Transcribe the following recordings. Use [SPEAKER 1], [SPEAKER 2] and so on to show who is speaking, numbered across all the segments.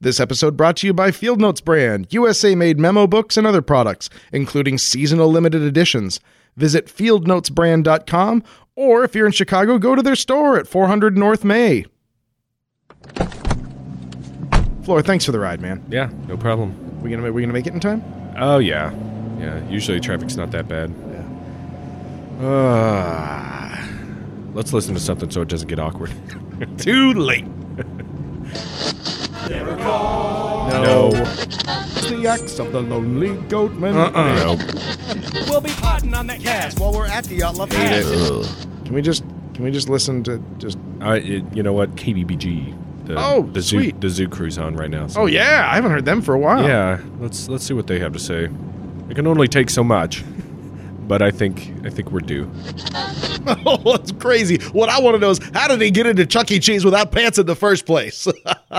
[SPEAKER 1] This episode brought to you by Field Notes brand, USA made memo books and other products, including seasonal limited editions. Visit fieldnotesbrand.com or if you're in Chicago, go to their store at 400 North May. Floor, thanks for the ride, man.
[SPEAKER 2] Yeah, no problem.
[SPEAKER 1] We gonna we gonna make it in time?
[SPEAKER 2] Oh yeah, yeah. Usually traffic's not that bad.
[SPEAKER 1] Uh,
[SPEAKER 2] Let's listen to something so it doesn't get awkward.
[SPEAKER 1] too late.
[SPEAKER 2] No.
[SPEAKER 1] It's the acts of the lonely goatman.
[SPEAKER 2] Uh-uh.
[SPEAKER 3] We'll be potting on that gas while we're at the yacht love
[SPEAKER 2] Hate
[SPEAKER 3] Pass.
[SPEAKER 2] it.
[SPEAKER 1] Can we just can we just listen to just?
[SPEAKER 2] I, it- you know what? KBBG. The,
[SPEAKER 1] Oh,
[SPEAKER 2] the zoo,
[SPEAKER 1] sweet.
[SPEAKER 2] the zoo crew's on right now. So
[SPEAKER 1] Oh yeah, I haven't heard them for a while.
[SPEAKER 2] yeah. Let's let's see what they have to say. It can only take so much, but I think I think we're due.
[SPEAKER 1] oh, that's crazy. What I want to know is how did he get into Chuck E. Cheese without pants in the first place?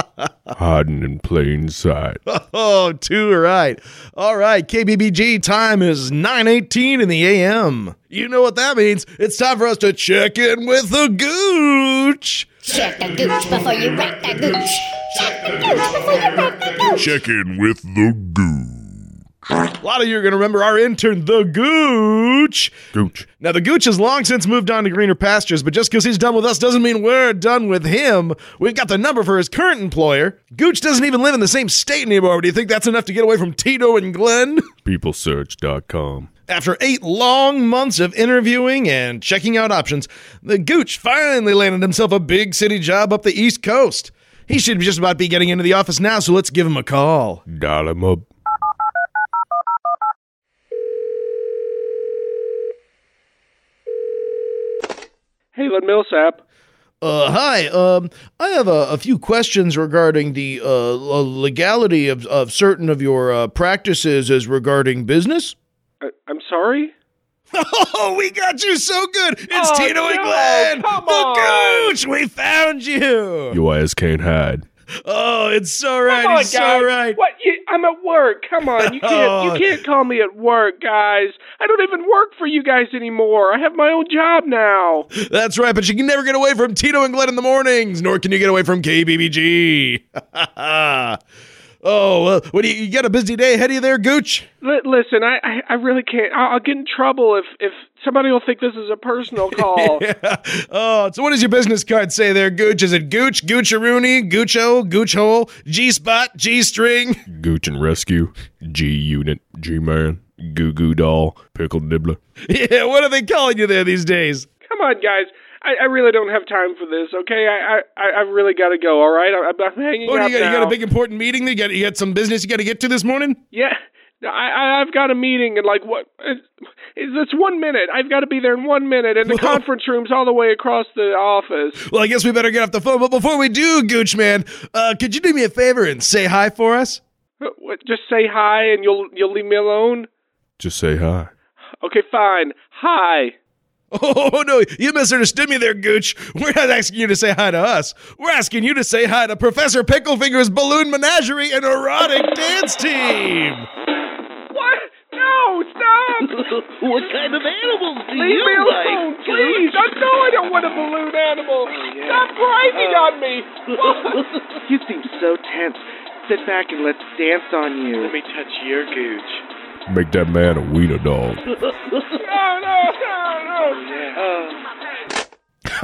[SPEAKER 2] Hiding in plain sight.
[SPEAKER 1] oh, too right. All right, KBBG time is 9:18 in the AM. You know what that means? It's time for us to check in with the Gooch.
[SPEAKER 4] Check the gooch before you wreck the gooch. Check the gooch before you wreck the gooch.
[SPEAKER 5] Check in with the goo.
[SPEAKER 1] A lot of you are going to remember our intern, the Gooch.
[SPEAKER 2] Gooch.
[SPEAKER 1] Now, the Gooch has long since moved on to greener pastures, but just because he's done with us doesn't mean we're done with him. We've got the number for his current employer. Gooch doesn't even live in the same state anymore. Do you think that's enough to get away from Tito and Glenn?
[SPEAKER 2] Peoplesearch.com.
[SPEAKER 1] After eight long months of interviewing and checking out options, the Gooch finally landed himself a big city job up the East Coast. He should just about be getting into the office now, so let's give him a call.
[SPEAKER 2] Dial 'em up.
[SPEAKER 6] Halen Millsap.
[SPEAKER 1] Uh, hi. Um, I have a, a few questions regarding the uh, l- legality of, of certain of your uh, practices as regarding business.
[SPEAKER 6] I- Uh, I'm sorry?
[SPEAKER 1] Oh, we got you so good! It's
[SPEAKER 6] Oh,
[SPEAKER 1] Tino and
[SPEAKER 6] no,
[SPEAKER 1] Glenn,
[SPEAKER 6] come
[SPEAKER 1] the
[SPEAKER 6] on.
[SPEAKER 1] Gooch. We found you.
[SPEAKER 2] Your ass can't hide.
[SPEAKER 1] Oh, it's so right.
[SPEAKER 6] Come on,
[SPEAKER 1] it's
[SPEAKER 6] guys.
[SPEAKER 1] so right.
[SPEAKER 6] What? You, I'm at work. Come on. You can't,
[SPEAKER 1] Oh.
[SPEAKER 6] you can't call me at work, guys. I don't even work for you guys anymore. I have my own job now.
[SPEAKER 1] That's right. But you can never get away from Tino and Glenn in the mornings, nor can you get away from KBBG. oh, well, what do you, you got a busy day ahead of you there, Gooch?
[SPEAKER 6] Li- listen, I, I, I really can't. I'll, I'll get in trouble if, if somebody will think this is a personal call.
[SPEAKER 1] Oh, so what does your business card say there, Gooch? Is it Gooch, Goocheroonie, Goocho, Goochhole, G Spot, G String?
[SPEAKER 2] Gooch and Rescue. G Unit. G Man. Goo Goo Doll. Pickle Nibbler.
[SPEAKER 1] Yeah, what are they calling you there these days?
[SPEAKER 6] Come on, guys. I, I really don't have time for this, okay? I, I, I- I've really got to go, all right? I, I'm hanging
[SPEAKER 1] What do
[SPEAKER 6] out
[SPEAKER 1] Oh, you got? You
[SPEAKER 6] now.
[SPEAKER 1] got a big important meeting? You got you got some business you got to get to this morning?
[SPEAKER 6] Yeah, I, I I've got a meeting and like what is this one minute? I've got to be there in one minute, and the conference room's all the way across the office.
[SPEAKER 1] Well, I guess we better get off the phone. But before we do, Gooch man, uh, could you do me a favor and say hi for us?
[SPEAKER 6] What, just say hi, and you'll you'll leave me alone.
[SPEAKER 2] Just say hi.
[SPEAKER 6] Okay, fine. Hi.
[SPEAKER 1] Oh no, you misunderstood me there, Gooch. We're not asking you to say hi to us. We're asking you to say hi to Professor Picklefinger's Balloon Menagerie and Erotic Dance Team.
[SPEAKER 6] What? No! Stop!
[SPEAKER 7] what kind of animals do
[SPEAKER 6] Leave
[SPEAKER 7] you
[SPEAKER 6] me
[SPEAKER 7] like? Oh,
[SPEAKER 6] alone, please! I know I don't want a balloon animal. Stop grinding
[SPEAKER 7] Uh,
[SPEAKER 6] on me. you seem so tense. Sit back and let's dance on you. Let me touch your gooch.
[SPEAKER 2] Make that man a wiener dog.
[SPEAKER 6] No! No! No! No!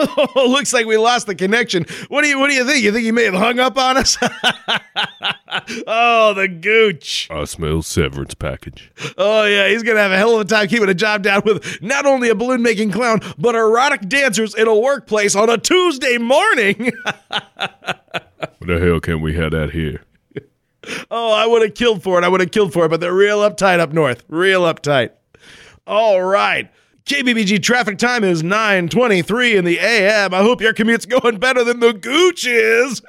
[SPEAKER 1] Oh, looks like we lost the connection. What do you What do you think? You think he may have hung up on us? oh, the Gooch.
[SPEAKER 2] I smell severance package.
[SPEAKER 1] Oh yeah, he's gonna have a hell of a time keeping a job down with not only a balloon making clown, but erotic dancers in a workplace on a Tuesday morning.
[SPEAKER 2] What the hell can we have that here?
[SPEAKER 1] Oh, I would have killed for it. I would have killed for it, but they're real uptight up north. Real uptight. All right. KBBG traffic time is 9:23 in the AM. I hope your commute's going better than the gooch is.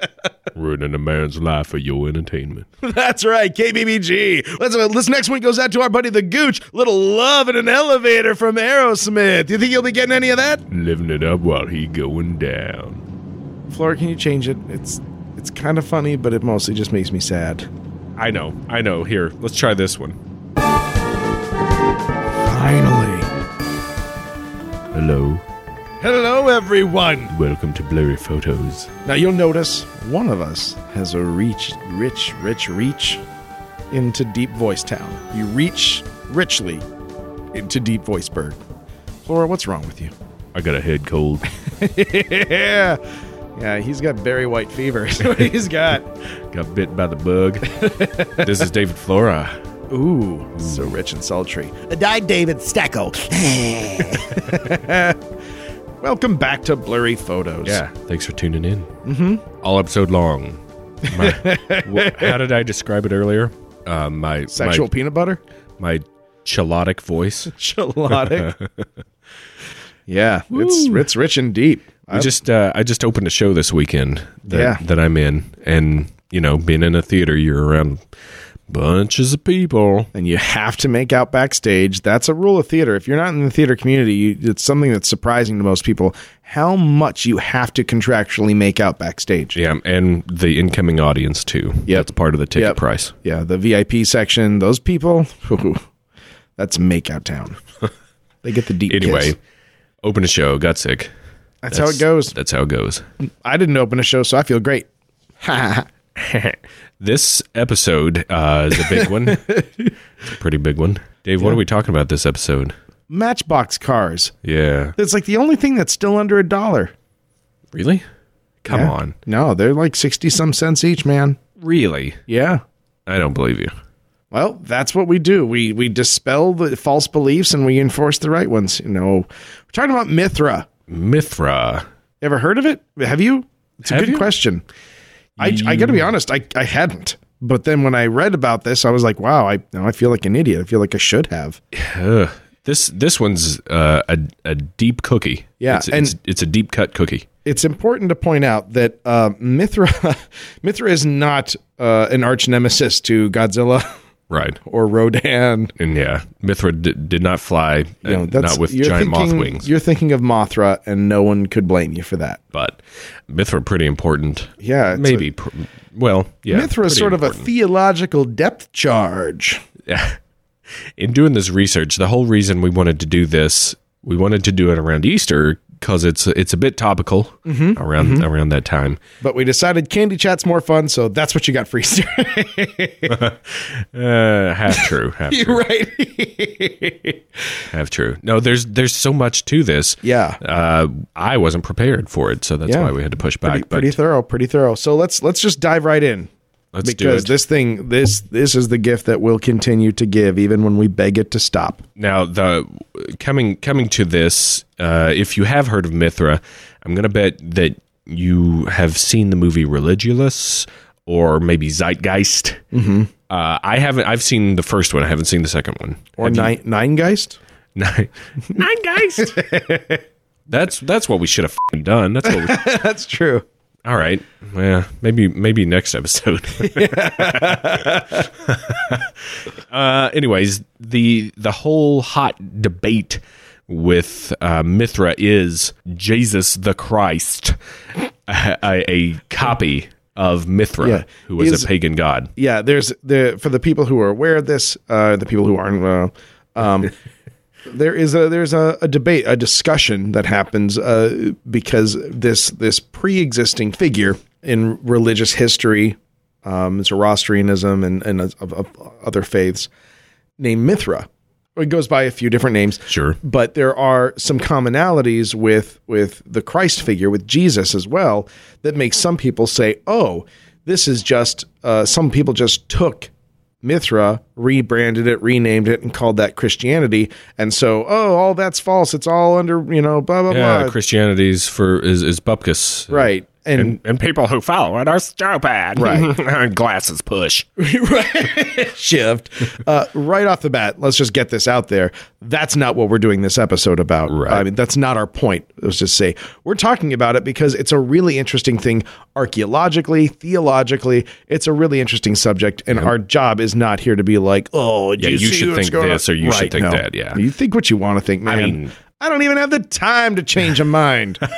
[SPEAKER 2] Ruining a man's life for your entertainment.
[SPEAKER 1] That's right, KBBG. Let's, uh, this next one goes out to our buddy the Gooch. Little love in an elevator from Aerosmith. Do you think you'll be getting any of that?
[SPEAKER 2] Living it up while he going down.
[SPEAKER 1] Flora, can you change it? It's it's kind of funny, but it mostly just makes me sad.
[SPEAKER 2] I know. I know. Here, let's try this one.
[SPEAKER 1] Finally.
[SPEAKER 2] Hello.
[SPEAKER 1] Hello, everyone.
[SPEAKER 2] Welcome to Blurry Photos.
[SPEAKER 1] Now you'll notice one of us has a reach, rich, rich reach into deep voice town. You reach richly into deep voice bird. Laura, what's wrong with you?
[SPEAKER 2] I got a head cold.
[SPEAKER 1] yeah. Yeah, he's got Barry White fever. That's what he's got.
[SPEAKER 2] got bit by the bug. this is David Flora.
[SPEAKER 1] Ooh, so rich and sultry.
[SPEAKER 8] I, David Stacko.
[SPEAKER 1] Welcome back to Blurry Photos.
[SPEAKER 2] Thanks for tuning in. Mm-hmm. All episode long. My- wh- how did I describe it earlier? Uh, my
[SPEAKER 1] Sexual peanut butter?
[SPEAKER 2] my, my chelotic voice.
[SPEAKER 1] Gelotic. yeah, it's it's rich and deep.
[SPEAKER 2] I just uh, I just opened a show this weekend that,
[SPEAKER 1] Yeah.
[SPEAKER 2] that I'm in, and you know, being in a theater, you're around bunches of people.
[SPEAKER 1] and you have to make out backstage. That's a rule of theater. If you're not in the theater community, you, it's something that's surprising to most people how much you have to contractually make out backstage.
[SPEAKER 2] Yeah, and the incoming audience too. Yeah, that's part of the ticket
[SPEAKER 1] Yep.
[SPEAKER 2] price.
[SPEAKER 1] Yeah, the VIP section, those people, whew, that's makeout town. They get the deep kiss.
[SPEAKER 2] Anyway, open a show, got sick.
[SPEAKER 1] That's, how it goes.
[SPEAKER 2] That's how it goes.
[SPEAKER 1] I didn't open a show, so I feel great.
[SPEAKER 2] This episode uh, is a big one. it's a pretty big one. Dave, what are we talking about this episode?
[SPEAKER 1] Matchbox cars.
[SPEAKER 2] Yeah.
[SPEAKER 1] It's like the only thing that's still under a dollar.
[SPEAKER 2] Really? Come
[SPEAKER 1] Yeah.
[SPEAKER 2] on.
[SPEAKER 1] No, they're like 60 some cents each, man.
[SPEAKER 2] Really?
[SPEAKER 1] Yeah.
[SPEAKER 2] I don't believe you.
[SPEAKER 1] Well, that's what we do. We we dispel the false beliefs and we enforce the right ones. You know, we're talking about Mithra.
[SPEAKER 2] Mithra.
[SPEAKER 1] Ever heard of it? Have you? It's a
[SPEAKER 2] Have
[SPEAKER 1] good
[SPEAKER 2] you?
[SPEAKER 1] question. I I got to be honest, I I hadn't. But then when I read about this, I was like, wow, I now I feel like an idiot. I feel like I should have.
[SPEAKER 2] Ugh. This this one's uh, a a deep cookie.
[SPEAKER 1] Yeah,
[SPEAKER 2] it's, it's, it's a deep cut cookie.
[SPEAKER 1] It's important to point out that uh, Mithra Mithra is not uh, an arch nemesis to Godzilla
[SPEAKER 2] Right.
[SPEAKER 1] or Rodan.
[SPEAKER 2] And yeah, Mithra d- did not fly.
[SPEAKER 1] You know,
[SPEAKER 2] and
[SPEAKER 1] that's
[SPEAKER 2] not with
[SPEAKER 1] you're
[SPEAKER 2] giant moth
[SPEAKER 1] thinking-
[SPEAKER 2] wings.
[SPEAKER 1] You're thinking of Mothra, and no one could blame you for that.
[SPEAKER 2] But Mithra pretty important.
[SPEAKER 1] Yeah, it's
[SPEAKER 2] Maybe. pr- well, yeah.
[SPEAKER 1] Mithra is
[SPEAKER 2] pretty
[SPEAKER 1] sort of a
[SPEAKER 2] important.
[SPEAKER 1] theological depth charge.
[SPEAKER 2] Yeah. In doing this research, the whole reason we wanted to do this, we wanted to do it around Easter because it's it's a bit topical
[SPEAKER 1] Mm-hmm.
[SPEAKER 2] around around that time.
[SPEAKER 1] But we decided candy chat's more fun, so that's what you got for Easter.
[SPEAKER 2] Uh, half true, half true,
[SPEAKER 1] right?
[SPEAKER 2] half true. No, there's there's so much to this.
[SPEAKER 1] yeah.
[SPEAKER 2] Uh, I wasn't prepared for it, so that's
[SPEAKER 1] Yeah.
[SPEAKER 2] why we had to push back.
[SPEAKER 1] Pretty, pretty thorough, pretty thorough. So let's let's just dive right in
[SPEAKER 2] but let's do
[SPEAKER 1] because
[SPEAKER 2] it.
[SPEAKER 1] this thing this this is the gift that we'll continue to give even when we beg it to stop.
[SPEAKER 2] now the coming coming to this uh, if you have heard of mithra i'm going to bet that you have seen the movie religulous or maybe zeitgeist mm-hmm. uh, i haven't i've seen the first one i haven't seen the second one
[SPEAKER 1] Or nine nine geist?
[SPEAKER 2] nine geist that's that's what we should have fing done that's what we
[SPEAKER 1] That's true.
[SPEAKER 2] all right. Yeah, maybe maybe next episode. uh, anyways, the the whole hot debate with uh, Mithra is Jesus the Christ, a, a- a copy of Mithra,
[SPEAKER 1] Yeah.
[SPEAKER 2] who was
[SPEAKER 1] Is-
[SPEAKER 2] a pagan god.
[SPEAKER 1] yeah, there's the for the people who are aware of this, uh, the people who aren't, uh, um, there is a there's a, a debate, a discussion that happens uh, because this this pre-existing figure in religious history, um, Zoroastrianism and and of, of other faiths, named Mithra. It goes by a few different names,
[SPEAKER 2] Sure.
[SPEAKER 1] but there are some commonalities with with the Christ figure, with Jesus as well, that makes some people say, "Oh, this is just uh, some people just took Mithra, rebranded it, renamed it, and called that Christianity." And so, oh, all that's false. It's all under you know, blah blah
[SPEAKER 2] Yeah,
[SPEAKER 1] blah.
[SPEAKER 2] Christianity's for is is bupkis.
[SPEAKER 1] right, and,
[SPEAKER 2] And, and people who follow it are stupid.
[SPEAKER 1] Right.
[SPEAKER 2] Glasses push.
[SPEAKER 1] shift uh, right off the bat. Let's just get this out there. That's not what we're doing this episode about.
[SPEAKER 2] Right.
[SPEAKER 1] I mean, that's not our point. Let's just say we're talking about it because it's a really interesting thing archaeologically, theologically. It's a really interesting subject, and our job is not here to be like, oh, do
[SPEAKER 2] Yeah, you
[SPEAKER 1] see
[SPEAKER 2] should
[SPEAKER 1] what's
[SPEAKER 2] think
[SPEAKER 1] going
[SPEAKER 2] this
[SPEAKER 1] on?
[SPEAKER 2] or you should
[SPEAKER 1] Right,
[SPEAKER 2] think
[SPEAKER 1] no.
[SPEAKER 2] that, yeah.
[SPEAKER 1] you think what you want to think, man. I
[SPEAKER 2] mean-
[SPEAKER 1] don't even have the time to change a mind.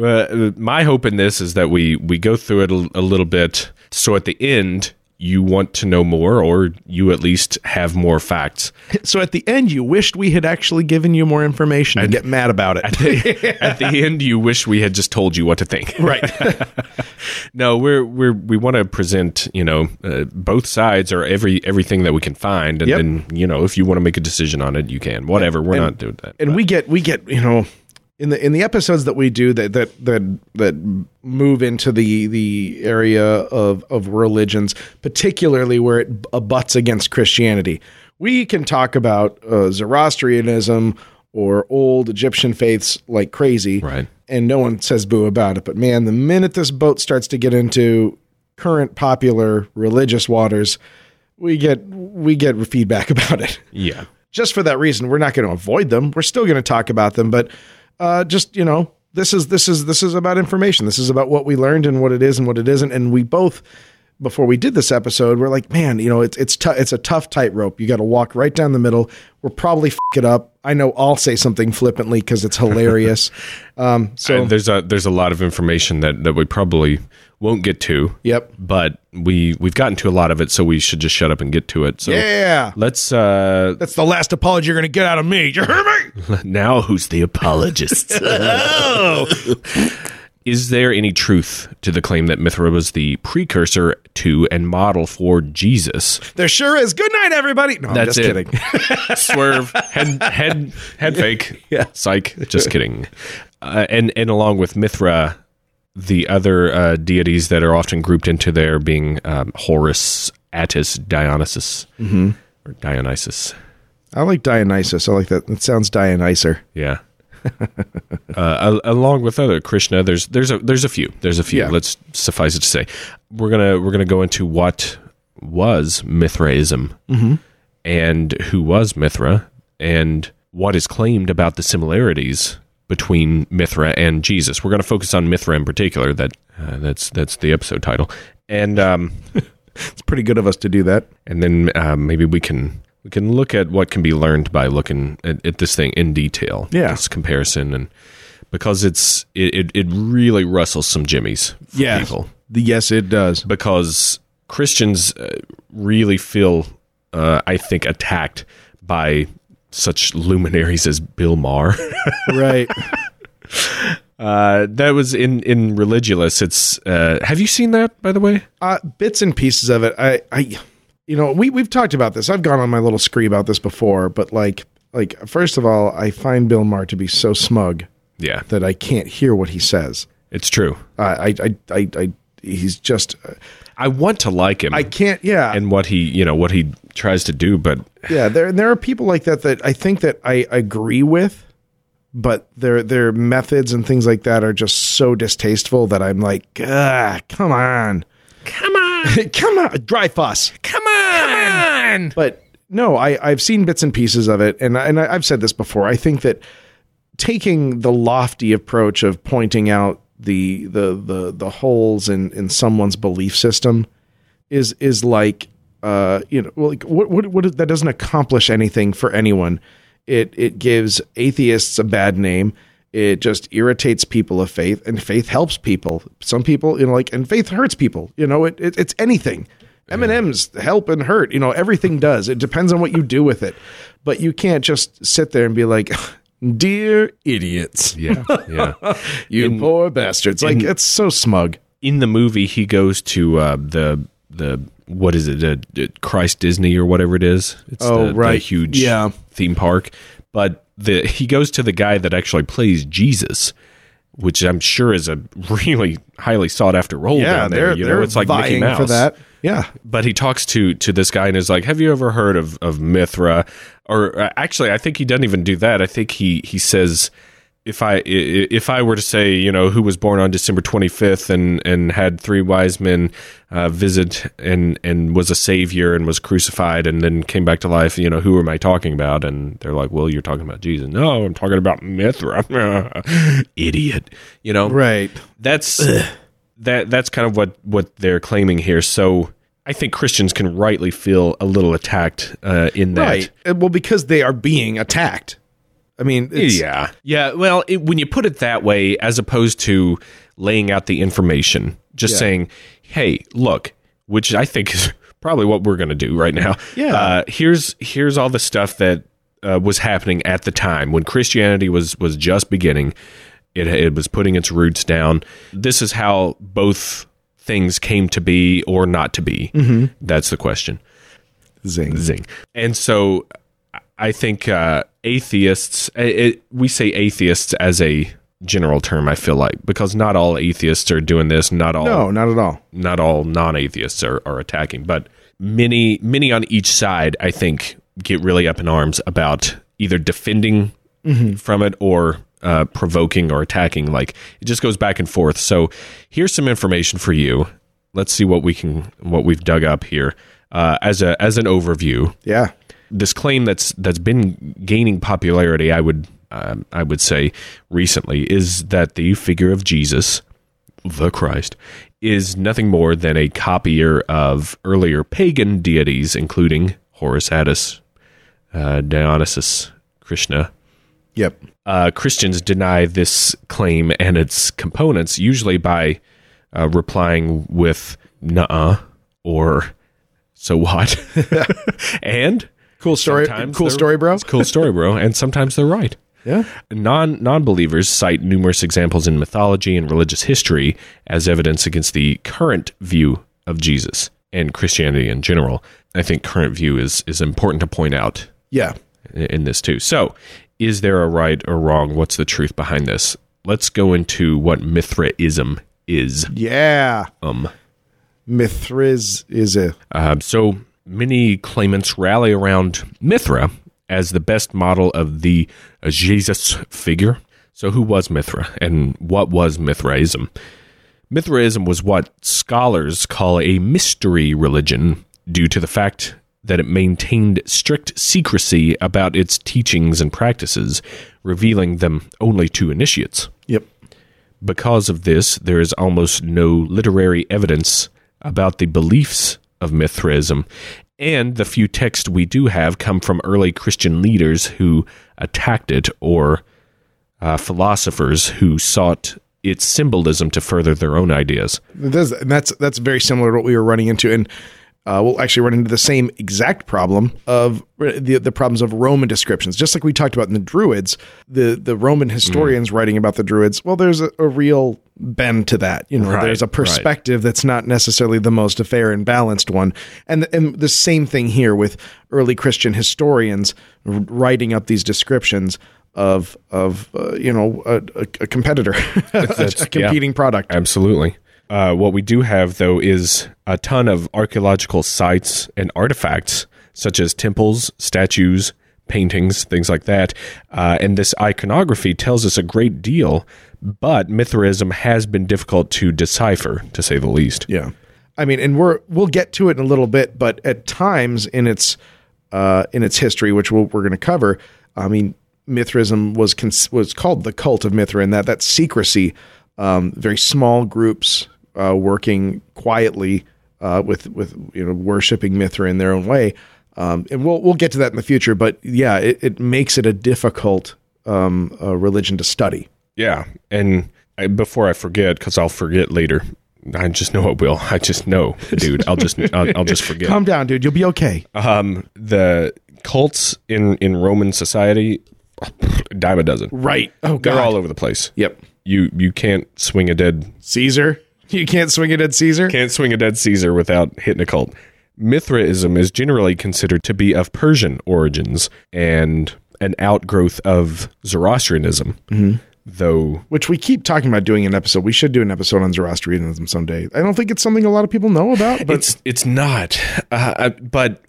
[SPEAKER 2] Uh, my hope in this is that we we go through it a, a little bit, so at the end you want to know more, or you at least have more facts.
[SPEAKER 1] So at the end, you wished we had actually given you more information and get mad about it.
[SPEAKER 2] at the end, you wish we had just told you what to think.
[SPEAKER 1] right.
[SPEAKER 2] No, we're we're we want to present you know uh, both sides or every everything that we can find, and
[SPEAKER 1] Yep.
[SPEAKER 2] then you know if you want to make a decision on it, you can. Whatever, we're not doing that.
[SPEAKER 1] and we get we get you know in the in the episodes that we do that that that that move into the the area of of religions particularly where it abuts against christianity we can talk about uh, zoroastrianism or old egyptian faiths like crazy
[SPEAKER 2] Right.
[SPEAKER 1] and no one says boo about it but man the minute this boat starts to get into current popular religious waters we get we get feedback about it
[SPEAKER 2] yeah,
[SPEAKER 1] just for that reason, we're not going to avoid them. We're still going to talk about them, but uh, just you know, this is this is this is about information. This is about what we learned and what it is and what it isn't. And we both, before we did this episode, we're like, man, you know, it's it's tou- it's a tough tightrope. You got to walk right down the middle. We're probably f- it up. I know I'll say something flippantly because it's hilarious. um, so
[SPEAKER 2] And there's a there's a lot of information that that we probably won't get to.
[SPEAKER 1] Yep.
[SPEAKER 2] but we we've gotten to a lot of it, so we should just shut up and get to it. So
[SPEAKER 1] yeah,
[SPEAKER 2] let's uh
[SPEAKER 1] that's the last apology you're going to get out of me. You hear me?
[SPEAKER 2] now who's the apologist? Is there any truth to the claim that Mithra was the precursor to and model for Jesus?
[SPEAKER 1] There sure is. Good night, everybody. No, I'm
[SPEAKER 2] That's
[SPEAKER 1] just
[SPEAKER 2] it.
[SPEAKER 1] kidding.
[SPEAKER 2] Swerve, head, head, head fake. Yeah, psych. Just kidding. Uh, and and along with Mithra, the other uh, deities that are often grouped into there being um, Horus, Attis, Dionysus,
[SPEAKER 1] Mm-hmm.
[SPEAKER 2] or Dionysus.
[SPEAKER 1] I like Dionysus. I like that. That sounds Dionyser.
[SPEAKER 2] Yeah. uh, al- along with other Krishna, there's there's a there's a few there's a few.
[SPEAKER 1] Yeah.
[SPEAKER 2] Let's suffice it to say, we're gonna we're gonna go into what was Mithraism and who was Mithra and what is claimed about the similarities between Mithra and Jesus. We're gonna focus on Mithra in particular. That uh, that's that's the episode title, and um,
[SPEAKER 1] pretty good of us to do that.
[SPEAKER 2] and then uh, maybe we can we can look at what can be learned by looking at, at this thing in detail.
[SPEAKER 1] Yeah.
[SPEAKER 2] this comparison and because it's it it, it really rustles some jimmies for people
[SPEAKER 1] yes, it does.
[SPEAKER 2] because Christians uh, really feel uh, I think attacked by such luminaries as Bill Maher.
[SPEAKER 1] Right.
[SPEAKER 2] Uh, that was in in Religulous. It's uh, have you seen that by the way?
[SPEAKER 1] uh, bits and pieces of it. I, I, you know, we we've talked about this. I've gone on my little scree about this before, but like, like first of all, I find Bill Maher to be so smug
[SPEAKER 2] Yeah,
[SPEAKER 1] that I can't hear what he says.
[SPEAKER 2] it's true.
[SPEAKER 1] I, I, I, I, I he's just,
[SPEAKER 2] I want to like him.
[SPEAKER 1] I can't. Yeah,
[SPEAKER 2] and what he you know what he tries to do, but
[SPEAKER 1] yeah. There, there are people like that that I think that I agree with. But their their methods and things like that are just so distasteful that I'm like, ah, come on,
[SPEAKER 2] Come on.
[SPEAKER 1] come on, dry fuss.
[SPEAKER 2] Come on.
[SPEAKER 1] but no, I, I've seen bits and pieces of it, and I- and I, I've said this before. I think that taking the lofty approach of pointing out the the the the holes in in someone's belief system is is like uh you know well, like what what what that doesn't accomplish anything for anyone. It it gives atheists a bad name. It just irritates people of faith, and faith helps people. Some people, you know, like and faith hurts people. You know, it, it it's anything. M and M's help and hurt. You know, everything does. It depends on what you do with it, but you can't just sit there and be like, "Dear idiots,
[SPEAKER 2] Yeah, yeah.
[SPEAKER 1] you poor bastards!" Like it's so smug.
[SPEAKER 2] In the movie, he goes to uh, the the what is it, uh, d- Christ Disney or whatever it is. It's
[SPEAKER 1] Oh,
[SPEAKER 2] the, the
[SPEAKER 1] right.
[SPEAKER 2] huge
[SPEAKER 1] Yeah.
[SPEAKER 2] theme park. But the he goes to the guy that actually plays Jesus, which I'm sure is a really highly sought after role down there. you know, it's like Mickey Mouse
[SPEAKER 1] for that. Yeah,
[SPEAKER 2] but he talks to to this guy and is like, "Have you ever heard of of Mithra?" Or uh, actually, I think he doesn't even do that. I think he he says, "If I i- i- if I were to say, you know, who was born on December twenty fifth and and had three wise men uh, visit and and was a savior and was crucified and then came back to life, you know, who am I talking about?" And they're like, "Well, you're talking about Jesus." No, I'm talking about Mithra, idiot. You know,
[SPEAKER 1] right.
[SPEAKER 2] that's that that's kind of what what they're claiming here so i think christians can rightly feel a little attacked uh, in that
[SPEAKER 1] Right. Uh, Well, because they are being attacked. I mean, it's,
[SPEAKER 2] yeah yeah well it, when you put it that way as opposed to laying out the information just saying hey look which i think is probably what we're going to do right now.
[SPEAKER 1] Yeah.
[SPEAKER 2] Uh, here's here's all the stuff that uh, was happening at the time when Christianity was was just beginning. It it was putting its roots down. This is how both things came to be or not to be.
[SPEAKER 1] Mm-hmm.
[SPEAKER 2] That's the question.
[SPEAKER 1] Zing.
[SPEAKER 2] Zing. And so I think uh, atheists, i it, we say atheists as a general term, I feel like, because not all atheists are doing this. Not all
[SPEAKER 1] No, not at all.
[SPEAKER 2] not all non-atheists are, are attacking, but many many on each side, I think, get really up in arms about either defending from it or uh, provoking or attacking. Like it just goes back and forth. So here's some information for you. Let's see what we can what we've dug up here uh, as a as an overview
[SPEAKER 1] Yeah.
[SPEAKER 2] this claim that's that's been gaining popularity, I would um, I would say recently, is that the figure of Jesus, the Christ, is nothing more than a copier of earlier pagan deities, including Horus Attis, uh, Dionysus, Krishna,
[SPEAKER 1] Yep.
[SPEAKER 2] uh, Christians deny this claim and its components, usually by uh, replying with "nuh-uh" or "so what," and
[SPEAKER 1] Cool story.
[SPEAKER 2] sometimes
[SPEAKER 1] Cool
[SPEAKER 2] they're-
[SPEAKER 1] story, bro.
[SPEAKER 2] it's a cool story, bro. And sometimes they're right.
[SPEAKER 1] Yeah.
[SPEAKER 2] Non non-believers cite numerous examples in mythology and religious history as evidence against the current view of Jesus and Christianity in general. I think current view is is important to point out
[SPEAKER 1] Yeah.
[SPEAKER 2] in this too. So, is there a right or wrong? What's the truth behind this? Let's go into what Mithraism is.
[SPEAKER 1] Yeah.
[SPEAKER 2] Um,
[SPEAKER 1] Mithriz is a
[SPEAKER 2] uh, so many claimants rally around Mithra as the best model of the uh, Jesus figure. So, who was Mithra and what was Mithraism? Mithraism was what scholars call a mystery religion due to the fact that it maintained strict secrecy about its teachings and practices, revealing them only to initiates.
[SPEAKER 1] Yep.
[SPEAKER 2] Because of this, there is almost no literary evidence about the beliefs of Mithraism, and the few texts we do have come from early Christian leaders who attacked it or uh, philosophers who sought its symbolism to further their own ideas.
[SPEAKER 1] That's, and that's that's very similar to what we were running into, and uh, we'll actually run into the same exact problem of the the problems of Roman descriptions. Just like we talked about in the Druids, the the Roman
[SPEAKER 2] Hmm.
[SPEAKER 1] historians writing about the Druids. Well, there's a, a real bend to that. You know,
[SPEAKER 2] Right,
[SPEAKER 1] there's a
[SPEAKER 2] right.
[SPEAKER 1] perspective that's not necessarily the most fair and balanced one, and and the same thing here with early Christian historians r- writing up these descriptions. Of of uh, you know a, a, a competitor, a competing product.
[SPEAKER 2] Absolutely. Uh, what we do have, though, is a ton of archaeological sites and artifacts, such as temples, statues, paintings, things like that. Uh, and this iconography tells us a great deal, but Mithraism has been difficult to decipher, to say the least.
[SPEAKER 1] Yeah. I mean, and we're we'll get to it in a little bit, but at times in its uh, in its history, which we'll, we're going to cover, I mean, Mithraism was cons- was called the cult of Mithra, and that that secrecy, um, very small groups uh, working quietly uh, with with you know worshiping Mithra in their own way, um, and we'll we'll get to that in the future. But yeah, it, it makes it a difficult um, uh, religion to study.
[SPEAKER 2] Yeah, and I, before I forget, because I'll forget later. I just know it will. I just know, dude. I'll just I'll, I'll just forget.
[SPEAKER 1] Calm down, dude. You'll be okay.
[SPEAKER 2] Um, the cults in in Roman society, dime a dozen.
[SPEAKER 1] right. Oh God.
[SPEAKER 2] They're all over the place.
[SPEAKER 1] Yep.
[SPEAKER 2] You you can't swing a dead
[SPEAKER 1] Caesar. You can't swing it at Caesar.
[SPEAKER 2] can't swing a dead Caesar without hitting a cult. Mithraism is generally considered to be of Persian origins and an outgrowth of Zoroastrianism, though
[SPEAKER 1] Which we keep talking about doing an episode. We should do an episode on Zoroastrianism someday. I don't think it's something a lot of people know about, but
[SPEAKER 2] it's it's not. Uh, I- but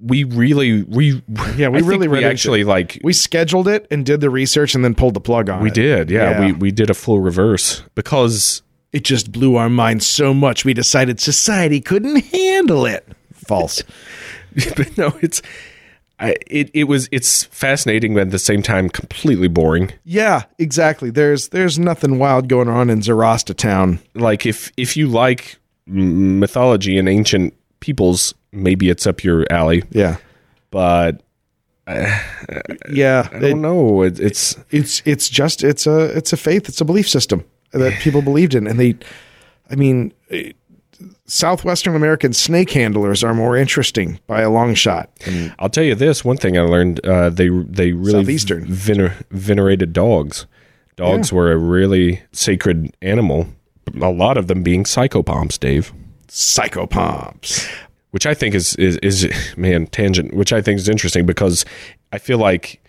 [SPEAKER 2] we really we
[SPEAKER 1] Yeah, we
[SPEAKER 2] I think
[SPEAKER 1] really
[SPEAKER 2] we
[SPEAKER 1] read into
[SPEAKER 2] actually like
[SPEAKER 1] we scheduled it and did the research and then pulled the plug on
[SPEAKER 2] we
[SPEAKER 1] it.
[SPEAKER 2] did yeah,
[SPEAKER 1] Yeah.
[SPEAKER 2] we we did a full reverse because
[SPEAKER 1] It just blew our minds so much we decided society couldn't handle it. False.
[SPEAKER 2] but no it's. I, it, it was it's fascinating but at the same time completely boring
[SPEAKER 1] yeah, exactly. There's there's nothing wild going on in Zoroaster town.
[SPEAKER 2] like if if you like m- mythology and ancient peoples maybe it's up your alley
[SPEAKER 1] Yeah.
[SPEAKER 2] but
[SPEAKER 1] Yeah.
[SPEAKER 2] i
[SPEAKER 1] it-
[SPEAKER 2] don't know it, it's
[SPEAKER 1] it's it's just it's a it's a faith it's a belief system that people believed in and they i mean it- southwestern American snake handlers are more interesting by a long shot.
[SPEAKER 2] I'll tell you this one thing I learned: uh, they they really
[SPEAKER 1] Southeastern.
[SPEAKER 2] vener- venerated dogs. Dogs were a really sacred animal. A lot of them being psychopomps, Dave,
[SPEAKER 1] Psychopomps.
[SPEAKER 2] which I think is is, is man tangent, which I think is interesting because I feel like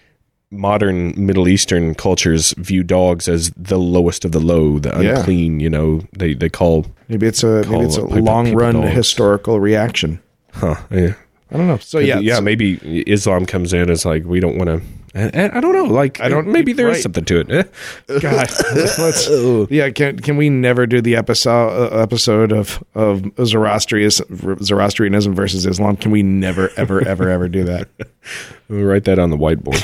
[SPEAKER 2] modern Middle Eastern cultures view dogs as the lowest of the low, the
[SPEAKER 1] Yeah.
[SPEAKER 2] unclean. You know, they they call
[SPEAKER 1] Maybe it's a maybe it's a
[SPEAKER 2] Call- people-
[SPEAKER 1] long
[SPEAKER 2] people
[SPEAKER 1] run
[SPEAKER 2] dogs.
[SPEAKER 1] historical reaction.
[SPEAKER 2] huh. Yeah.
[SPEAKER 1] I don't know. So
[SPEAKER 2] yeah,
[SPEAKER 1] yeah,
[SPEAKER 2] yeah.
[SPEAKER 1] so-
[SPEAKER 2] Maybe Islam comes in as like we don't want to. I don't know. Like I
[SPEAKER 1] don't-
[SPEAKER 2] don't. Maybe there is
[SPEAKER 1] right.
[SPEAKER 2] something to it. Eh?
[SPEAKER 1] God, let's. Yeah, can can we never do the episode uh, episode of of Zoroastrianism, Zoroastrianism versus Islam? Can we never ever ever ever do that?
[SPEAKER 2] We'll write that on the whiteboard.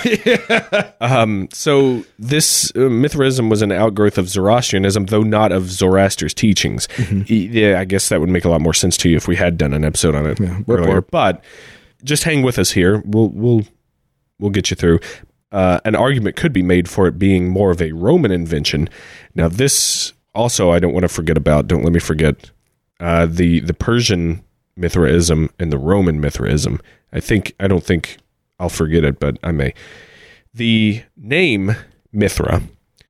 [SPEAKER 2] um, so this uh, Mithraism was an outgrowth of Zoroastrianism, though not of Zoroaster's teachings. E- Yeah, I guess that would make a lot more sense to you if we had done an episode on it
[SPEAKER 1] we're
[SPEAKER 2] earlier.
[SPEAKER 1] poor.
[SPEAKER 2] But just hang with us here. We'll we'll we'll get you through. Uh, an argument could be made for it being more of a Roman invention. Now, this also I don't want to forget about. Don't let me forget uh, the the Persian Mithraism and the Roman Mithraism. I think I don't think I'll forget it, but I may. The name Mithra,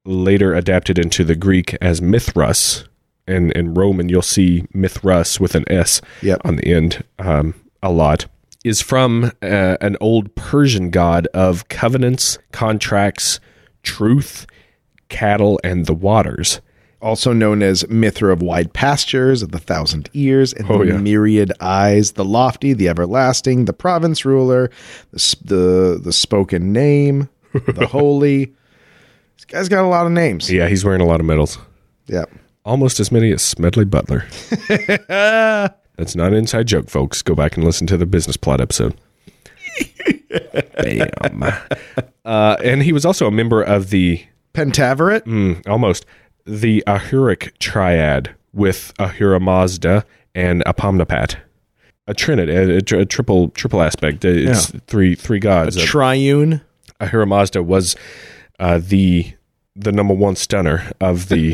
[SPEAKER 2] later adapted into the Greek as Mithras, and in Roman you'll see Mithras with an S
[SPEAKER 1] Yep.
[SPEAKER 2] on the end um, a lot, is from uh, an old Persian god of covenants, contracts, truth, cattle, and the waters.
[SPEAKER 1] Also known as Mithra of wide pastures, of the thousand ears, and the
[SPEAKER 2] Oh, yeah.
[SPEAKER 1] myriad eyes, the lofty, the everlasting, the province ruler, the s- the, the spoken name, the holy. This guy's got a lot of names.
[SPEAKER 2] Yeah, he's wearing a lot of medals.
[SPEAKER 1] Yep.
[SPEAKER 2] almost as many as Smedley Butler. That's not an inside joke, folks. Go back and listen to the business plot episode. Bam. Uh, and he was also a member of the
[SPEAKER 1] Pentaveret.
[SPEAKER 2] Mm, almost the Ahuric triad with Ahura Mazda and Apamnapat. A trinity, a, a tr- a triple triple aspect. It's three three gods. Uh,
[SPEAKER 1] Triune.
[SPEAKER 2] Ahura Mazda was uh, the the number one stunner of the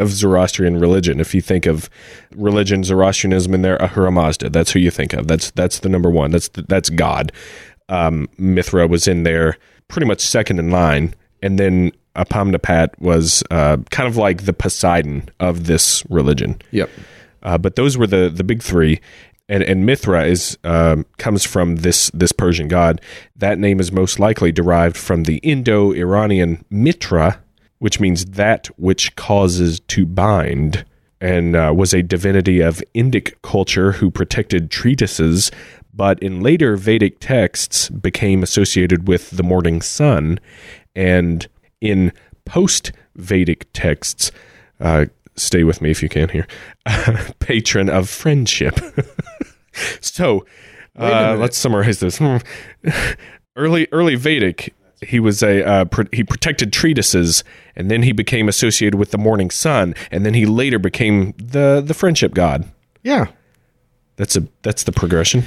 [SPEAKER 2] of Zoroastrian religion. If you think of religion, Zoroastrianism, in there, Ahura Mazda, that's who you think of. That's that's the number one. That's that's God. Um, Mithra was in there, pretty much second in line, and then Apamnapat was uh, kind of like the Poseidon of this religion.
[SPEAKER 1] Yep.
[SPEAKER 2] Uh, but those were the the big three, and and Mithra is um, comes from this this Persian god. That name is most likely derived from the Indo-Iranian Mitra, which means that which causes to bind, and uh, was a divinity of Indic culture who protected treatises. But in later Vedic texts, became associated with the morning sun, and in post Vedic texts, uh, stay with me if you can here, patron of friendship. so uh, let's summarize this. Hmm. early, early Vedic, he was a uh, pr- he protected treatises, and then he became associated with the morning sun, and then he later became the the friendship god.
[SPEAKER 1] Yeah.
[SPEAKER 2] That's a that's the progression.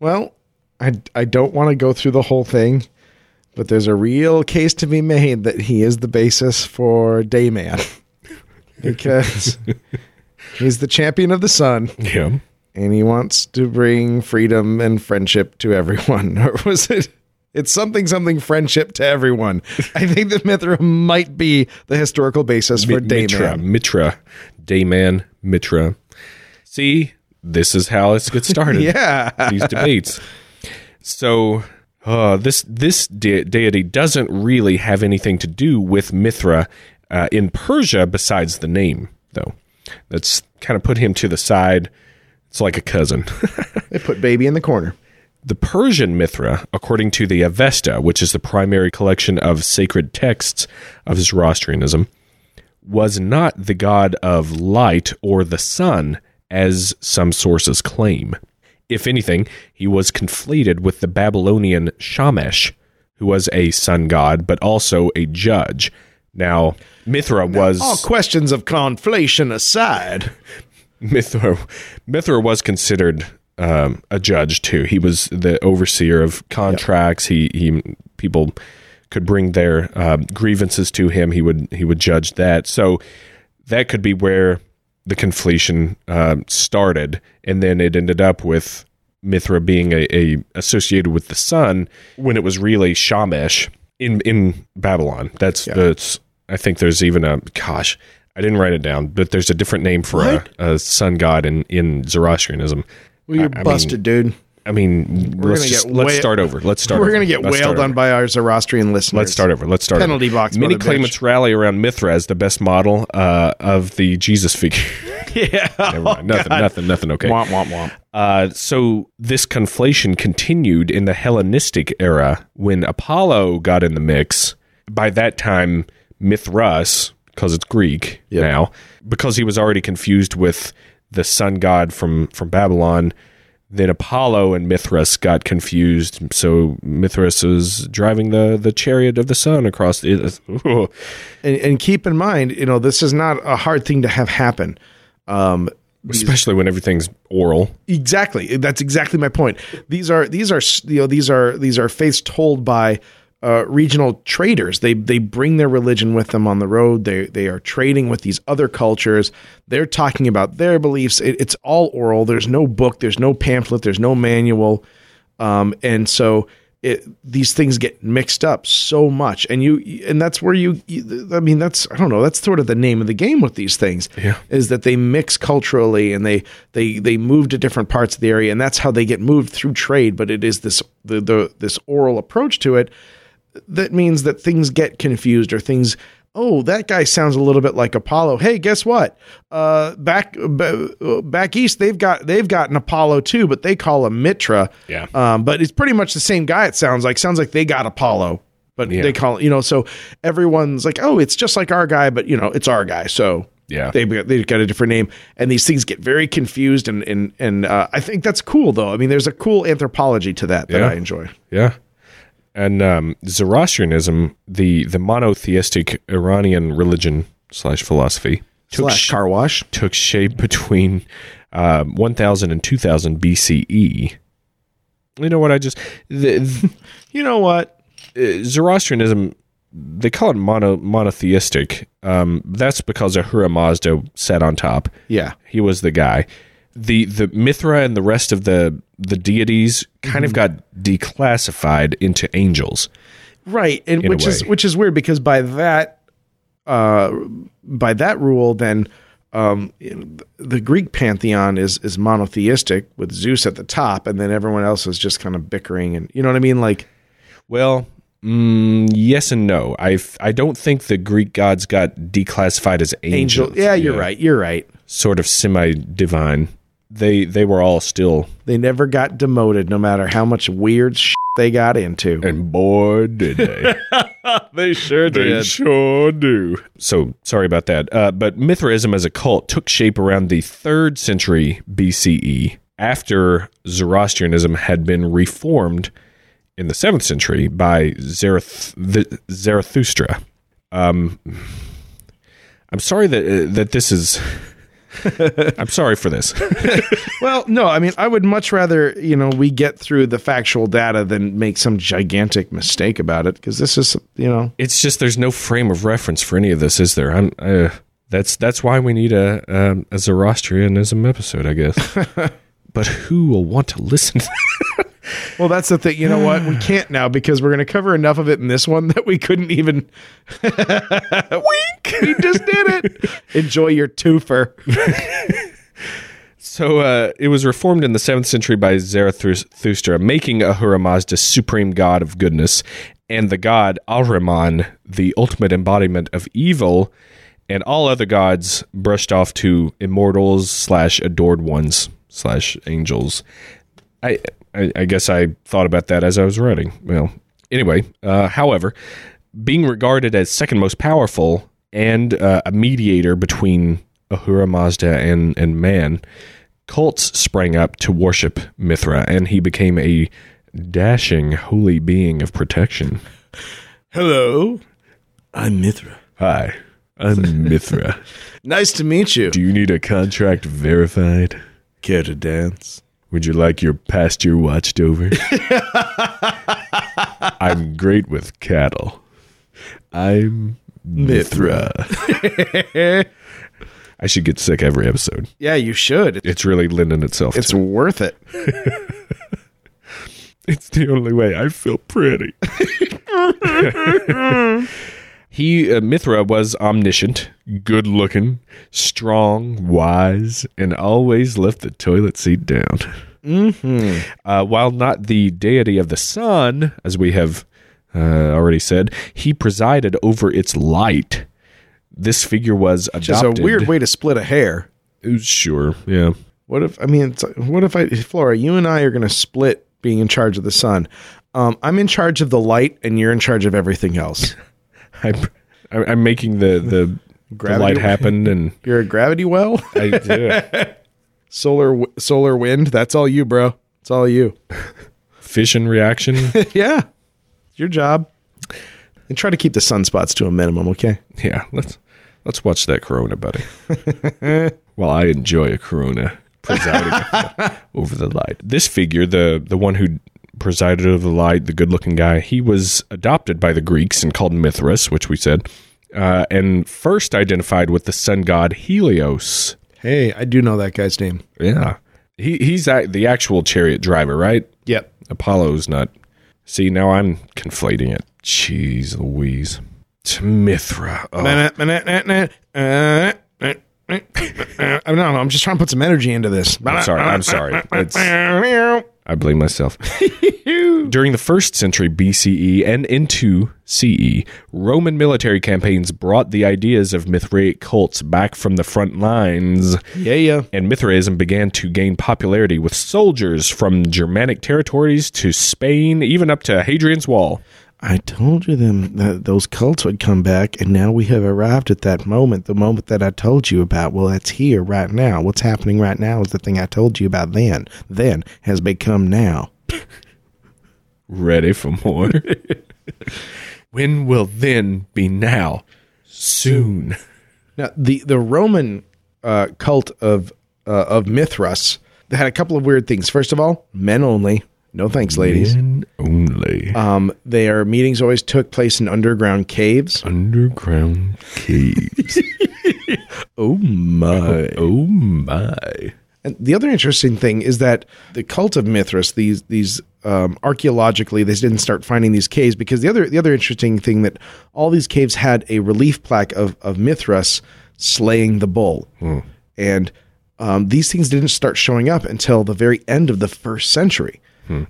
[SPEAKER 1] Well, I, I don't want to go through the whole thing, but there's a real case to be made that he is the basis for Dayman because he's the champion of the sun
[SPEAKER 2] Yeah.
[SPEAKER 1] and he wants to bring freedom and friendship to everyone. Or was it? It's something, something friendship to everyone. I think that Mithra might be the historical basis for
[SPEAKER 2] Mitra,
[SPEAKER 1] Dayman.
[SPEAKER 2] Mitra, Dayman, Mitra. See, this is how this gets started.
[SPEAKER 1] Yeah.
[SPEAKER 2] these debates. So uh, this this de- deity doesn't really have anything to do with Mithra uh, in Persia besides the name, though. That's kind of put him to the side. It's like a cousin.
[SPEAKER 1] They put baby in the corner.
[SPEAKER 2] The Persian Mithra, according to the Avesta, which is the primary collection of sacred texts of Zoroastrianism, was not the god of light or the sun, as some sources claim. If anything, he was conflated with the Babylonian Shamash, who was a sun god but also a judge. Now, Mithra was.
[SPEAKER 1] All questions of conflation aside.
[SPEAKER 2] Mithra, Mithra was considered um, a judge too. He was the overseer of contracts. He he people could bring their um, uh, grievances to him. He would he would judge that. So that could be where the conflation uh, started, and then it ended up with Mithra being a, a associated with the sun when it was really Shamash in in Babylon. That's that's. I think there's even a gosh. I didn't write it down, but there's a different name for a,
[SPEAKER 1] What?
[SPEAKER 2] a sun god in, in Zoroastrianism.
[SPEAKER 1] Well, you're
[SPEAKER 2] I- I mean-
[SPEAKER 1] busted, dude.
[SPEAKER 2] I mean, let's
[SPEAKER 1] gonna
[SPEAKER 2] just,
[SPEAKER 1] get
[SPEAKER 2] let's
[SPEAKER 1] whale-
[SPEAKER 2] start over. Let's start.
[SPEAKER 1] We're
[SPEAKER 2] over.
[SPEAKER 1] going to get
[SPEAKER 2] Let's start
[SPEAKER 1] wailed
[SPEAKER 2] over.
[SPEAKER 1] on by our Zoroastrian listeners.
[SPEAKER 2] Let's start over. Let's start
[SPEAKER 1] Penalty
[SPEAKER 2] over.
[SPEAKER 1] box,
[SPEAKER 2] Many
[SPEAKER 1] mother
[SPEAKER 2] claimants rally around Mithra as the best model uh, of the Jesus figure.
[SPEAKER 1] Yeah. Oh,
[SPEAKER 2] Never mind. Nothing. Nothing. Nothing. Okay.
[SPEAKER 1] Womp, womp, womp.
[SPEAKER 2] Uh, so this conflation continued in the Hellenistic era when Apollo got in the mix. By that time, Mithras, because it's Greek now, because he was already confused with the sun god from from Babylon. Then Apollo and Mithras got confused, so Mithras is driving the the chariot of the sun across. The,
[SPEAKER 1] And, and keep in mind, you know, this is not a hard thing to have happen. Um,
[SPEAKER 2] especially when everything's oral.
[SPEAKER 1] exactly that's exactly my point these are these are you know these are these are faiths told by uh, regional traders they they bring their religion with them on the road they they are trading with these other cultures they're talking about their beliefs it, it's all oral there's no book there's no pamphlet there's no manual um, and so it, these things get mixed up so much and you and that's where you you- i mean that's i don't know that's sort of the name of the game with these things yeah. is that they mix culturally and they they they move to different parts of the area and that's how they get moved through trade but it is this the, the this oral approach to it that means that things get confused or things oh that guy sounds a little bit like apollo hey guess what uh back b- uh, back east they've got they've got an apollo too but they call him mitra
[SPEAKER 2] Yeah.
[SPEAKER 1] um but it's pretty much the same guy it sounds like sounds like they got apollo but
[SPEAKER 2] Yeah.
[SPEAKER 1] they call you know so everyone's like oh it's just like our guy but you know it's our guy so
[SPEAKER 2] Yeah.
[SPEAKER 1] they they got a different name and these things get very confused and and and uh, i think that's cool though i mean there's a cool anthropology to that that
[SPEAKER 2] Yeah.
[SPEAKER 1] i enjoy
[SPEAKER 2] Yeah. And um, Zoroastrianism, the, the monotheistic Iranian religion slash philosophy, took,
[SPEAKER 1] slash
[SPEAKER 2] sh-
[SPEAKER 1] car wash
[SPEAKER 2] took shape between uh, 1000 and 2000 BCE. E. You know what? I just. The,
[SPEAKER 1] you know what
[SPEAKER 2] uh, Zoroastrianism, they call it mono, monotheistic. Um, that's because Ahura Mazda sat on top.
[SPEAKER 1] Yeah.
[SPEAKER 2] He was the guy. The the Mithra and the rest of the the deities
[SPEAKER 1] Mm-hmm.
[SPEAKER 2] kind of got declassified into angels.
[SPEAKER 1] right and
[SPEAKER 2] in a
[SPEAKER 1] which is
[SPEAKER 2] way.
[SPEAKER 1] which is weird because by that uh by that rule then um the greek pantheon is is monotheistic with zeus at the top and then everyone else is just kind of bickering and you know what i mean like
[SPEAKER 2] Well, mm, yes and no. I I don't think the Greek gods got declassified as
[SPEAKER 1] angel
[SPEAKER 2] angels.
[SPEAKER 1] yeah you're right you're right
[SPEAKER 2] Sort of semi divine. They they were all still
[SPEAKER 1] they never got demoted no matter how much weird shit they got into
[SPEAKER 2] and boy did they.
[SPEAKER 1] they sure
[SPEAKER 2] They sure do. So sorry about that. Uh, but Mithraism as a cult took shape around the third century BCE after Zoroastrianism had been reformed in the seventh century by Zarath- the Zarathustra. Um, I'm sorry that uh, that this is. I'm sorry for this.
[SPEAKER 1] well no i mean i would much rather you know we get through the factual data than make some gigantic mistake about it because this is you know
[SPEAKER 2] It's just there's no frame of reference for any of this, is there? I'm. Uh, that's that's why we need a um, a Zoroastrianism episode, I guess. but who will want to listen?
[SPEAKER 1] Well, that's the thing. You know what? We can't now because we're going to cover enough of it in this one that we couldn't even. Wink! We just did it. Enjoy your twofer.
[SPEAKER 2] so uh, it was reformed in the seventh century by Zarathustra, making Ahura Mazda supreme god of goodness, and the god Ahriman, the ultimate embodiment of evil, and all other gods brushed off to immortals slash adored ones slash angels. I, I I guess I thought about that as I was writing. Well, anyway, uh, however, being regarded as second most powerful and uh, a mediator between Ahura Mazda and and man, cults sprang up to worship Mithra, and he became a dashing holy being of protection.
[SPEAKER 1] Hello. I'm Mithra.
[SPEAKER 2] Hi, I'm Mithra.
[SPEAKER 1] Nice to meet you.
[SPEAKER 2] Do you need a contract verified?
[SPEAKER 1] care to dance?
[SPEAKER 2] Would you like your pasture watched over? I'm great with cattle. I'm Mithra. I should get sick every episode.
[SPEAKER 1] Yeah, you should.
[SPEAKER 2] It's really lending itself.
[SPEAKER 1] It's
[SPEAKER 2] to,
[SPEAKER 1] worth it.
[SPEAKER 2] it's the only way I feel pretty. he uh, Mithra was omniscient, good looking, strong, wise, and always left the toilet seat down. Mm-hmm. Uh, while not the deity of the sun, as we have uh, already said, he presided over its light. This figure was
[SPEAKER 1] It's
[SPEAKER 2] adopted.
[SPEAKER 1] a weird way to split a hair.
[SPEAKER 2] Sure, yeah.
[SPEAKER 1] What if I mean? It's, what if I, Flora? You and I are going to split being in charge of the sun. Um, I'm in charge of the light, and you're in charge of everything else.
[SPEAKER 2] I'm, I- I'm making the the, the
[SPEAKER 1] Gravity-
[SPEAKER 2] light happen, and
[SPEAKER 1] You're a gravity well,
[SPEAKER 2] I
[SPEAKER 1] solar w- solar wind. That's all you, bro. It's all you.
[SPEAKER 2] fission reaction.
[SPEAKER 1] yeah, it's your job. And try to keep the sunspots to a minimum. Okay.
[SPEAKER 2] yeah, let's let's watch that Corona, buddy. While I enjoy a Corona presiding over the light, this figure, the the one who presided over the light, the good looking guy, he was adopted by the Greeks and called Mithras, which we said, uh, and first identified with the sun god Helios.
[SPEAKER 1] Hey, I do know that guy's name.
[SPEAKER 2] Yeah, he he's a- the actual chariot driver, right?
[SPEAKER 1] Yep.
[SPEAKER 2] Apollo's not. See, now I'm conflating it. Jeez Louise. To Mithra. Oh,
[SPEAKER 1] I don't know. I'm just trying to put some energy into this.
[SPEAKER 2] I'm sorry. I'm sorry. It's, I blame myself. During the first century BCE and into CE, Roman military campaigns brought the ideas of Mithraic cults back from the front lines.
[SPEAKER 1] Yeah, yeah.
[SPEAKER 2] and Mithraism began to gain popularity with soldiers from Germanic territories to Spain, even up to Hadrian's Wall.
[SPEAKER 1] I told you them that those cults would come back, and now we have arrived at that moment, the moment that I told you about. Well, that's here right now. What's happening right now is the thing I told you about then. Then has become now.
[SPEAKER 2] Ready for more? when will then be now? Soon.
[SPEAKER 1] Now, the the Roman uh, cult of uh, of Mithras had a couple of weird things. First of all, men only. No thanks, ladies.
[SPEAKER 2] And only
[SPEAKER 1] Um, their meetings always took place in underground caves.
[SPEAKER 2] underground caves.
[SPEAKER 1] Oh my!
[SPEAKER 2] oh my.
[SPEAKER 1] And the other interesting thing is that the cult of Mithras, these these um, archaeologically, they didn't start finding these caves because the other the other interesting thing that all these caves had a relief plaque of of Mithras slaying the bull, and um, these things didn't start showing up until the very end of the first century.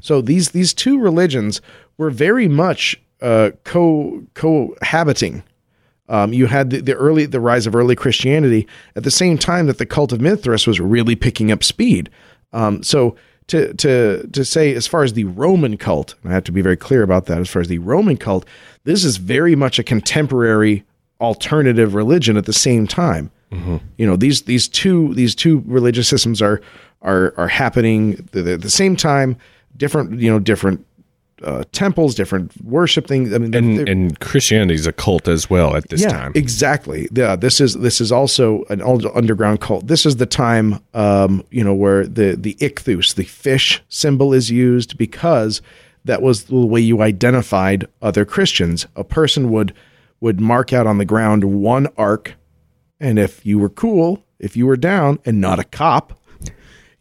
[SPEAKER 1] So these these two religions were very much uh, co cohabiting. Um, you had the, the early the rise of early Christianity at the same time that the cult of Mithras was really picking up speed. Um, so to to to say as far as the Roman cult, and I have to be very clear about that. As far as the Roman cult, this is very much a contemporary alternative religion at the same time. You know these these two these two religious systems are are are happening at the, at the same time. Different you know different uh, temples, different worship things. I mean, they're-
[SPEAKER 2] And,
[SPEAKER 1] they're-
[SPEAKER 2] and Christianity's a cult as well at this
[SPEAKER 1] yeah,
[SPEAKER 2] time.
[SPEAKER 1] Exactly. Yeah, this is this is also an old underground cult. This is the time um, you know, where the the ichthus, the fish symbol is used because that was the way you identified other Christians. A person would would mark out on the ground one arc, and if you were cool, if you were down and not a cop,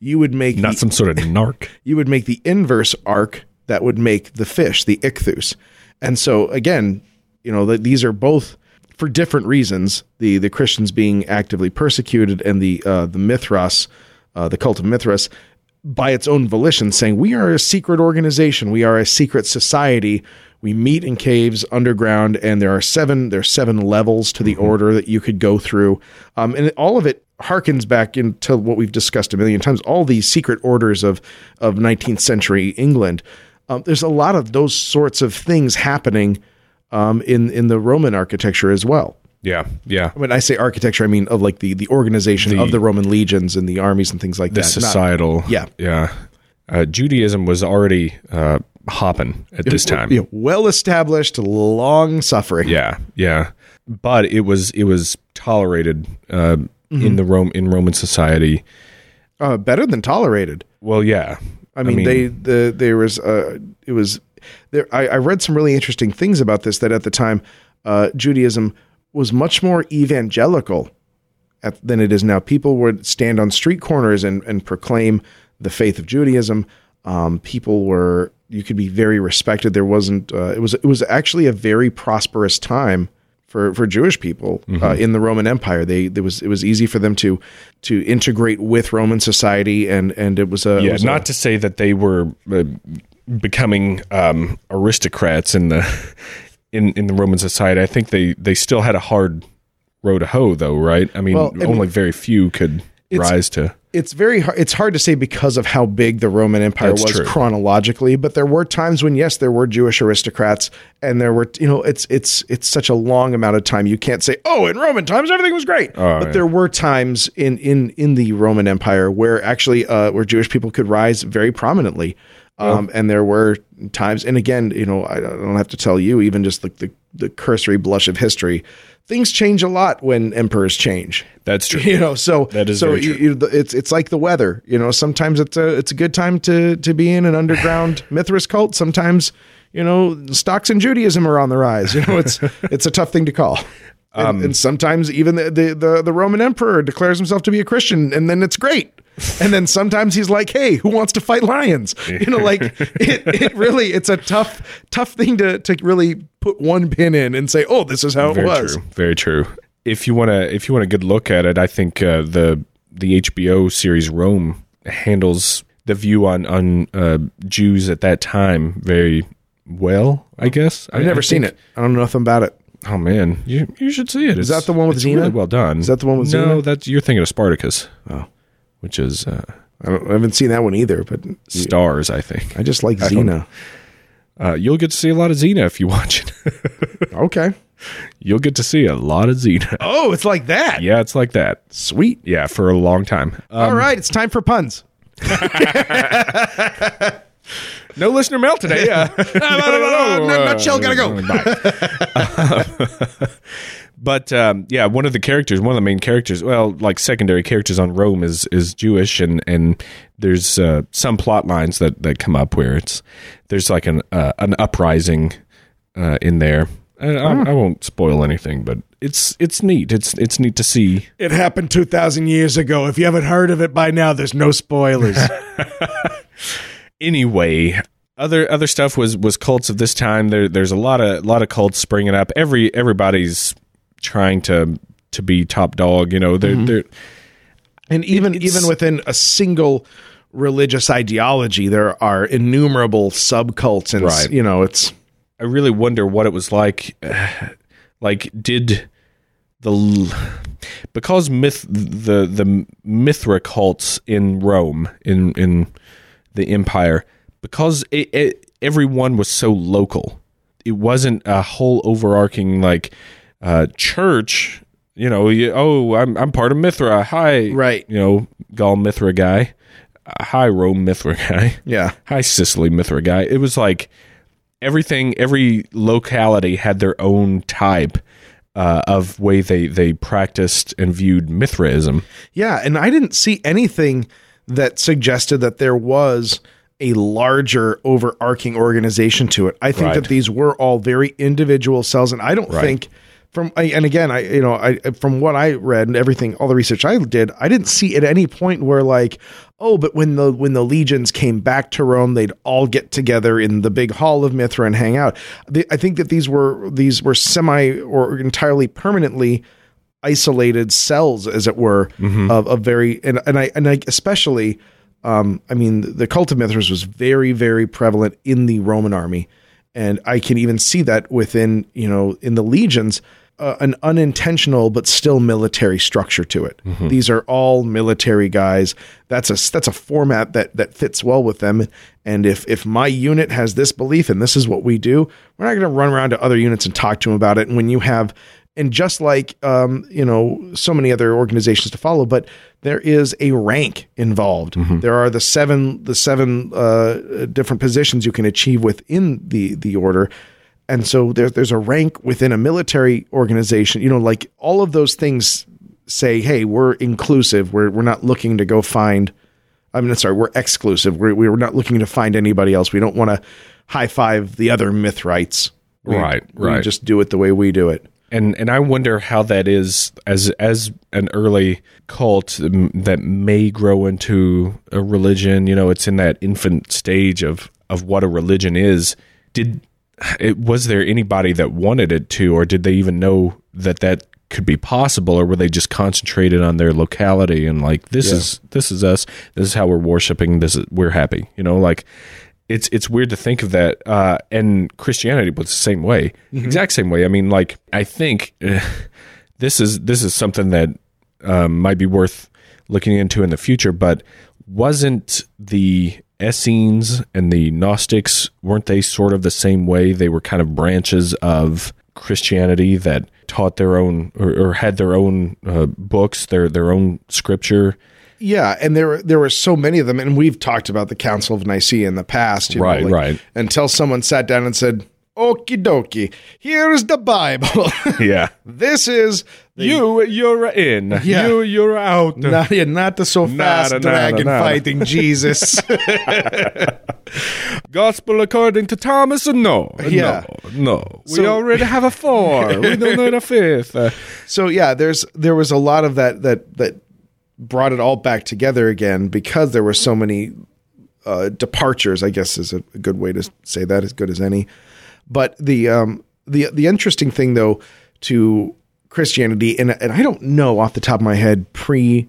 [SPEAKER 1] you would make
[SPEAKER 2] Not
[SPEAKER 1] the-
[SPEAKER 2] some sort of narc.
[SPEAKER 1] you would make the inverse arc that would make the fish, the ichthus. And so again, you know, that these are both for different reasons, the the Christians being actively persecuted and the uh, the Mithras, uh, the cult of Mithras, by its own volition, saying we are a secret organization, we are a secret society. We meet in caves underground, and there are seven there are seven levels to the order that you could go through, um, and all of it harkens back into what we've discussed a million times. All these secret orders of of 19th century England. Um, there's a lot of those sorts of things happening um, in in the Roman architecture as well.
[SPEAKER 2] Yeah, yeah.
[SPEAKER 1] When I say architecture, I mean of like the the organization of the Roman legions and the armies and things like
[SPEAKER 2] the
[SPEAKER 1] that. not-
[SPEAKER 2] societal.
[SPEAKER 1] yeah.
[SPEAKER 2] yeah. Uh, Judaism was already uh, hopping at this time.
[SPEAKER 1] you know, well established, long suffering.
[SPEAKER 2] Yeah, yeah. But it was it was tolerated uh,
[SPEAKER 1] Mm-hmm.
[SPEAKER 2] in the Rome in Roman society.
[SPEAKER 1] Uh, better than tolerated.
[SPEAKER 2] Well, yeah.
[SPEAKER 1] I mean, they the there was uh it was there I, I read some really interesting things about this that at the time uh Judaism was much more evangelical at, than it is now. People would stand on street corners and, and proclaim the faith of Judaism. Um, people were you could be very respected. There wasn't uh, it was it was actually a very prosperous time for for Jewish people uh, in the Roman Empire. They there was it was easy for them to to integrate with Roman society and and it was a it
[SPEAKER 2] Yeah,
[SPEAKER 1] was uh, a-
[SPEAKER 2] not to say that they were uh, becoming um, aristocrats in the in in the Roman society. I think they they still had a hard row to hoe, though, right? I mean,
[SPEAKER 1] Well, I mean-
[SPEAKER 2] only very few could rise to.
[SPEAKER 1] it's very hard, it's hard to say because of how big the Roman Empire
[SPEAKER 2] That's
[SPEAKER 1] was
[SPEAKER 2] true.
[SPEAKER 1] chronologically, but there were times when yes, there were Jewish aristocrats, and there were you know it's it's it's such a long amount of time you can't say oh in Roman times everything was great, but
[SPEAKER 2] Oh, yeah.
[SPEAKER 1] there were times in in in the Roman Empire where actually uh, where Jewish people could rise very prominently, um, and there were times and again you know I don't I don't have to tell you even just like the the cursory blush of history, things change a lot when emperors change
[SPEAKER 2] That's true.
[SPEAKER 1] you know so
[SPEAKER 2] That is
[SPEAKER 1] so
[SPEAKER 2] very
[SPEAKER 1] you-
[SPEAKER 2] true.
[SPEAKER 1] you- the- it's it's like the weather you know sometimes it's a it's a good time to to be in an underground mithras cult sometimes you know stocks and judaism are on the rise you know it's it's a tough thing to call and,
[SPEAKER 2] Um,
[SPEAKER 1] and sometimes even the, the the the roman emperor declares himself to be a christian and then it's great and then sometimes he's like hey who wants to fight lions you know like it, it really it's a tough tough thing to to really put one pin in and say oh this is how it
[SPEAKER 2] Very
[SPEAKER 1] was
[SPEAKER 2] true. Very true. If you want to, if you want a good look at it, I think uh, the the HBO series Rome handles the view on on uh, Jews at that time very well. I guess
[SPEAKER 1] i've never seen it i don't know nothing about it
[SPEAKER 2] Oh man, you you should see it. Is
[SPEAKER 1] that the one with Xena?
[SPEAKER 2] Really well done.
[SPEAKER 1] Is that the one with
[SPEAKER 2] No,
[SPEAKER 1] Xena?
[SPEAKER 2] that's you're thinking of Spartacus. Oh, which is uh,
[SPEAKER 1] I, don't, I haven't seen that one either, but
[SPEAKER 2] stars, I think.
[SPEAKER 1] I just like
[SPEAKER 2] don't-
[SPEAKER 1] Xena.
[SPEAKER 2] Uh, you'll get to see a lot of Xena if you watch it.
[SPEAKER 1] Okay.
[SPEAKER 2] you'll get to see a lot of Xena.
[SPEAKER 1] Oh, it's like that.
[SPEAKER 2] Yeah, it's like that.
[SPEAKER 1] Sweet. Um,
[SPEAKER 2] Yeah, for a long time. Uh,
[SPEAKER 1] All right, it's time for puns.
[SPEAKER 2] no listener mail today. Yeah.
[SPEAKER 1] Nutshell, gotta go.
[SPEAKER 2] But um, yeah, one of the characters, one of the main characters, well, like secondary characters on Rome is is Jewish, and and there's uh, some plot lines that that come up where it's there's like an uh, an uprising uh, in there. I, I, I won't spoil anything, but it's it's neat. It's it's neat to see.
[SPEAKER 1] It happened 2,000 years ago. If you haven't heard of it by now, there's no spoilers.
[SPEAKER 2] anyway other other stuff was was cults of this time there there's a lot of lot of cults springing up every everybody's trying to to be top dog you know they're they're
[SPEAKER 1] and even even within a single religious ideology, there are innumerable subcults and, s-
[SPEAKER 2] Right.
[SPEAKER 1] you know, it's
[SPEAKER 2] i really wonder what it was like uh, like did the l- because myth the the mithra cults in rome in in the empire because it, it, everyone was so local it wasn't a whole overarching like uh, church. You know, you, oh, I'm I'm part of Mithra. Hi,
[SPEAKER 1] Right.
[SPEAKER 2] You know, Gaul Mithra guy. Uh, Hi, Rome Mithra guy.
[SPEAKER 1] Yeah.
[SPEAKER 2] Hi, Sicily Mithra guy. It was like everything. Every locality had their own type. Uh, of way they, they practiced and viewed Mithraism.
[SPEAKER 1] Yeah, and I didn't see anything that suggested that there was a larger overarching organization to it. I think
[SPEAKER 2] Right.
[SPEAKER 1] that these were all very individual cells, and I don't think from I- and again, I you know, I from what I read and everything, all the research I did, I didn't see at any point where like, oh, but when the when the legions came back to Rome, they'd all get together in the big hall of Mithra and hang out. The, I think that these were these were semi or entirely permanently isolated cells, as it were, of a very and and I and I especially, um, I mean, the cult of Mithras was very very prevalent in the Roman army, and I can even see that within you know in the legions. Uh, an unintentional but still military structure to it. These are all military guys. That's a that's a format that that fits well with them. And if if my unit has this belief and this is what we do, we're not going to run around to other units and talk to them about it. And when you have and just like um, you know so many other organizations to follow but there is a rank involved
[SPEAKER 2] Mm-hmm.
[SPEAKER 1] there are the seven the seven uh, different positions you can achieve within the the order and so there, there's a rank within a military organization you know like all of those things say hey we're inclusive we're, we're not looking to go find I mean, sorry, we're exclusive. We're, we're not looking to find anybody else. We don't want to high five the other Mithrites. We-
[SPEAKER 2] Right,
[SPEAKER 1] we
[SPEAKER 2] right.
[SPEAKER 1] just do it the way we do it.
[SPEAKER 2] and and I wonder how that is as as an early cult um, that may grow into a religion. You know, it's in that infant stage of of what a religion is. Did it was there anybody that wanted it to, or did they even know that that could be possible, or were they just concentrated on their locality and like this is this is us, this is how we're worshiping, this is we're happy. You know, like it's it's weird to think of that. Uh, and Christianity was the same way, exact same way. I mean, like I think eh, this is this is something that um, might be worth looking into in the future. But wasn't the Essenes and the Gnostics weren't they sort of the same way? They were kind of branches of Christianity that taught their own or, or had their own uh, books, their their own scripture.
[SPEAKER 1] Yeah, and there were there were so many of them, and we've talked about the Council of Nicaea in the past. you
[SPEAKER 2] Right, right.
[SPEAKER 1] Until someone sat down and said, "Okie dokie, here is the Bible.
[SPEAKER 2] Yeah,
[SPEAKER 1] this is
[SPEAKER 2] you you're in,
[SPEAKER 1] Yeah.
[SPEAKER 2] you you're out.
[SPEAKER 1] not, yeah, not the so fast
[SPEAKER 2] Nada, nada,
[SPEAKER 1] dragon
[SPEAKER 2] nada.
[SPEAKER 1] fighting Jesus."
[SPEAKER 2] Gospel according to Thomas? No.
[SPEAKER 1] Yeah.
[SPEAKER 2] No. no. we
[SPEAKER 1] So-
[SPEAKER 2] already have a four. we don't need a fifth. Uh,
[SPEAKER 1] so yeah, there's there was a lot of that that that brought it all back together again because there were so many uh, departures. I guess is a, a good way to say that, as good as any. But the um, the the interesting thing though to Christianity, and and I don't know off the top of my head pre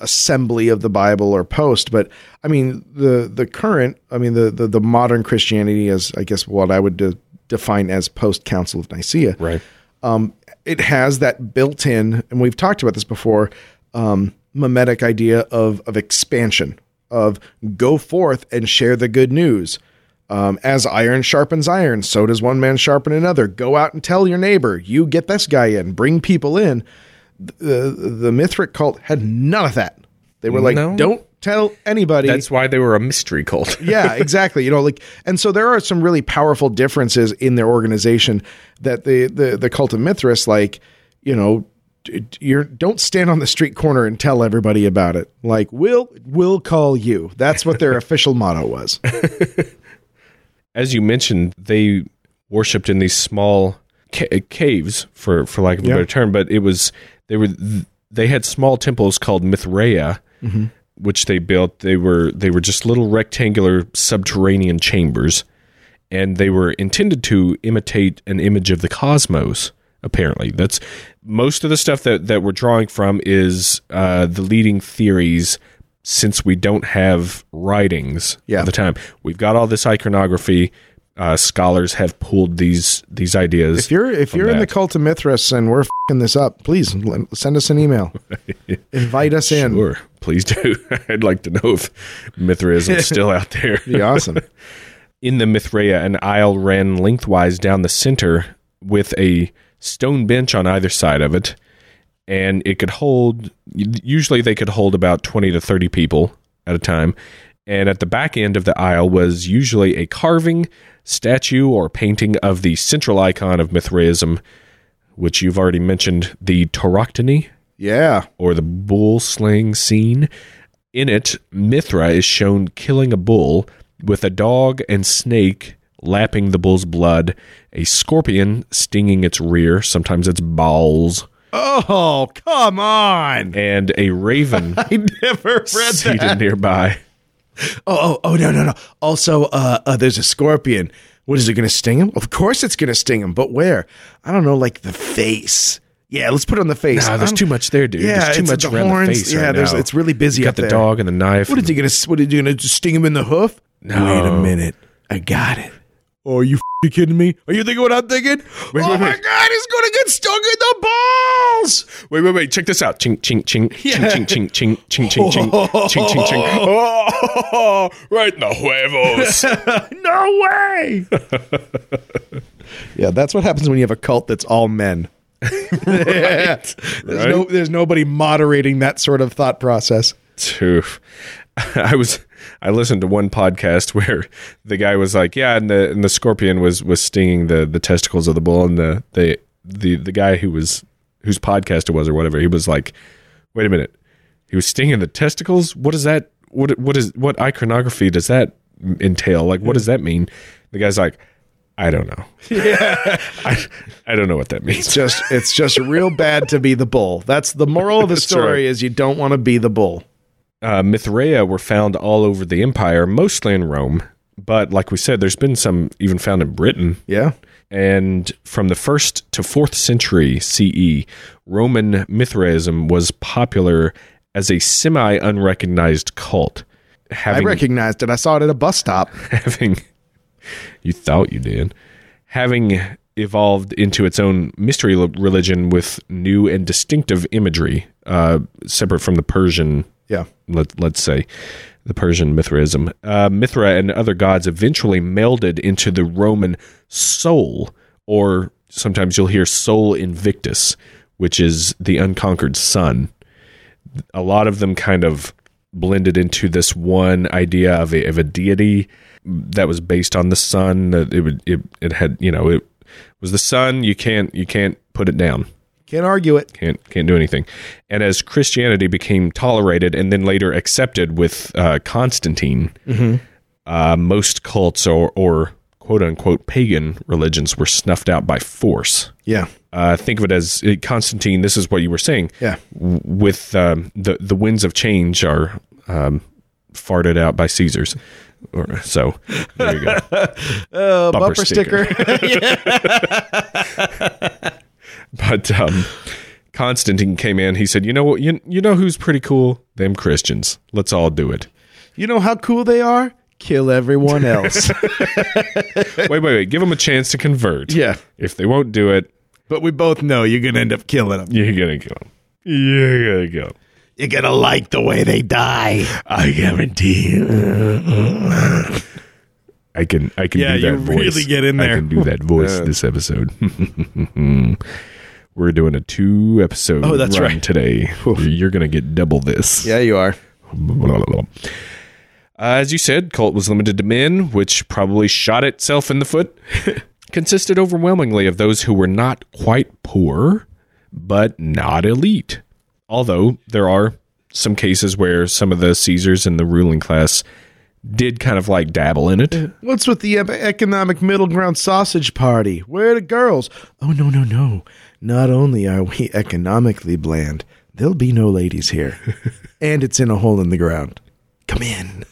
[SPEAKER 1] assembly of the Bible or post, but I mean the the current, I mean the the, the modern Christianity is I guess what I would de- define as post Council of Nicaea
[SPEAKER 2] right.
[SPEAKER 1] um, it has that built-in, and we've talked about this before, um, mimetic idea of of expansion, of go forth and share the good news. Um, as iron sharpens iron, so does one man sharpen another. Go out and tell your neighbor. You get this guy in. Bring people in. The the Mithric cult had none of that. They were like,
[SPEAKER 2] No.
[SPEAKER 1] don't tell anybody
[SPEAKER 2] That's why they were a mystery cult.
[SPEAKER 1] yeah, exactly. You know, like, and so there are some really powerful differences in their organization that the the the cult of Mithras, like, you know, d- d- you're don't stand on the street corner and tell everybody about it. Like, we'll we'll call you. That's what their official motto was.
[SPEAKER 2] As you mentioned, they worshipped in these small ca- uh, caves, for, for lack of a
[SPEAKER 1] Yeah.
[SPEAKER 2] better term, but it was, they were, they had small temples called Mithraea.
[SPEAKER 1] Mm-hmm.
[SPEAKER 2] Which they built, they were they were just little rectangular subterranean chambers, and they were intended to imitate an image of the cosmos. Apparently, that's most of the stuff that that we're drawing from is uh, the leading theories. Since we don't have writings
[SPEAKER 1] Yeah.
[SPEAKER 2] at the time, we've got all this iconography. Uh, scholars have pulled these these ideas.
[SPEAKER 1] If you're if
[SPEAKER 2] from
[SPEAKER 1] you're in the
[SPEAKER 2] that.
[SPEAKER 1] cult of Mithras and we're fing this up, please l- send us an email. Invite us in.
[SPEAKER 2] sure, please do. I'd like to know if Mithraism is still out there.
[SPEAKER 1] Be awesome.
[SPEAKER 2] in the Mithraea, an aisle ran lengthwise down the center with a stone bench on either side of it, and it could hold. Usually, they could hold about twenty to thirty people at a time. And at the back end of the aisle was usually a carving, statue, or painting of the central icon of Mithraism, which you've already mentioned, the Tauroctony
[SPEAKER 1] Yeah.
[SPEAKER 2] or the bull slaying scene. In it, Mithra is shown killing a bull with a dog and snake lapping the bull's blood, a scorpion stinging its rear, sometimes its bowels,
[SPEAKER 1] Oh come on!
[SPEAKER 2] and a raven
[SPEAKER 1] I never read
[SPEAKER 2] seated nearby.
[SPEAKER 1] Oh, oh, oh, no, no, no. Also, uh, uh, there's a scorpion. What is it going to sting him? Of course it's going to sting him, but where? I don't know, like the face. Yeah, let's put it on the face.
[SPEAKER 2] Nah, Ah, there's
[SPEAKER 1] I'm-
[SPEAKER 2] too much there, dude.
[SPEAKER 1] Yeah,
[SPEAKER 2] there's too
[SPEAKER 1] it's
[SPEAKER 2] much
[SPEAKER 1] the
[SPEAKER 2] around
[SPEAKER 1] horns.
[SPEAKER 2] the face.
[SPEAKER 1] Yeah,
[SPEAKER 2] right
[SPEAKER 1] there's-
[SPEAKER 2] now.
[SPEAKER 1] it's really busy
[SPEAKER 2] You got
[SPEAKER 1] up
[SPEAKER 2] the
[SPEAKER 1] there.
[SPEAKER 2] dog and the knife.
[SPEAKER 1] What is he going to? What are you going to sting him in the hoof?
[SPEAKER 2] No.
[SPEAKER 1] Wait a minute, I got it. Oh, are you f***ing kidding me? Are you thinking what I'm thinking? oh
[SPEAKER 2] wait,
[SPEAKER 1] my
[SPEAKER 2] wait.
[SPEAKER 1] God, he's going to get stung in the balls!
[SPEAKER 2] Wait, wait, wait. Check this out. Ching, ching, ching.
[SPEAKER 1] Yeah.
[SPEAKER 2] Ching, ching, ching, ching, ching, ching, ching, ching, ching, ching. Oh, right in the huevos.
[SPEAKER 1] No way! yeah, that's what happens when you have a cult that's all men. Yeah. There's no there's nobody moderating that sort of thought process.
[SPEAKER 2] Oof. I was I listened to one podcast where the guy was like, yeah, and the and the scorpion was was stinging the the testicles of the bull, and the the the the guy who was whose podcast it was or whatever, he was like, wait a minute, he was stinging the testicles. What is that? What what is what iconography does that entail? Like, what does that mean? The guy's like, I don't know. I, I don't know what that means.
[SPEAKER 1] Just it's just real bad to be the bull. That's the moral of the
[SPEAKER 2] That's
[SPEAKER 1] story
[SPEAKER 2] right.
[SPEAKER 1] is you don't want to be the bull.
[SPEAKER 2] uh, Mithraea were found all over the empire, mostly in Rome. But like we said, there's been some even found in Britain.
[SPEAKER 1] Yeah.
[SPEAKER 2] And from the first to fourth century CE, Roman Mithraism was popular as a semi unrecognized cult.
[SPEAKER 1] I
[SPEAKER 2] Having,
[SPEAKER 1] recognized it. I saw it at a bus stop.
[SPEAKER 2] having, you thought you did, having evolved into its own mystery l- religion with new and distinctive imagery, uh, separate from the Persian
[SPEAKER 1] Yeah.
[SPEAKER 2] let, let's say the Persian Mithraism. Uh, Mithra and other gods eventually melded into the Roman soul, or sometimes you'll hear soul invictus, which is the unconquered sun. A lot of them kind of blended into this one idea of a, of a deity that was based on the sun. Uh, It would, it, it had, you know, it was the sun. You can't, you can't put it down
[SPEAKER 1] Can't argue it.
[SPEAKER 2] can't can't do anything. And as Christianity became tolerated and then later accepted with uh, Constantine,
[SPEAKER 1] Mm-hmm.
[SPEAKER 2] uh, most cults or or quote unquote pagan religions were snuffed out by force.
[SPEAKER 1] Yeah.
[SPEAKER 2] Uh, think of it as uh, Constantine. This is what you were saying.
[SPEAKER 1] Yeah.
[SPEAKER 2] W- with um, the the winds of change are um, farted out by Caesars. Or, so there you go.
[SPEAKER 1] Uh,
[SPEAKER 2] Bumper
[SPEAKER 1] bumper, sticker.
[SPEAKER 2] But um, Constantine came in. He said, "You know what? You, you know who's pretty cool? Them Christians. Let's all do it."
[SPEAKER 1] you know how cool they are? Kill everyone else.
[SPEAKER 2] wait, wait, wait. Give them a chance to convert.
[SPEAKER 1] Yeah.
[SPEAKER 2] If they won't do it,
[SPEAKER 1] but we both know you're going to end up killing them.
[SPEAKER 2] you're gonna go. You're gonna go.
[SPEAKER 1] You're going to like the way they die. I guarantee you.
[SPEAKER 2] I can. I can.
[SPEAKER 1] Yeah,
[SPEAKER 2] do that
[SPEAKER 1] you
[SPEAKER 2] voice.
[SPEAKER 1] really get in
[SPEAKER 2] I
[SPEAKER 1] there.
[SPEAKER 2] can do that voice this episode. We're doing a two episode.
[SPEAKER 1] Oh, that's
[SPEAKER 2] run
[SPEAKER 1] right.
[SPEAKER 2] Today, you're gonna get double this.
[SPEAKER 1] Yeah, you are.
[SPEAKER 2] Uh, As you said, cult was limited to men, which probably shot itself in the foot. Consisted overwhelmingly of those who were not quite poor, but not elite. Although there are some cases where some of the Caesars and the ruling class did kind of like dabble in it.
[SPEAKER 1] What's with the e- economic middle ground sausage party? Where are the girls? Oh, no, no, no. Not only are we economically bland, there'll be no ladies here. and it's in a hole in the ground. Come in.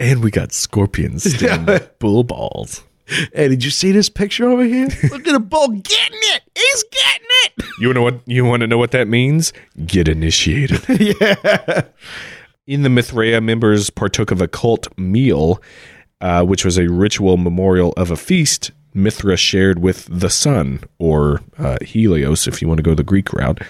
[SPEAKER 2] And we got scorpions and bull balls.
[SPEAKER 1] Hey, did you see this picture over here? Look at the bull getting it. He's getting it.
[SPEAKER 2] You know what you want to know what that means? Get initiated. yeah. In the Mithraea, members partook of a cult meal, uh, which was a ritual memorial of a feast Mithra shared with the sun, or uh, Helios, if you want to go the Greek route.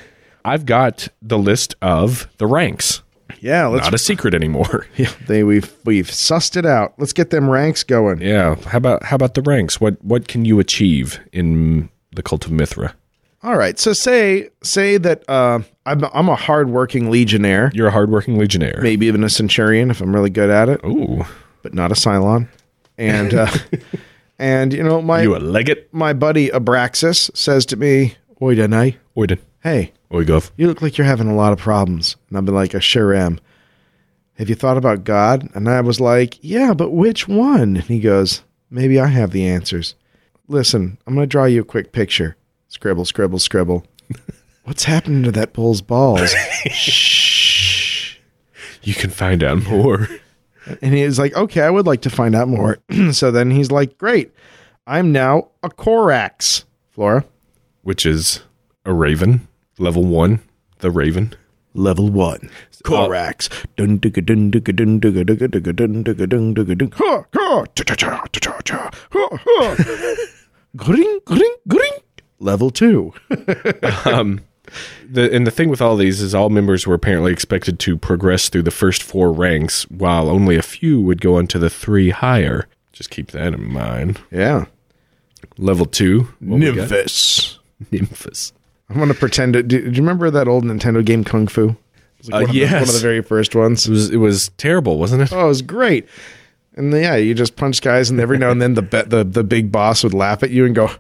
[SPEAKER 2] I've got the list of the ranks.
[SPEAKER 1] Yeah, let's.
[SPEAKER 2] Not a secret anymore.
[SPEAKER 1] They we've we've sussed it out. Let's get them ranks going.
[SPEAKER 2] yeah. How about how about the ranks? What what can you achieve in the cult of Mithra?
[SPEAKER 1] All right. So say say that uh, I'm I'm a hardworking legionnaire,
[SPEAKER 2] You're a hardworking legionnaire.
[SPEAKER 1] maybe even a centurion if I'm really good at it,
[SPEAKER 2] Ooh,
[SPEAKER 1] but not a Cylon. And uh, and you know my
[SPEAKER 2] you a legate?
[SPEAKER 1] my buddy Abraxas says to me, "Oi, Danai,
[SPEAKER 2] Oiden.
[SPEAKER 1] hey,
[SPEAKER 2] Oigov.
[SPEAKER 1] you look like you're having a lot of problems." And I've been like, "I sure am." Have you thought about God? And I was like, "Yeah, but which one?" And he goes, "Maybe I have the answers." Listen, I'm going to draw you a quick picture. Scribble, scribble, scribble. What's happening to that bull's balls?
[SPEAKER 2] You can find out more.
[SPEAKER 1] And he's like, okay, I would like to find out more. so then he's like, great, I'm now a Korax. Flora,
[SPEAKER 2] which is a raven, level one, the raven.
[SPEAKER 1] level one. Korax. Dun digga dun digga dun digga digga digga dun digga dun digga dun. Ha ha cha cha cha cha cha cha. Ha ha. Gring gring gring. Level two.
[SPEAKER 2] The, and the thing with all these is all members were apparently expected to progress through the first four ranks, while only a few would go on to the three higher. Just keep that in mind.
[SPEAKER 1] Yeah.
[SPEAKER 2] Level two, what we got?
[SPEAKER 1] Nymphus.
[SPEAKER 2] Nymphus.
[SPEAKER 1] I'm gonna pretend. To, do, do you remember that old Nintendo game Kung Fu? It was like one,
[SPEAKER 2] Uh,
[SPEAKER 1] of the, one of
[SPEAKER 2] yes.
[SPEAKER 1] the very first ones.
[SPEAKER 2] It was it was terrible, wasn't it?
[SPEAKER 1] Oh, it was great. And then, yeah, you just punch guys, and every now and then the be- the the big boss would laugh at you and go.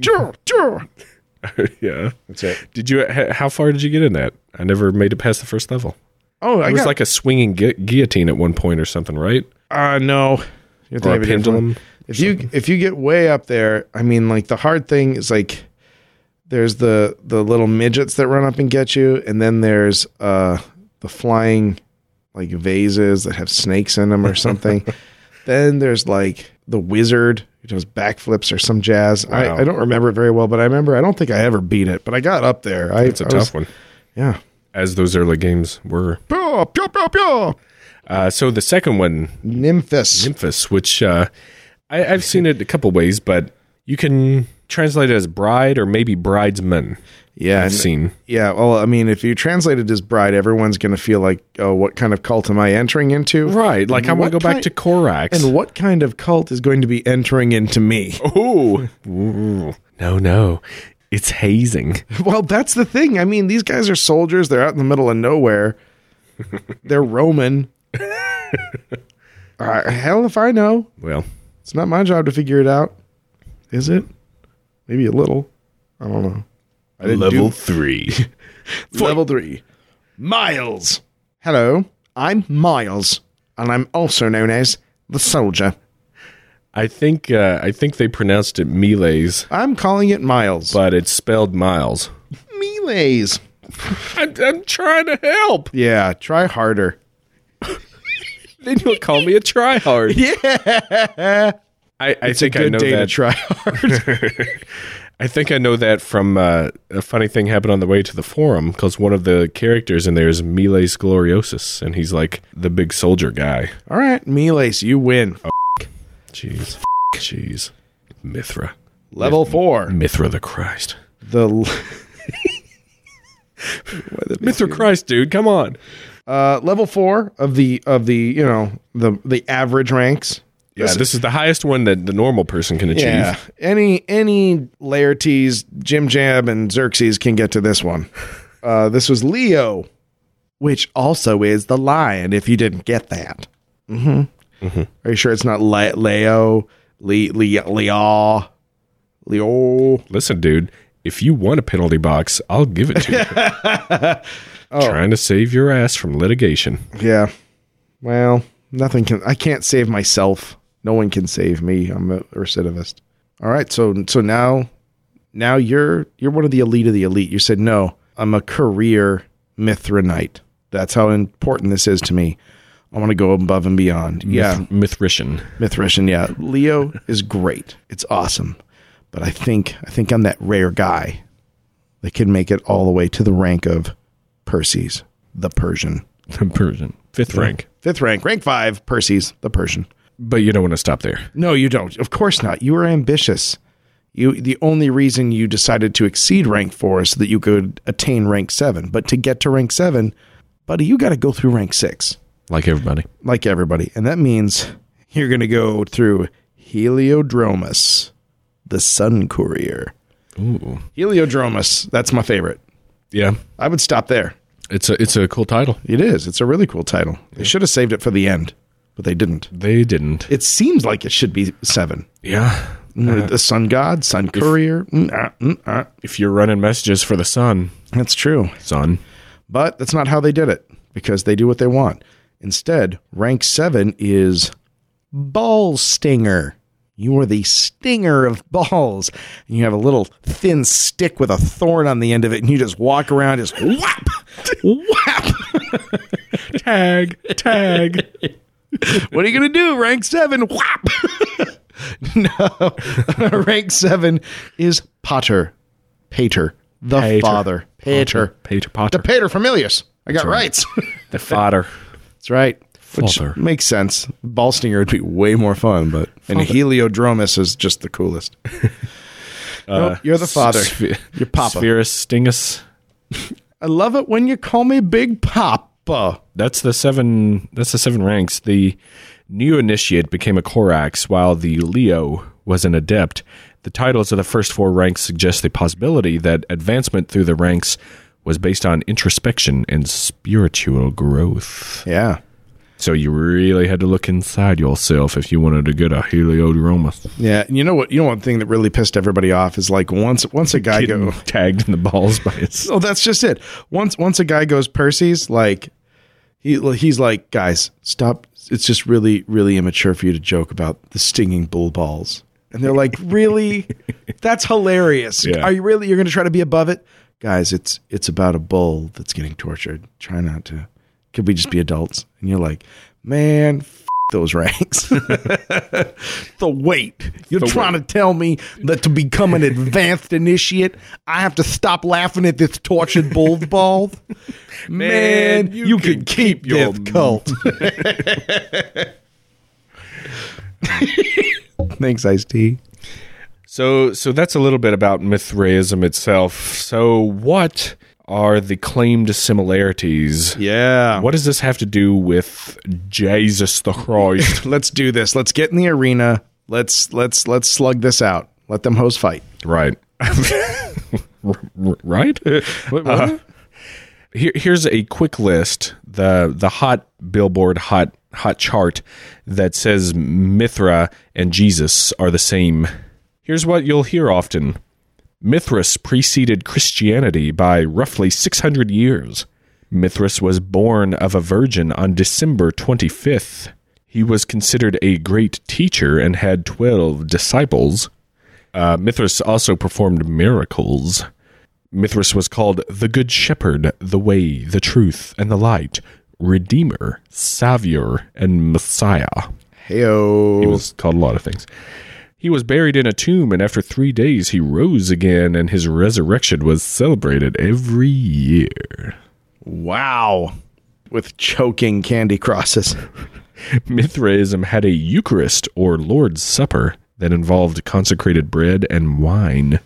[SPEAKER 1] Choo, choo.
[SPEAKER 2] yeah.
[SPEAKER 1] That's it.
[SPEAKER 2] Did you? ha- How far did you get in that? I never made it past the first level.
[SPEAKER 1] Oh, I
[SPEAKER 2] It was
[SPEAKER 1] got,
[SPEAKER 2] like a swinging gu- guillotine at one point or something, right?
[SPEAKER 1] uh, no. You're
[SPEAKER 2] Or a
[SPEAKER 1] thinking of different
[SPEAKER 2] pendulum
[SPEAKER 1] one. If you if you get way up there, I mean, like the hard thing is like there's the the little midgets that run up and get you, and then there's uh the flying like vases that have snakes in them or something. then there's like the wizard who does backflips or some jazz.
[SPEAKER 2] Wow.
[SPEAKER 1] I, I don't remember it very well, but I remember I don't think I ever beat it, but I got up there. I,
[SPEAKER 2] It's a tough one,
[SPEAKER 1] Yeah.
[SPEAKER 2] as those early games were.
[SPEAKER 1] Pew, pew, pew, pew.
[SPEAKER 2] Uh, so the second one,
[SPEAKER 1] Nymphis.
[SPEAKER 2] Nymphis, which uh, I, I've seen it a couple ways, but you can translate it as bride or maybe bridesman.
[SPEAKER 1] yeah,
[SPEAKER 2] I've
[SPEAKER 1] and-
[SPEAKER 2] seen.
[SPEAKER 1] Yeah, well, I mean, if you translate it as bride, everyone's going to feel like, oh, what kind of cult am I entering into?
[SPEAKER 2] Right, like I want
[SPEAKER 1] What
[SPEAKER 2] to go back
[SPEAKER 1] kind-
[SPEAKER 2] to Korax.
[SPEAKER 1] And what kind of cult is going to be entering into me?
[SPEAKER 2] Ooh. No, no. It's hazing.
[SPEAKER 1] Well, that's the thing. I mean, these guys are soldiers. They're out in the middle of nowhere. They're Roman. Uh, hell if I know.
[SPEAKER 2] Well,
[SPEAKER 1] It's not my job to figure it out. Is it? Maybe a little. I don't know. I didn't do-
[SPEAKER 2] three.
[SPEAKER 1] Level three. Miles. Hello, I'm Miles, and I'm also known as the soldier.
[SPEAKER 2] I think uh, I think they pronounced it melees,
[SPEAKER 1] I'm calling it Miles.
[SPEAKER 2] but it's spelled miles.
[SPEAKER 1] Melees.
[SPEAKER 2] I'm, I'm trying to help.
[SPEAKER 1] Yeah, try harder.
[SPEAKER 2] Then you'll call me a tryhard. Yeah. I, I think I know that.
[SPEAKER 1] try hard.
[SPEAKER 2] I think I know that from uh, a funny thing happened on the way to the forum because one of the characters in there is Miles Gloriosus, and he's like the big soldier guy.
[SPEAKER 1] All right, Melees, you win.
[SPEAKER 2] Jeez, jeez, Mithra,
[SPEAKER 1] Level four.
[SPEAKER 2] Mithra the Christ.
[SPEAKER 1] The l-
[SPEAKER 2] Mithra Christ, dude, come on.
[SPEAKER 1] uh, level four of the of the you know the the average ranks.
[SPEAKER 2] Yeah, this, is the highest one that the normal person can achieve.
[SPEAKER 1] Yeah, any any Laertes, Jim Jab, and Xerxes can get to this one. Uh, this was Leo, which also is the lion. If you didn't get that, mm-hmm. are you sure it's not Le- Leo, Le- Le- Leo, Leo?
[SPEAKER 2] Listen, dude, if you want a penalty box, I'll give it to you. Trying to save your ass from litigation.
[SPEAKER 1] Yeah. Well, nothing can. I can't save myself. No one can save me. I'm a recidivist. All right. So so now, now you're you're one of the elite of the elite. You said no. I'm a career Mithranite. That's how important this is to me. I want to go above and beyond. Yeah,
[SPEAKER 2] Mithrician.
[SPEAKER 1] Mithrician. Yeah, Leo is great. It's awesome, but I think I think I'm that rare guy that can make it all the way to the rank of Perses, the Persian.
[SPEAKER 2] Persian. Fifth rank.
[SPEAKER 1] Fifth rank, rank five, Percy's the Persian.
[SPEAKER 2] But you don't want to stop there.
[SPEAKER 1] No, you don't. Of course not. You are ambitious. You the only reason you decided to exceed rank four is so that you could attain rank seven. But to get to rank seven, buddy, you gotta go through rank six.
[SPEAKER 2] Like everybody.
[SPEAKER 1] Like everybody. And that means you're gonna go through Heliodromus, the Sun Courier.
[SPEAKER 2] Ooh.
[SPEAKER 1] Heliodromus, that's my favorite.
[SPEAKER 2] Yeah.
[SPEAKER 1] I would stop there.
[SPEAKER 2] It's a it's a cool title.
[SPEAKER 1] It is. It's a really cool title. They should have saved it for the end, but they didn't.
[SPEAKER 2] They didn't.
[SPEAKER 1] It seems like it should be seven.
[SPEAKER 2] Yeah.
[SPEAKER 1] the sun god, sun courier. Mm, ah, mm, ah.
[SPEAKER 2] If you're running messages for the sun,
[SPEAKER 1] That's true.
[SPEAKER 2] son.
[SPEAKER 1] But that's not how they did it because they do what they want. Instead, rank seven is ball stinger. You are the stinger of balls. And you have a little thin stick with a thorn on the end of it, and you just walk around, just whap, whap.
[SPEAKER 2] Tag, tag.
[SPEAKER 1] What are you going to do? Rank seven, whap. no, rank seven is Potter, Pater, the
[SPEAKER 2] Pater.
[SPEAKER 1] father, Pater.
[SPEAKER 2] Pater Potter.
[SPEAKER 1] The pater familius. I got rights.
[SPEAKER 2] The father.
[SPEAKER 1] That's right. Which
[SPEAKER 2] Father.
[SPEAKER 1] makes sense. Ball stinger would be way more fun, but and Heliodromus is just the coolest. Nope, you're the father.
[SPEAKER 2] Sphe-
[SPEAKER 1] you're Papa.
[SPEAKER 2] Spherus Stingus.
[SPEAKER 1] I love it when you call me Big Papa.
[SPEAKER 2] That's the seven. That's the seven ranks. The new initiate became a Korax, while the Leo was an adept. The titles of the first four ranks suggest the possibility that advancement through the ranks was based on introspection and spiritual growth.
[SPEAKER 1] Yeah.
[SPEAKER 2] So you really had to look inside yourself if you wanted to get a Heliodromus.
[SPEAKER 1] Yeah. And you know what you know one thing that really pissed everybody off is like once once a guy
[SPEAKER 2] Getting
[SPEAKER 1] go
[SPEAKER 2] tagged in the balls by his.
[SPEAKER 1] Oh, that's just it. Once once a guy goes Percy's, like He he's like, guys, stop. It's just really really immature for you to joke about the stinging bull balls. And they're like, really? That's hilarious.
[SPEAKER 2] Yeah.
[SPEAKER 1] Are you really? You're going to try to be above it, guys? It's it's about a bull that's getting tortured. Try not to. Could we just be adults? And you're like, man. F- those ranks, the weight. You're trying to tell me that to become an advanced initiate, I have to stop laughing at this tortured bull ball. Man, you, could, keep, your
[SPEAKER 2] your-
[SPEAKER 1] cult. Thanks, Ice T.
[SPEAKER 2] So, so that's a little bit about Mithraism itself. So, what are the claimed similarities?
[SPEAKER 1] Yeah.
[SPEAKER 2] What does this have to do with Jesus the Christ?
[SPEAKER 1] Let's do this. Let's get in the arena. Let's let's let's slug this out. Let them host fight.
[SPEAKER 2] right. R- r- right? Uh, here, here's a quick list the the hot billboard hot hot chart that says Mithra and Jesus are the same. Here's what you'll hear often: Mithras preceded Christianity by roughly 600 years. Mithras was born of a virgin on December 25th. He was considered a great teacher and had 12 disciples. Uh, Mithras also performed miracles. Mithras was called the Good Shepherd, the Way, the Truth, and the Light, Redeemer, Savior, and Messiah. He
[SPEAKER 1] Heyo.
[SPEAKER 2] was called a lot of things. He was buried in a tomb, and after three days, he rose again, and his resurrection was celebrated every year.
[SPEAKER 1] Wow. With choking candy crosses.
[SPEAKER 2] Mithraism had a Eucharist or Lord's Supper that involved consecrated bread and wine.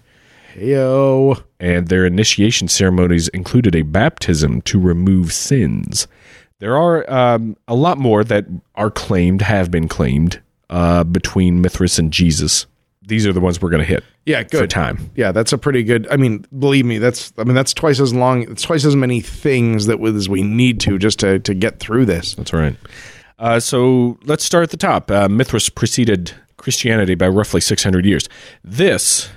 [SPEAKER 1] Heyo.
[SPEAKER 2] and their initiation ceremonies included a baptism to remove sins. There are um, a lot more that are claimed, have been claimed, uh, between Mithras and Jesus. These are the ones we're going to hit.
[SPEAKER 1] Yeah, good
[SPEAKER 2] For time.
[SPEAKER 1] Yeah, that's a pretty good. I mean, believe me, that's. I mean, that's twice as long. It's twice as many things that we- as we need to just to to get through this.
[SPEAKER 2] That's right. Uh, so let's start at the top. Uh, Mithras preceded Christianity by roughly 600 years. This,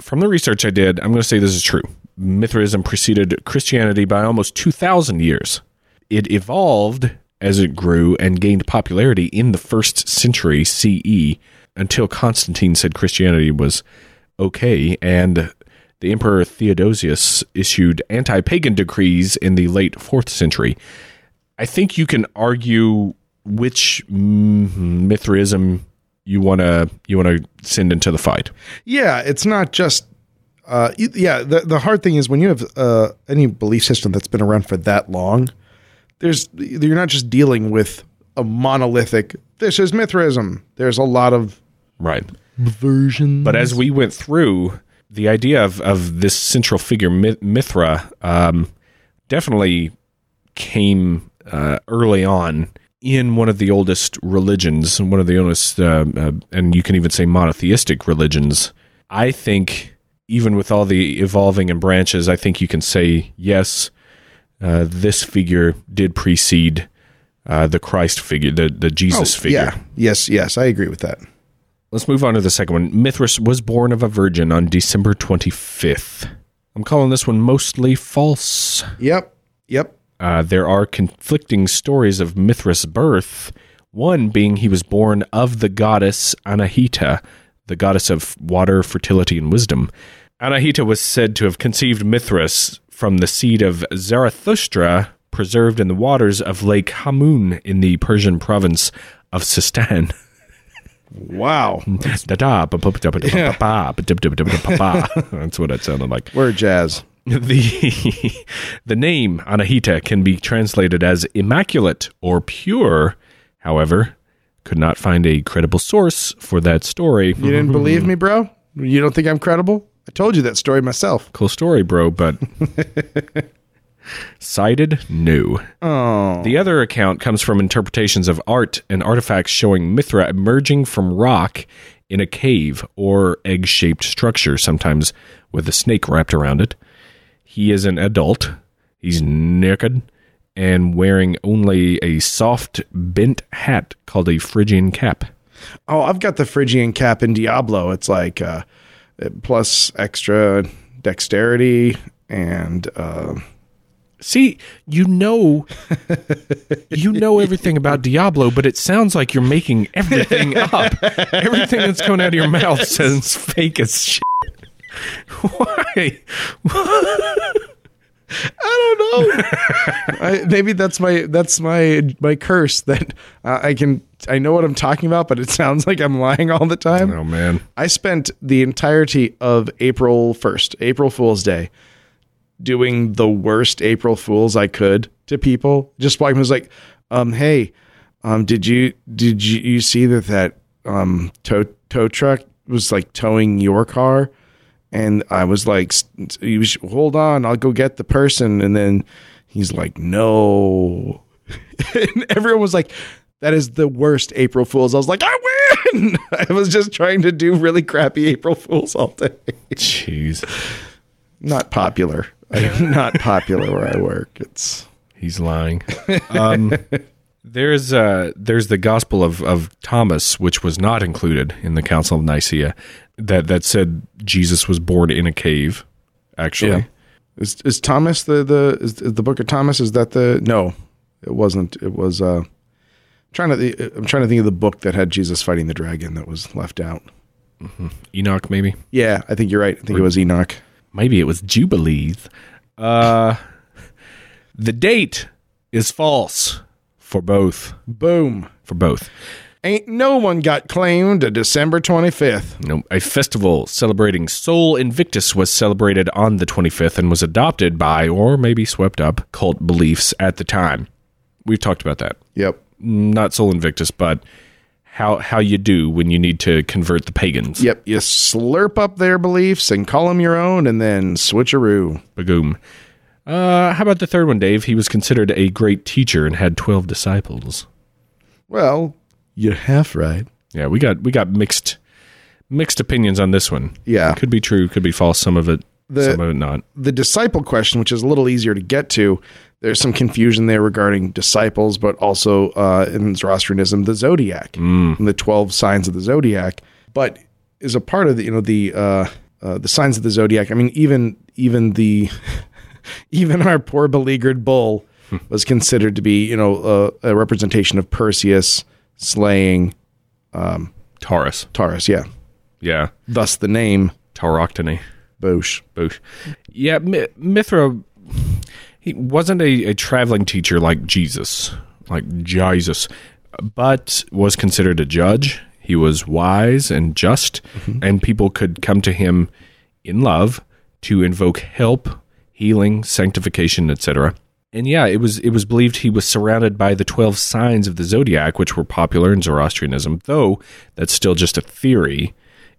[SPEAKER 2] from the research I did, I'm going to say this is true. Mithraism preceded Christianity by almost 2,000 years. It evolved as it grew and gained popularity in the first century CE until Constantine said Christianity was okay and the Emperor Theodosius issued anti pagan decrees in the late 4th century. I think you can argue which mm, Mithraism you want to you want to send into the fight.
[SPEAKER 1] Yeah, it's not just. Uh, y- yeah, the the hard thing is when you have uh, any belief system that's been around for that long, there's you're not just dealing with a monolithic. This is Mithraism. There's a lot of
[SPEAKER 2] Right.
[SPEAKER 1] version.
[SPEAKER 2] But as we went through, the idea of, of this central figure, Mi- Mithra, um, definitely came uh, early on in one of the oldest religions, one of the oldest, uh, uh, and you can even say monotheistic religions. I think, even with all the evolving and branches, I think you can say, yes, uh, this figure did precede uh, the Christ figure, the, the Jesus figure.
[SPEAKER 1] Oh, yeah, yes, yes, I agree with that.
[SPEAKER 2] Let's move on to the second one. Mithras was born of a virgin on December 25th. I'm calling this one mostly false.
[SPEAKER 1] Yep, yep.
[SPEAKER 2] Uh, there are conflicting stories of Mithras' birth, one being he was born of the goddess Anahita, the goddess of water, fertility, and wisdom. Anahita was said to have conceived Mithras from the seed of Zarathustra, preserved in the waters of Lake Hamun in the Persian province of Sistan.
[SPEAKER 1] Wow,
[SPEAKER 2] Da-da, ba-ba-ba-ba-ba-ba, ba-dib-dib-dib-dib-ba-ba. That's what it sounded like.
[SPEAKER 1] we're jazz.
[SPEAKER 2] The the name Anahita can be translated as immaculate or pure. However, could not find a credible source for that story.
[SPEAKER 1] You didn't believe me, bro? You don't think I'm credible? I told you that story myself.
[SPEAKER 2] Cool story, bro, but cited no. Oh. The other account comes from interpretations of art and artifacts showing Mithra emerging from rock in a cave or egg-shaped structure, sometimes with a snake wrapped around it. He is an adult. He's naked and wearing only a soft bent hat called a Phrygian cap.
[SPEAKER 1] Oh, I've got the Phrygian cap in Diablo. It's like uh, plus extra dexterity and uh,
[SPEAKER 2] See, you know, you know everything about Diablo, but it sounds like you're making everything up. Everything that's coming out of your mouth sounds fake as shit. Why?
[SPEAKER 1] I don't know. I, maybe that's my that's my my curse that uh, I can I know what I'm talking about, but it sounds like I'm lying all the time.
[SPEAKER 2] Oh man,
[SPEAKER 1] I spent the entirety of April 1st, April Fool's Day, doing the worst April Fools I could to people. Just like I was like, um, hey, um, did you did you, you see that that um tow tow truck was like towing your car? And I was like, s- you should, hold on, I'll go get the person. And then he's like, no. and everyone was like, that is the worst April Fools. I was like, I win. I was just trying to do really crappy April Fools all day
[SPEAKER 2] jeez,
[SPEAKER 1] not popular. I'm not popular where I work. It's
[SPEAKER 2] he's lying. Um, there's uh, there's the Gospel of of Thomas, which was not included in the Council of Nicaea, that that said Jesus was born in a cave. Actually,
[SPEAKER 1] is is Thomas the the is, is the book of Thomas is that the no, it wasn't. It was uh I'm trying to I'm trying to think of the book that had Jesus fighting the dragon that was left out.
[SPEAKER 2] Enoch maybe.
[SPEAKER 1] Yeah, I think you're right. I think it was Enoch.
[SPEAKER 2] maybe it was jubilees uh the date is false for both
[SPEAKER 1] Boom.
[SPEAKER 2] for both
[SPEAKER 1] Ain't no one got claimed to December 25th.
[SPEAKER 2] no, a festival celebrating Sol Invictus was celebrated on the 25th and was adopted by, or maybe swept up, cult beliefs at the time. We've talked about that.
[SPEAKER 1] Yep.
[SPEAKER 2] Not Sol Invictus, but how how you do when you need to convert the pagans.
[SPEAKER 1] Yep. You slurp up their beliefs and call them your own and then switcheroo.
[SPEAKER 2] Bagoom. Uh, how about the third one, Dave? He was considered a great teacher and had 12 disciples.
[SPEAKER 1] Well, you're half right.
[SPEAKER 2] Yeah, we got we got mixed mixed opinions on this one.
[SPEAKER 1] Yeah.
[SPEAKER 2] could be true, could be false. Some of it,
[SPEAKER 1] The-
[SPEAKER 2] some of it not.
[SPEAKER 1] the disciple question, which is a little easier to get to, there's some confusion there regarding disciples, but also uh, in Zoroastrianism, the zodiac and the twelve signs of the zodiac. But is a part of the you know the uh, uh, the signs of the zodiac. I mean, even even the even our poor beleaguered bull was considered to be you know uh, a, a representation of Perseus slaying
[SPEAKER 2] Taurus,
[SPEAKER 1] Taurus. Yeah,
[SPEAKER 2] yeah,
[SPEAKER 1] thus the name
[SPEAKER 2] tauroctony.
[SPEAKER 1] Bosch.
[SPEAKER 2] Boosh. Yeah, Mi- Mithra. He wasn't a, a traveling teacher like Jesus, like Jesus, but was considered a judge. He was wise and just, and people could come to him in love to invoke help, healing, sanctification, etc. And yeah, it was it was believed he was surrounded by the twelve signs of the zodiac, which were popular in Zoroastrianism, though that's still just a theory.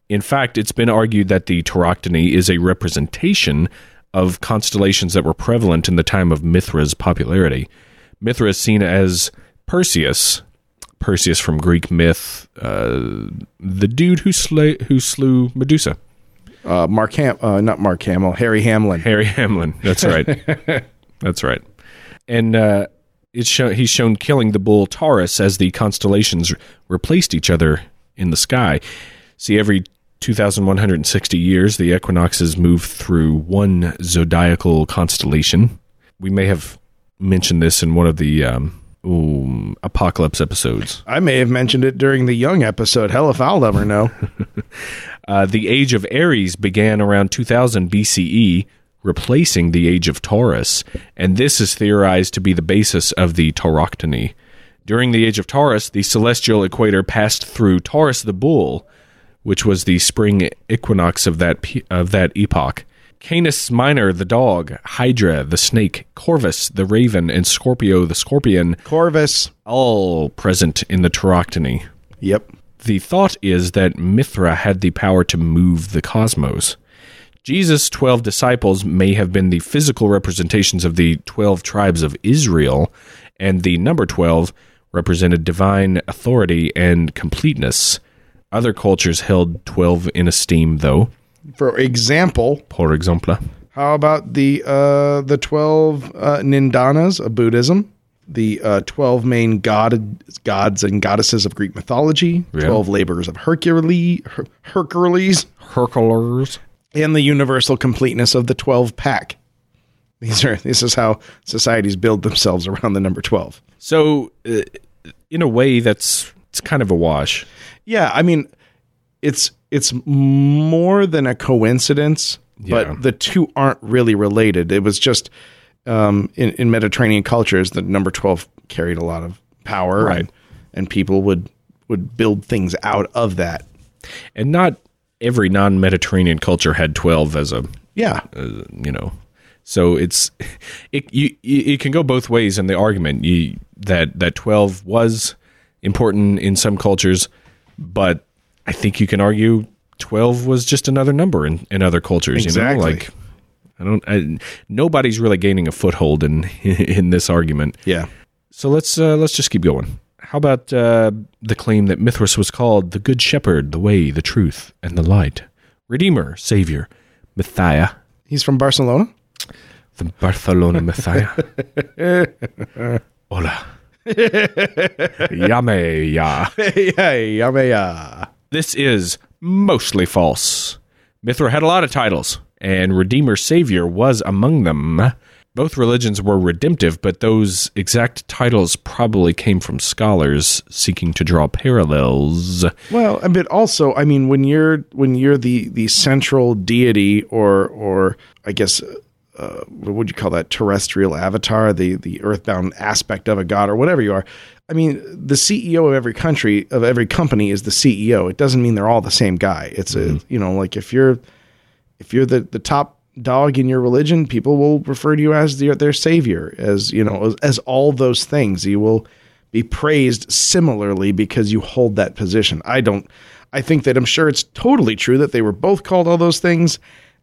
[SPEAKER 2] In fact, it's been argued that the Tauroctony is a representation of constellations that were prevalent in the time of Mithra's popularity. Mithra is seen as Perseus, Perseus from Greek myth, uh, the dude who, sla- who slew Medusa.
[SPEAKER 1] Uh, Mark Ham, uh, not Mark Hamill, Harry Hamlin.
[SPEAKER 2] Harry Hamlin. That's right. That's right. And uh, it's show- he's shown killing the bull Taurus as the constellations re- replaced each other in the sky. See, every 2,160 years, the equinoxes move through one zodiacal constellation. We may have mentioned this in one of the um, ooh, apocalypse episodes.
[SPEAKER 1] I may have mentioned it during the Young episode. Hell if I'll ever know.
[SPEAKER 2] Uh, the Age of Aries began around 2000 BCE, E, replacing the Age of Taurus, and this is theorized to be the basis of the Tauroctony. During the Age of Taurus, the celestial equator passed through Taurus the Bull, which was the spring equinox of that pe- of that epoch. Canis Minor, the dog, Hydra, the snake, Corvus, the raven, and Scorpio, the scorpion,
[SPEAKER 1] Corvus.
[SPEAKER 2] all present in the Tauroctony.
[SPEAKER 1] Yep.
[SPEAKER 2] The thought is that Mithra had the power to move the cosmos. Jesus' 12 disciples may have been the physical representations of the 12 tribes of Israel, and the number 12 represented divine authority and completeness. Other cultures held 12 in esteem, though.
[SPEAKER 1] For example,
[SPEAKER 2] For example,
[SPEAKER 1] how about the uh, the twelve uh, nindanas of Buddhism, the uh, twelve main god gods and goddesses of Greek mythology, twelve laborers of Hercules, Her- Hercules,
[SPEAKER 2] Herculers.
[SPEAKER 1] and the universal completeness of the twelve pack. These are this is how societies build themselves around the number twelve.
[SPEAKER 2] So, uh, in a way, that's it's kind of a wash.
[SPEAKER 1] Yeah, I mean, it's it's more than a coincidence,
[SPEAKER 2] Yeah.
[SPEAKER 1] but the two aren't really related. It was just um, in, in Mediterranean cultures, the number twelve carried a lot of power,
[SPEAKER 2] Right.
[SPEAKER 1] And, and people would would build things out of that.
[SPEAKER 2] And not every non-Mediterranean culture had twelve as a
[SPEAKER 1] Yeah,
[SPEAKER 2] you know. So it's it you you- it can go both ways in the argument you, that that twelve was important in some cultures, but I think you can argue twelve was just another number in, in other cultures. You know?
[SPEAKER 1] Exactly.
[SPEAKER 2] Like I don't I, nobody's really gaining a foothold in in this argument.
[SPEAKER 1] yeah.
[SPEAKER 2] So let's uh, let's just keep going. How about uh, the claim that Mithras was called the Good Shepherd, the Way, the Truth, and the Light, Redeemer, Savior, Messiah,
[SPEAKER 1] He's from Barcelona.
[SPEAKER 2] the Barcelona Messiah. Hola. Yame ya.
[SPEAKER 1] yeah, yeah, yeah.
[SPEAKER 2] This is mostly false. Mithra had a lot of titles, and Redeemer Savior was among them. Both religions were redemptive, but those exact titles probably came from scholars seeking to draw parallels.
[SPEAKER 1] Well, and- but also, I mean, when you're when you're the the central deity, or or I guess, uh, what would you call that terrestrial avatar, the the earthbound aspect of a god, or whatever you are. I mean, the CEO of every country of every company is the CEO. It doesn't mean they're all the same guy. It's a you know, like if you're if you're the the top dog in your religion, people will refer to you as their their savior, as you know, as, as all those things. You will be praised similarly because you hold that position. I don't. I think that I'm sure it's totally true that they were both called all those things,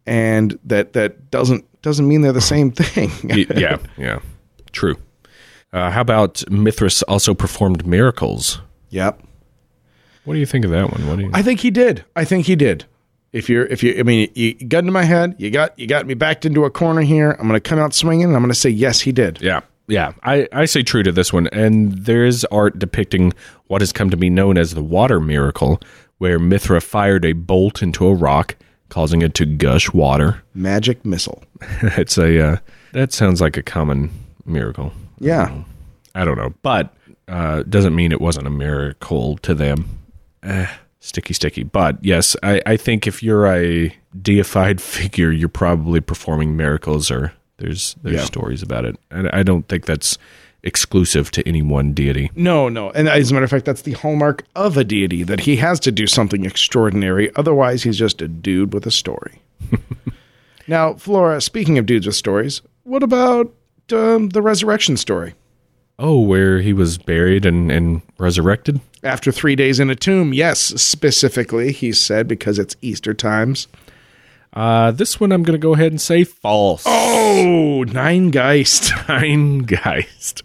[SPEAKER 1] and that that doesn't doesn't mean they're the same thing.
[SPEAKER 2] Y- yeah, yeah. True. Uh, how about Mithras also performed miracles?
[SPEAKER 1] yep.
[SPEAKER 2] What do you think of that one? What do you
[SPEAKER 1] I think he did. I think he did. If you're, if you, I mean, you got into my head. You got, you got me backed into a corner here. I'm going to come out swinging, and I'm going to say yes, he did.
[SPEAKER 2] Yeah. Yeah. I, I say true to this one. And there is art depicting what has come to be known as the water miracle, where Mithra fired a bolt into a rock, causing it to gush water.
[SPEAKER 1] Magic missile.
[SPEAKER 2] it's a, uh, that sounds like a common miracle.
[SPEAKER 1] Yeah.
[SPEAKER 2] I don't know. But uh, doesn't mean it wasn't a miracle to them. Eh, sticky, sticky. But yes, I, I think if you're a deified figure, you're probably performing miracles or there's there's stories about it. And I don't think that's exclusive to any one deity.
[SPEAKER 1] No, no. And as a matter of fact, that's the hallmark of a deity that he has to do something extraordinary. Otherwise, he's just a dude with a story. now, Flora, speaking of dudes with stories, what about um, the resurrection story?
[SPEAKER 2] Oh, where he was buried and, and resurrected?
[SPEAKER 1] After three days in a tomb, yes, specifically, he said, because it's Easter times.
[SPEAKER 2] Uh, this one I'm going to go ahead and say false.
[SPEAKER 1] Oh, nine geist.
[SPEAKER 2] Steingeist.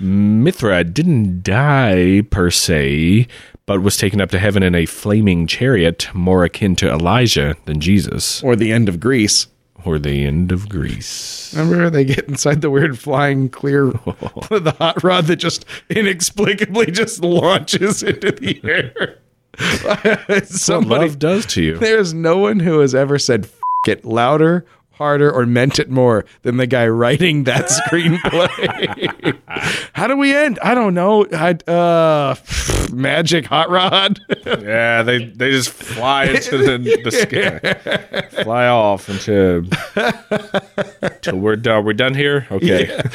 [SPEAKER 2] Mithra didn't die per se, but was taken up to heaven in a flaming chariot, more akin to Elijah than Jesus,
[SPEAKER 1] or the end of Greece.
[SPEAKER 2] or the end of Greece.
[SPEAKER 1] Remember, they get inside the weird flying clear, the hot rod that just inexplicably just launches into the air.
[SPEAKER 2] What
[SPEAKER 1] Somebody,
[SPEAKER 2] love does to you.
[SPEAKER 1] there is no one who has ever said F- it louder, harder, or meant it more than the guy writing that screenplay. How do we end? I don't know. I, uh, magic hot rod.
[SPEAKER 2] Yeah, they they just fly into the, the sky, fly off into. Till we're done. We're done here. Okay.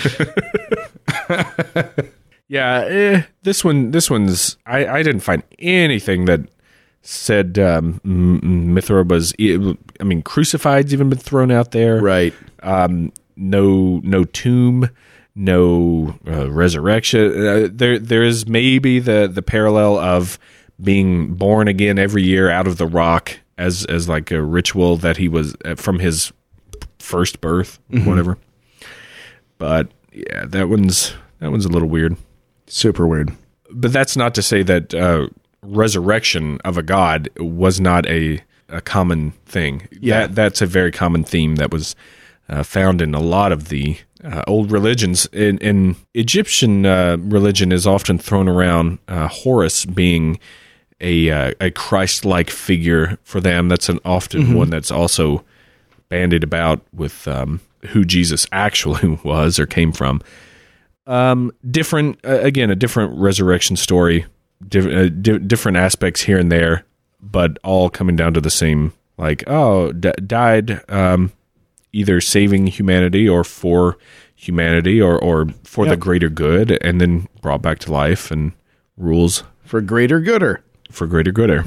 [SPEAKER 2] Yeah, eh, this one, this one's. I, I didn't find anything that said um, M- M- Mithra was. I mean, crucified's even been thrown out there.
[SPEAKER 1] Right.
[SPEAKER 2] Um, no, no tomb, no uh, resurrection. Uh, there, there is maybe the the parallel of being born again every year out of the rock as as like a ritual that he was uh, from his first birth, whatever. But yeah, that one's that one's a little weird
[SPEAKER 1] Super weird.
[SPEAKER 2] but that's not to say that uh, resurrection of a god was not a a common thing.
[SPEAKER 1] Yeah.
[SPEAKER 2] that, that's a very common theme that was uh, found in a lot of the uh, old religions. In, in Egyptian uh, religion, is often thrown around uh, Horus being a uh, a Christ like figure for them. That's an often one that's also bandied about with um, who Jesus actually was or came from. Um, different uh, again, a different resurrection story, diff- uh, di- different aspects here and there, but all coming down to the same like oh d- died um, either saving humanity or for humanity or or for the greater good, and then brought back to life and rules
[SPEAKER 1] for greater gooder.
[SPEAKER 2] for greater gooder.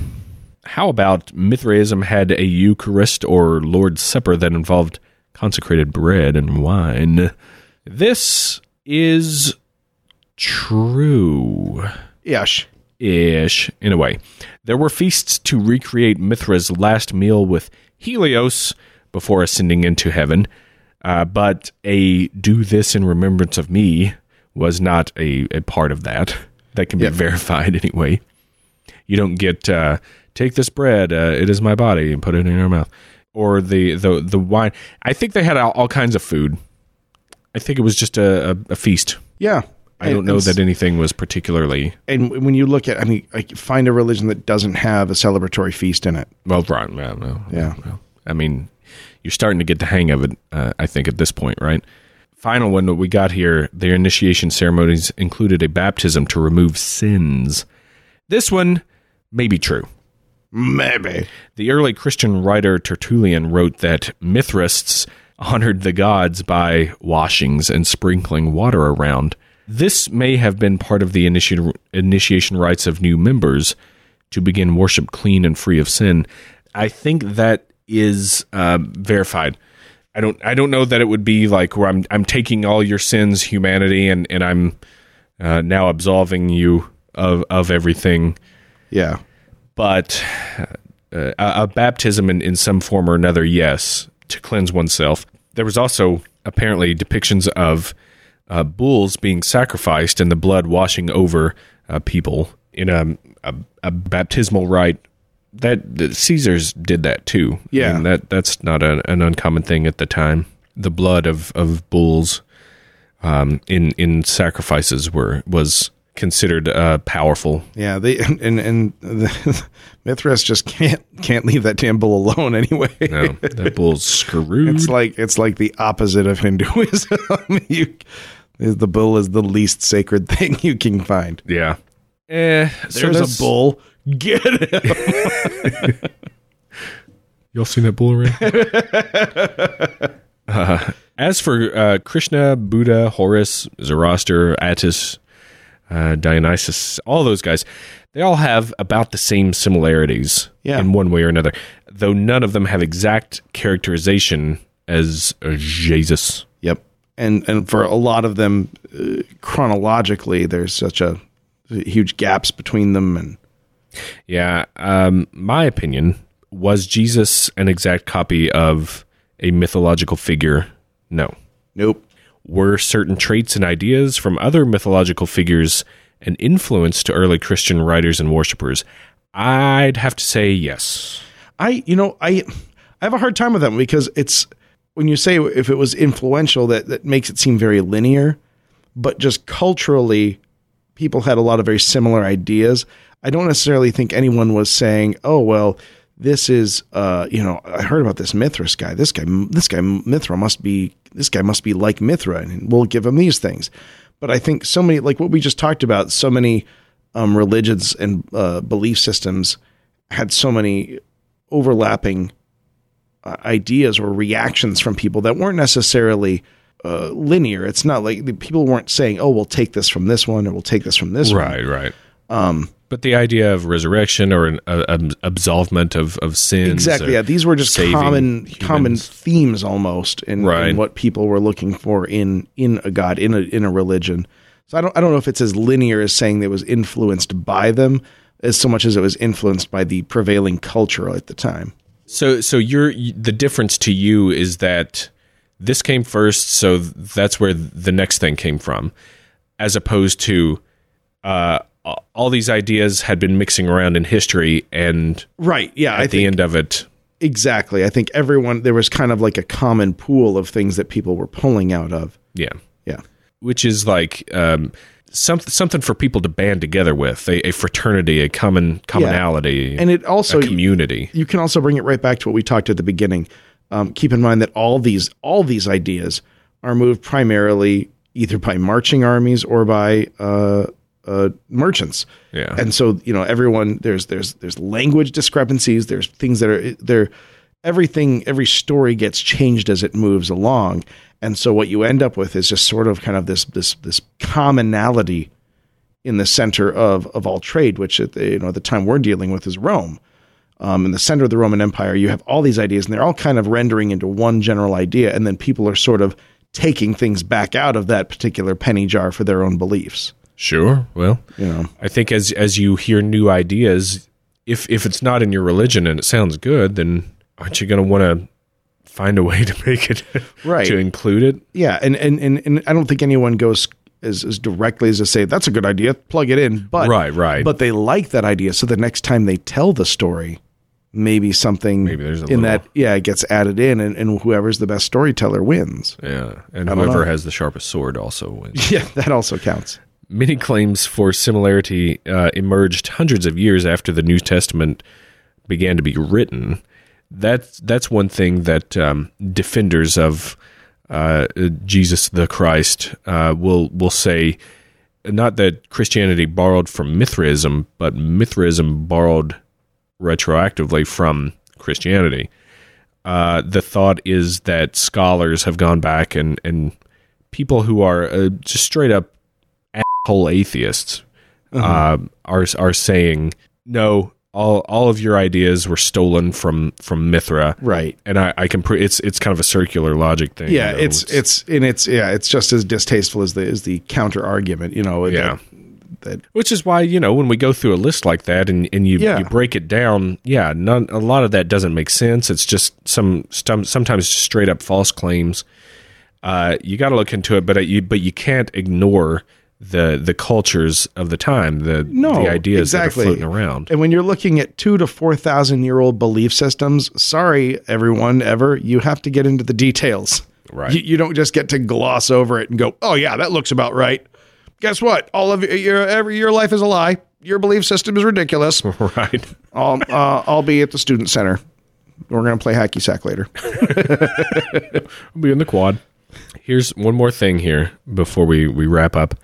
[SPEAKER 2] How about Mithraism had a Eucharist or Lord's Supper that involved consecrated bread and wine? This is true
[SPEAKER 1] Yes.
[SPEAKER 2] ish in a way. There were feasts to recreate Mithra's last meal with Helios before ascending into heaven, uh, but a do this in remembrance of me was not a, a part of that. That can be verified anyway. You don't get uh, take this bread; uh, it is my body, and put it in your mouth, or the the the wine. I think they had all, all kinds of food. I think it was just a, a, a feast.
[SPEAKER 1] Yeah.
[SPEAKER 2] I don't know that anything was particularly
[SPEAKER 1] And when you look at, I mean, like find a religion that doesn't have a celebratory feast in it.
[SPEAKER 2] Well, right. Yeah. well,
[SPEAKER 1] Yeah.
[SPEAKER 2] well, I mean, you're starting to get the hang of it, uh, I think, at this point, right? Final one that we got here their initiation ceremonies included a baptism to remove sins. This one may be true.
[SPEAKER 1] Maybe.
[SPEAKER 2] The early Christian writer Tertullian wrote that Mithraists honored the gods by washings and sprinkling water around. This may have been part of the initi- initiation rites of new members to begin worship clean and free of sin. I think that is uh, verified. I don't. I don't know that it would be like where I'm. I'm taking all your sins, humanity, and and I'm uh, now absolving you of of everything
[SPEAKER 1] Yeah.
[SPEAKER 2] but uh, a, a baptism in, in some form or another, yes, to cleanse oneself. There was also apparently depictions of uh, bulls being sacrificed and the blood washing over uh, people in a, a, a baptismal rite. That, that Caesar's did that too.
[SPEAKER 1] Yeah.
[SPEAKER 2] and that that's not an, an uncommon thing at the time. The blood of of bulls um, in in sacrifices were was considered uh, powerful
[SPEAKER 1] Yeah. They and and, and the, Mithras just can't can't leave that damn bull alone anyway.
[SPEAKER 2] No, that bull's screwed.
[SPEAKER 1] It's like it's like the opposite of Hinduism. you, the bull is the least sacred thing you can find.
[SPEAKER 2] yeah. Eh,
[SPEAKER 1] There's a bull. Get it.
[SPEAKER 2] Y'all seen that bull around? uh, as for uh, Krishna, Buddha, Horus, Zoroaster, Attis, uh, Dionysus, all those guys, they all have about the same similarities
[SPEAKER 1] Yeah.
[SPEAKER 2] in one way or another, though none of them have exact characterization as uh, Jesus.
[SPEAKER 1] Yep. And and for a lot of them, uh, chronologically, there's such a huge gaps between them, and
[SPEAKER 2] Yeah, um, my opinion was Jesus an exact copy of a mythological figure? No.
[SPEAKER 1] nope.
[SPEAKER 2] Were certain traits and ideas from other mythological figures an influence to early Christian writers and worshippers? I'd have to say yes.
[SPEAKER 1] I you know I I have a hard time with them because it's when you say if it was influential that that makes it seem very linear, but just culturally, people had a lot of very similar ideas. I don't necessarily think anyone was saying, "Oh well, this is uh you know I heard about this Mithras guy. This guy this guy Mithra must be this guy must be like Mithra, and we'll give him these things." But I think so many like what we just talked about, so many um, religions and uh, belief systems had so many overlapping uh, ideas or reactions from people that weren't necessarily uh, linear. It's not like the people weren't saying, "Oh, we'll take this from this one, or we'll take this from this one."
[SPEAKER 2] right. Um, but the idea of resurrection or an uh, um, absolvement of, of sins.
[SPEAKER 1] Exactly.
[SPEAKER 2] or
[SPEAKER 1] Yeah, these were just
[SPEAKER 2] saving
[SPEAKER 1] common common
[SPEAKER 2] humans.
[SPEAKER 1] themes almost in, in
[SPEAKER 2] Right.
[SPEAKER 1] what people were looking for in in a god in a in a religion. So I don't I don't know if it's as linear as saying that it was influenced by them as so much as it was influenced by the prevailing culture at the time.
[SPEAKER 2] So, so you're the difference to you is that this came first, so th- that's where the next thing came from, as opposed to uh, a- all these ideas had been mixing around in history, and
[SPEAKER 1] Right. Yeah.
[SPEAKER 2] at the end of it,
[SPEAKER 1] Exactly. I think everyone there was kind of like a common pool of things that people were pulling out of.
[SPEAKER 2] yeah,
[SPEAKER 1] Yeah.
[SPEAKER 2] which is like um, something something for people to band together with, a, a fraternity, a common commonality,
[SPEAKER 1] And it also
[SPEAKER 2] a community.
[SPEAKER 1] you can also bring it right back to what we talked at the beginning. Um, keep in mind that all these all these ideas are moved primarily either by marching armies or by uh, uh, merchants.
[SPEAKER 2] Yeah.
[SPEAKER 1] And so you know everyone there's there's there's language discrepancies. There's things that are there. Everything every story gets changed as it moves along, and so what you end up with is just sort of kind of this this this commonality in the center of of all trade, which at the, you know at the time we're dealing with is Rome. Um, in the center of the Roman Empire, you have all these ideas, and they're all kind of rendering into one general idea, and then people are sort of taking things back out of that particular penny jar for their own beliefs.
[SPEAKER 2] Sure. Well,
[SPEAKER 1] You know,
[SPEAKER 2] I think as as you hear new ideas, if if it's not in your religion and it sounds good, then aren't you going to want to find a way to make it
[SPEAKER 1] Right.
[SPEAKER 2] to include it?
[SPEAKER 1] yeah, and and and, and I don't think anyone goes. As, as directly as to say that's a good idea, plug it in. But
[SPEAKER 2] Right, right.
[SPEAKER 1] But they like that idea, so the next time they tell the story, maybe something
[SPEAKER 2] Maybe there's a
[SPEAKER 1] in
[SPEAKER 2] little-
[SPEAKER 1] that yeah it gets added in, and, and whoever's the best storyteller wins.
[SPEAKER 2] Yeah, and
[SPEAKER 1] don't
[SPEAKER 2] whoever
[SPEAKER 1] know.
[SPEAKER 2] has the sharpest sword also wins.
[SPEAKER 1] Yeah, that also counts.
[SPEAKER 2] Many claims for similarity uh, emerged hundreds of years after the New Testament began to be written. That's that's one thing that um, defenders of uh, uh, Jesus the Christ uh, will will say. Not that Christianity borrowed from Mithraism, but Mithraism borrowed retroactively from Christianity. Uh, the thought is that scholars have gone back and and people who are uh, just straight up whole atheists
[SPEAKER 1] Uh-huh.
[SPEAKER 2] um, are are saying no. All all of your ideas were stolen from from Mithra,
[SPEAKER 1] Right.
[SPEAKER 2] And I, I can. Pre- it's it's kind of a circular logic thing.
[SPEAKER 1] yeah
[SPEAKER 2] you know,
[SPEAKER 1] it's it's and it's yeah it's just as distasteful as the is the counter argument you know that-
[SPEAKER 2] Yeah.
[SPEAKER 1] that,
[SPEAKER 2] which is why you know when we go through a list like that and and you
[SPEAKER 1] Yeah.
[SPEAKER 2] you break it down, yeah, none a lot of that doesn't make sense. It's just some some sometimes just straight up false claims. Uh, you got to look into it, but uh, you but you can't ignore the the cultures of the time, the
[SPEAKER 1] no
[SPEAKER 2] the ideas
[SPEAKER 1] exactly
[SPEAKER 2] that are floating around.
[SPEAKER 1] and when you're looking at two to four thousand year old belief systems sorry everyone ever you have to get into the details
[SPEAKER 2] Right.
[SPEAKER 1] you, you don't just get to gloss over it and go oh yeah that looks about right guess what all of your every your life is a lie your belief system is ridiculous
[SPEAKER 2] right.
[SPEAKER 1] I'll uh, I'll be at the student center we're gonna play hacky sack later
[SPEAKER 2] be in the quad. Here's one more thing here before we, we wrap up.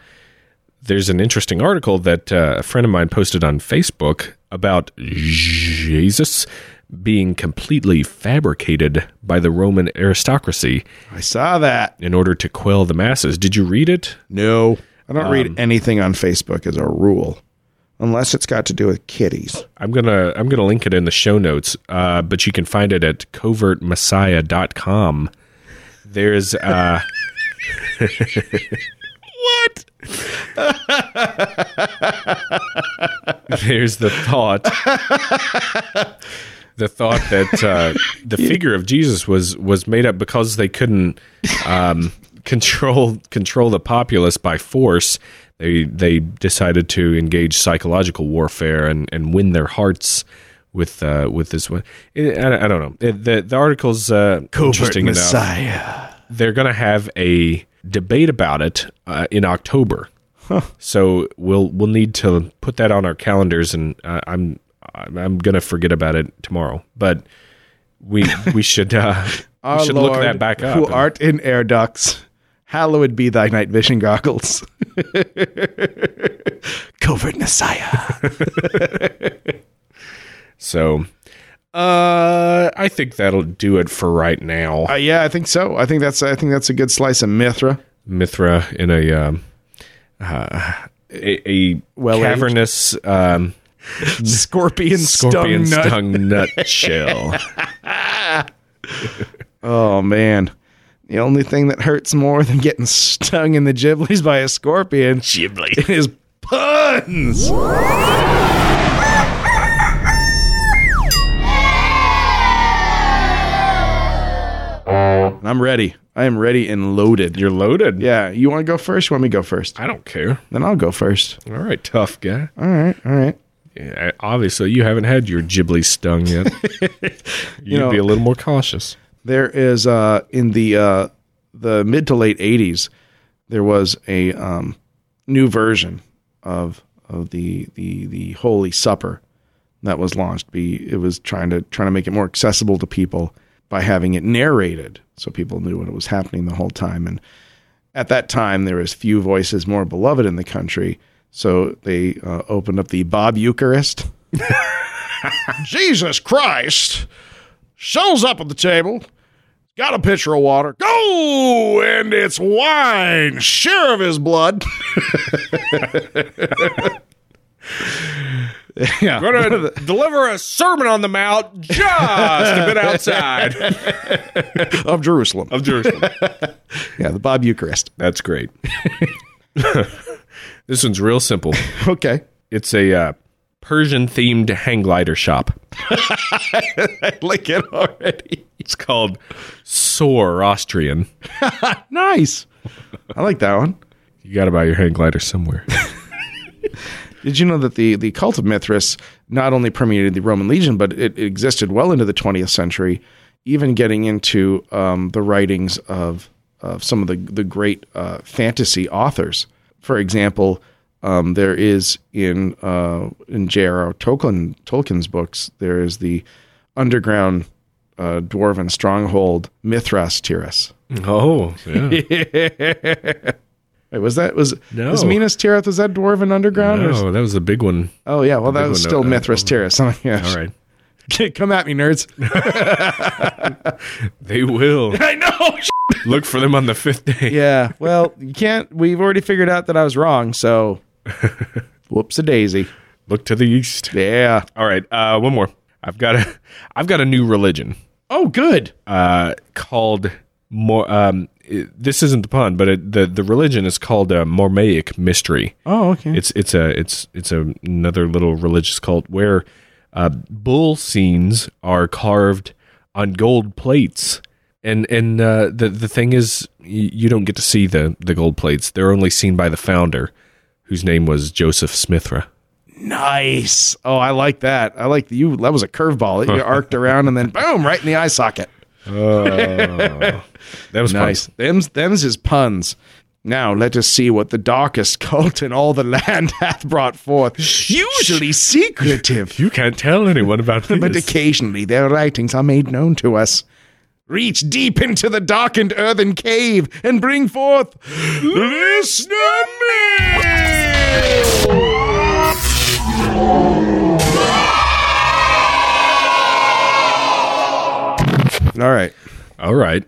[SPEAKER 2] There's an interesting article that uh, a friend of mine posted on Facebook about Jesus being completely fabricated by the Roman aristocracy
[SPEAKER 1] I saw that
[SPEAKER 2] in order to quell the masses. Did you read it?
[SPEAKER 1] No. I don't
[SPEAKER 2] Um,
[SPEAKER 1] read anything on Facebook as a rule, unless it's got to do with kitties.
[SPEAKER 2] I'm gonna I'm gonna link it in the show notes, uh, but you can find it at covertmessiah.com. There's uh, what? There's the thought, the thought that uh, the figure of Jesus was was made up because they couldn't um, control control the populace by force. They they decided to engage psychological warfare and, and win their hearts with uh, with this one. I, I don't know. It- the the article's uh, interesting enough. They're going to have a debate about it uh, in October. So we'll we'll need to put that on our calendars, and uh, I'm I'm I'm gonna forget about it tomorrow. But we we should uh, we should look that back up.
[SPEAKER 1] Who
[SPEAKER 2] and-
[SPEAKER 1] art in air ducts, hallowed be thy night vision goggles. Covert Messiah.
[SPEAKER 2] So, uh, I think that'll do it for right now.
[SPEAKER 1] Uh, yeah, I think so. I think that's I think that's a good slice of Mithra.
[SPEAKER 2] Mithra in a um, uh, a, a
[SPEAKER 1] Well-aged.
[SPEAKER 2] cavernous um,
[SPEAKER 1] Scorpion,
[SPEAKER 2] scorpion
[SPEAKER 1] stung nut.
[SPEAKER 2] stung nutshell.
[SPEAKER 1] Oh man. The only thing that hurts more than getting stung in the giblies by a scorpion is puns. And I'm ready. I am ready and loaded.
[SPEAKER 2] You're loaded.
[SPEAKER 1] Yeah, you want to go first? You want me to go first?
[SPEAKER 2] I don't care.
[SPEAKER 1] Then I'll go first.
[SPEAKER 2] All right, tough guy.
[SPEAKER 1] All right, all right.
[SPEAKER 2] Yeah, obviously, you haven't had your Ghibli stung yet. You'd
[SPEAKER 1] know-
[SPEAKER 2] be a little more cautious.
[SPEAKER 1] There is uh in the uh the mid to late 80s there was a um new version of of the the the Holy Supper that was launched. Be it was trying to trying to make it more accessible to people. by having it narrated so people knew what was happening the whole time. And at that time, there was few voices more beloved in the country. So they uh, opened up the Bob Eucharist. Jesus Christ shows up at the table, got a pitcher of water, go, and it's wine, sure of his blood. yeah.
[SPEAKER 2] Gonna deliver a sermon on the mount just a bit outside
[SPEAKER 1] of Jerusalem.
[SPEAKER 2] of Jerusalem.
[SPEAKER 1] Yeah, the Bob Eucharist.
[SPEAKER 2] That's great. this one's real simple.
[SPEAKER 1] Okay.
[SPEAKER 2] It's a uh, Persian themed hang glider shop.
[SPEAKER 1] I like it already.
[SPEAKER 2] It's called Soar Austrian.
[SPEAKER 1] Nice. I like that one.
[SPEAKER 2] You got to buy your hang glider somewhere.
[SPEAKER 1] Did you know that the, the cult of Mithras not only permeated the Roman legion, but it, it existed well into the 20th century, even getting into um, the writings of, of some of the, the great uh, fantasy authors. For example, um, there is in uh, in J.R.R. Tolkien, Tolkien's books, there is the underground uh, dwarven stronghold Mithras Tirith.
[SPEAKER 2] oh, yeah.
[SPEAKER 1] Wait, was that was
[SPEAKER 2] No.
[SPEAKER 1] was Minas Tirith? Was that dwarven underground? or-
[SPEAKER 2] No, that was the big one.
[SPEAKER 1] oh yeah, well that
[SPEAKER 2] big
[SPEAKER 1] was
[SPEAKER 2] one,
[SPEAKER 1] still
[SPEAKER 2] uh,
[SPEAKER 1] Mithras Tirith. Oh, yeah.
[SPEAKER 2] All right.
[SPEAKER 1] Come at me, nerds.
[SPEAKER 2] They will.
[SPEAKER 1] I know.
[SPEAKER 2] Look for them on the fifth day.
[SPEAKER 1] yeah. Well, you can't. We've already figured out that I was wrong. So, whoops a daisy.
[SPEAKER 2] Look to the east.
[SPEAKER 1] Yeah.
[SPEAKER 2] All right, uh, one more. I've got a, I've got a new religion
[SPEAKER 1] Oh, good.
[SPEAKER 2] uh, called more. Um, it- this isn't the pun, but it, the the religion is called uh, Mormaic mystery.
[SPEAKER 1] Oh, okay.
[SPEAKER 2] It's it's a it's it's a, another little religious cult where uh, bull scenes are carved on gold plates, and and uh, the the thing is y- you don't get to see the the gold plates. They're only seen by the founder, whose name was Joseph Smithra.
[SPEAKER 1] nice. Oh, I like that. I like the, you. That was a curveball. It arced around and then boom, right in the eye socket.
[SPEAKER 2] That was
[SPEAKER 1] Nice.
[SPEAKER 2] fun.
[SPEAKER 1] Them's them's his puns. Now let us see what the darkest cult in all the land hath brought forth. Usually secretive.
[SPEAKER 2] You can't tell anyone about this.
[SPEAKER 1] but occasionally their writings are made known to us. Reach deep into the darkened earthen cave and bring forth Listener Mail! All right.
[SPEAKER 2] All right.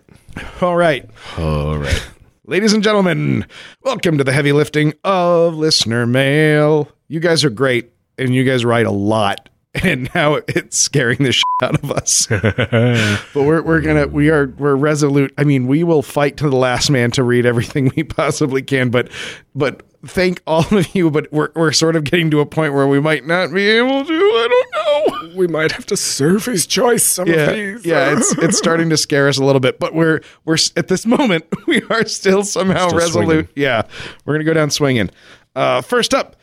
[SPEAKER 1] All right.
[SPEAKER 2] All right.
[SPEAKER 1] Ladies and gentlemen, welcome to the heavy lifting of listener mail. You guys are great and you guys write a lot. And now it's scaring the shit out of us. but we're, we're gonna we are we're resolute. I mean, we will fight to the last man to read everything we possibly can, but but thank all of you, but we're we're sort of getting to a point where we might not be able to. I don't know
[SPEAKER 2] We might have to surface choice some
[SPEAKER 1] yeah, yeah, it's it's starting to scare us a little bit, but we're we're s- at this moment we are still somehow
[SPEAKER 2] Still
[SPEAKER 1] resolute.
[SPEAKER 2] swinging.
[SPEAKER 1] Yeah, we're gonna go down swinging. Uh, first up,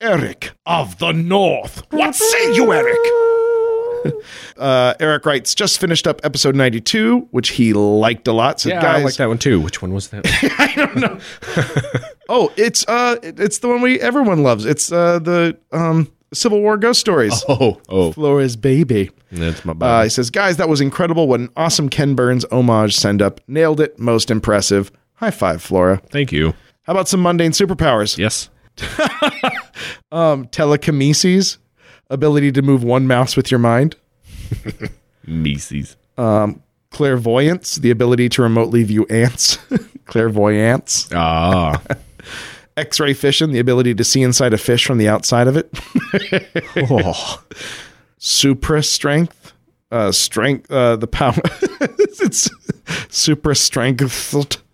[SPEAKER 1] Eric of the North. What say you, Eric? uh, Eric writes, just finished up episode ninety two, which he liked a lot. So guys,
[SPEAKER 2] I like that one too. Which one was that?
[SPEAKER 1] oh, it's uh, it- it's the one we everyone loves. It's uh, the um, Civil War ghost stories.
[SPEAKER 2] oh, oh,
[SPEAKER 1] Flores baby.
[SPEAKER 2] that's my
[SPEAKER 1] Uh,
[SPEAKER 2] bad.
[SPEAKER 1] he says, guys, that was incredible. What an awesome Ken Burns homage send up. Nailed it. Most impressive. High five, Flora.
[SPEAKER 2] Thank you.
[SPEAKER 1] How about some mundane superpowers?
[SPEAKER 2] Yes.
[SPEAKER 1] Um, telekinesis, ability to move one mouse with your mind.
[SPEAKER 2] Mises.
[SPEAKER 1] Clairvoyance, the ability to remotely view ants. Clairvoyance.
[SPEAKER 2] Ah,
[SPEAKER 1] X ray vision, the ability to see inside a fish from the outside of it. Oh. Supra strength. Uh, strength, uh, the power. it's supra strength,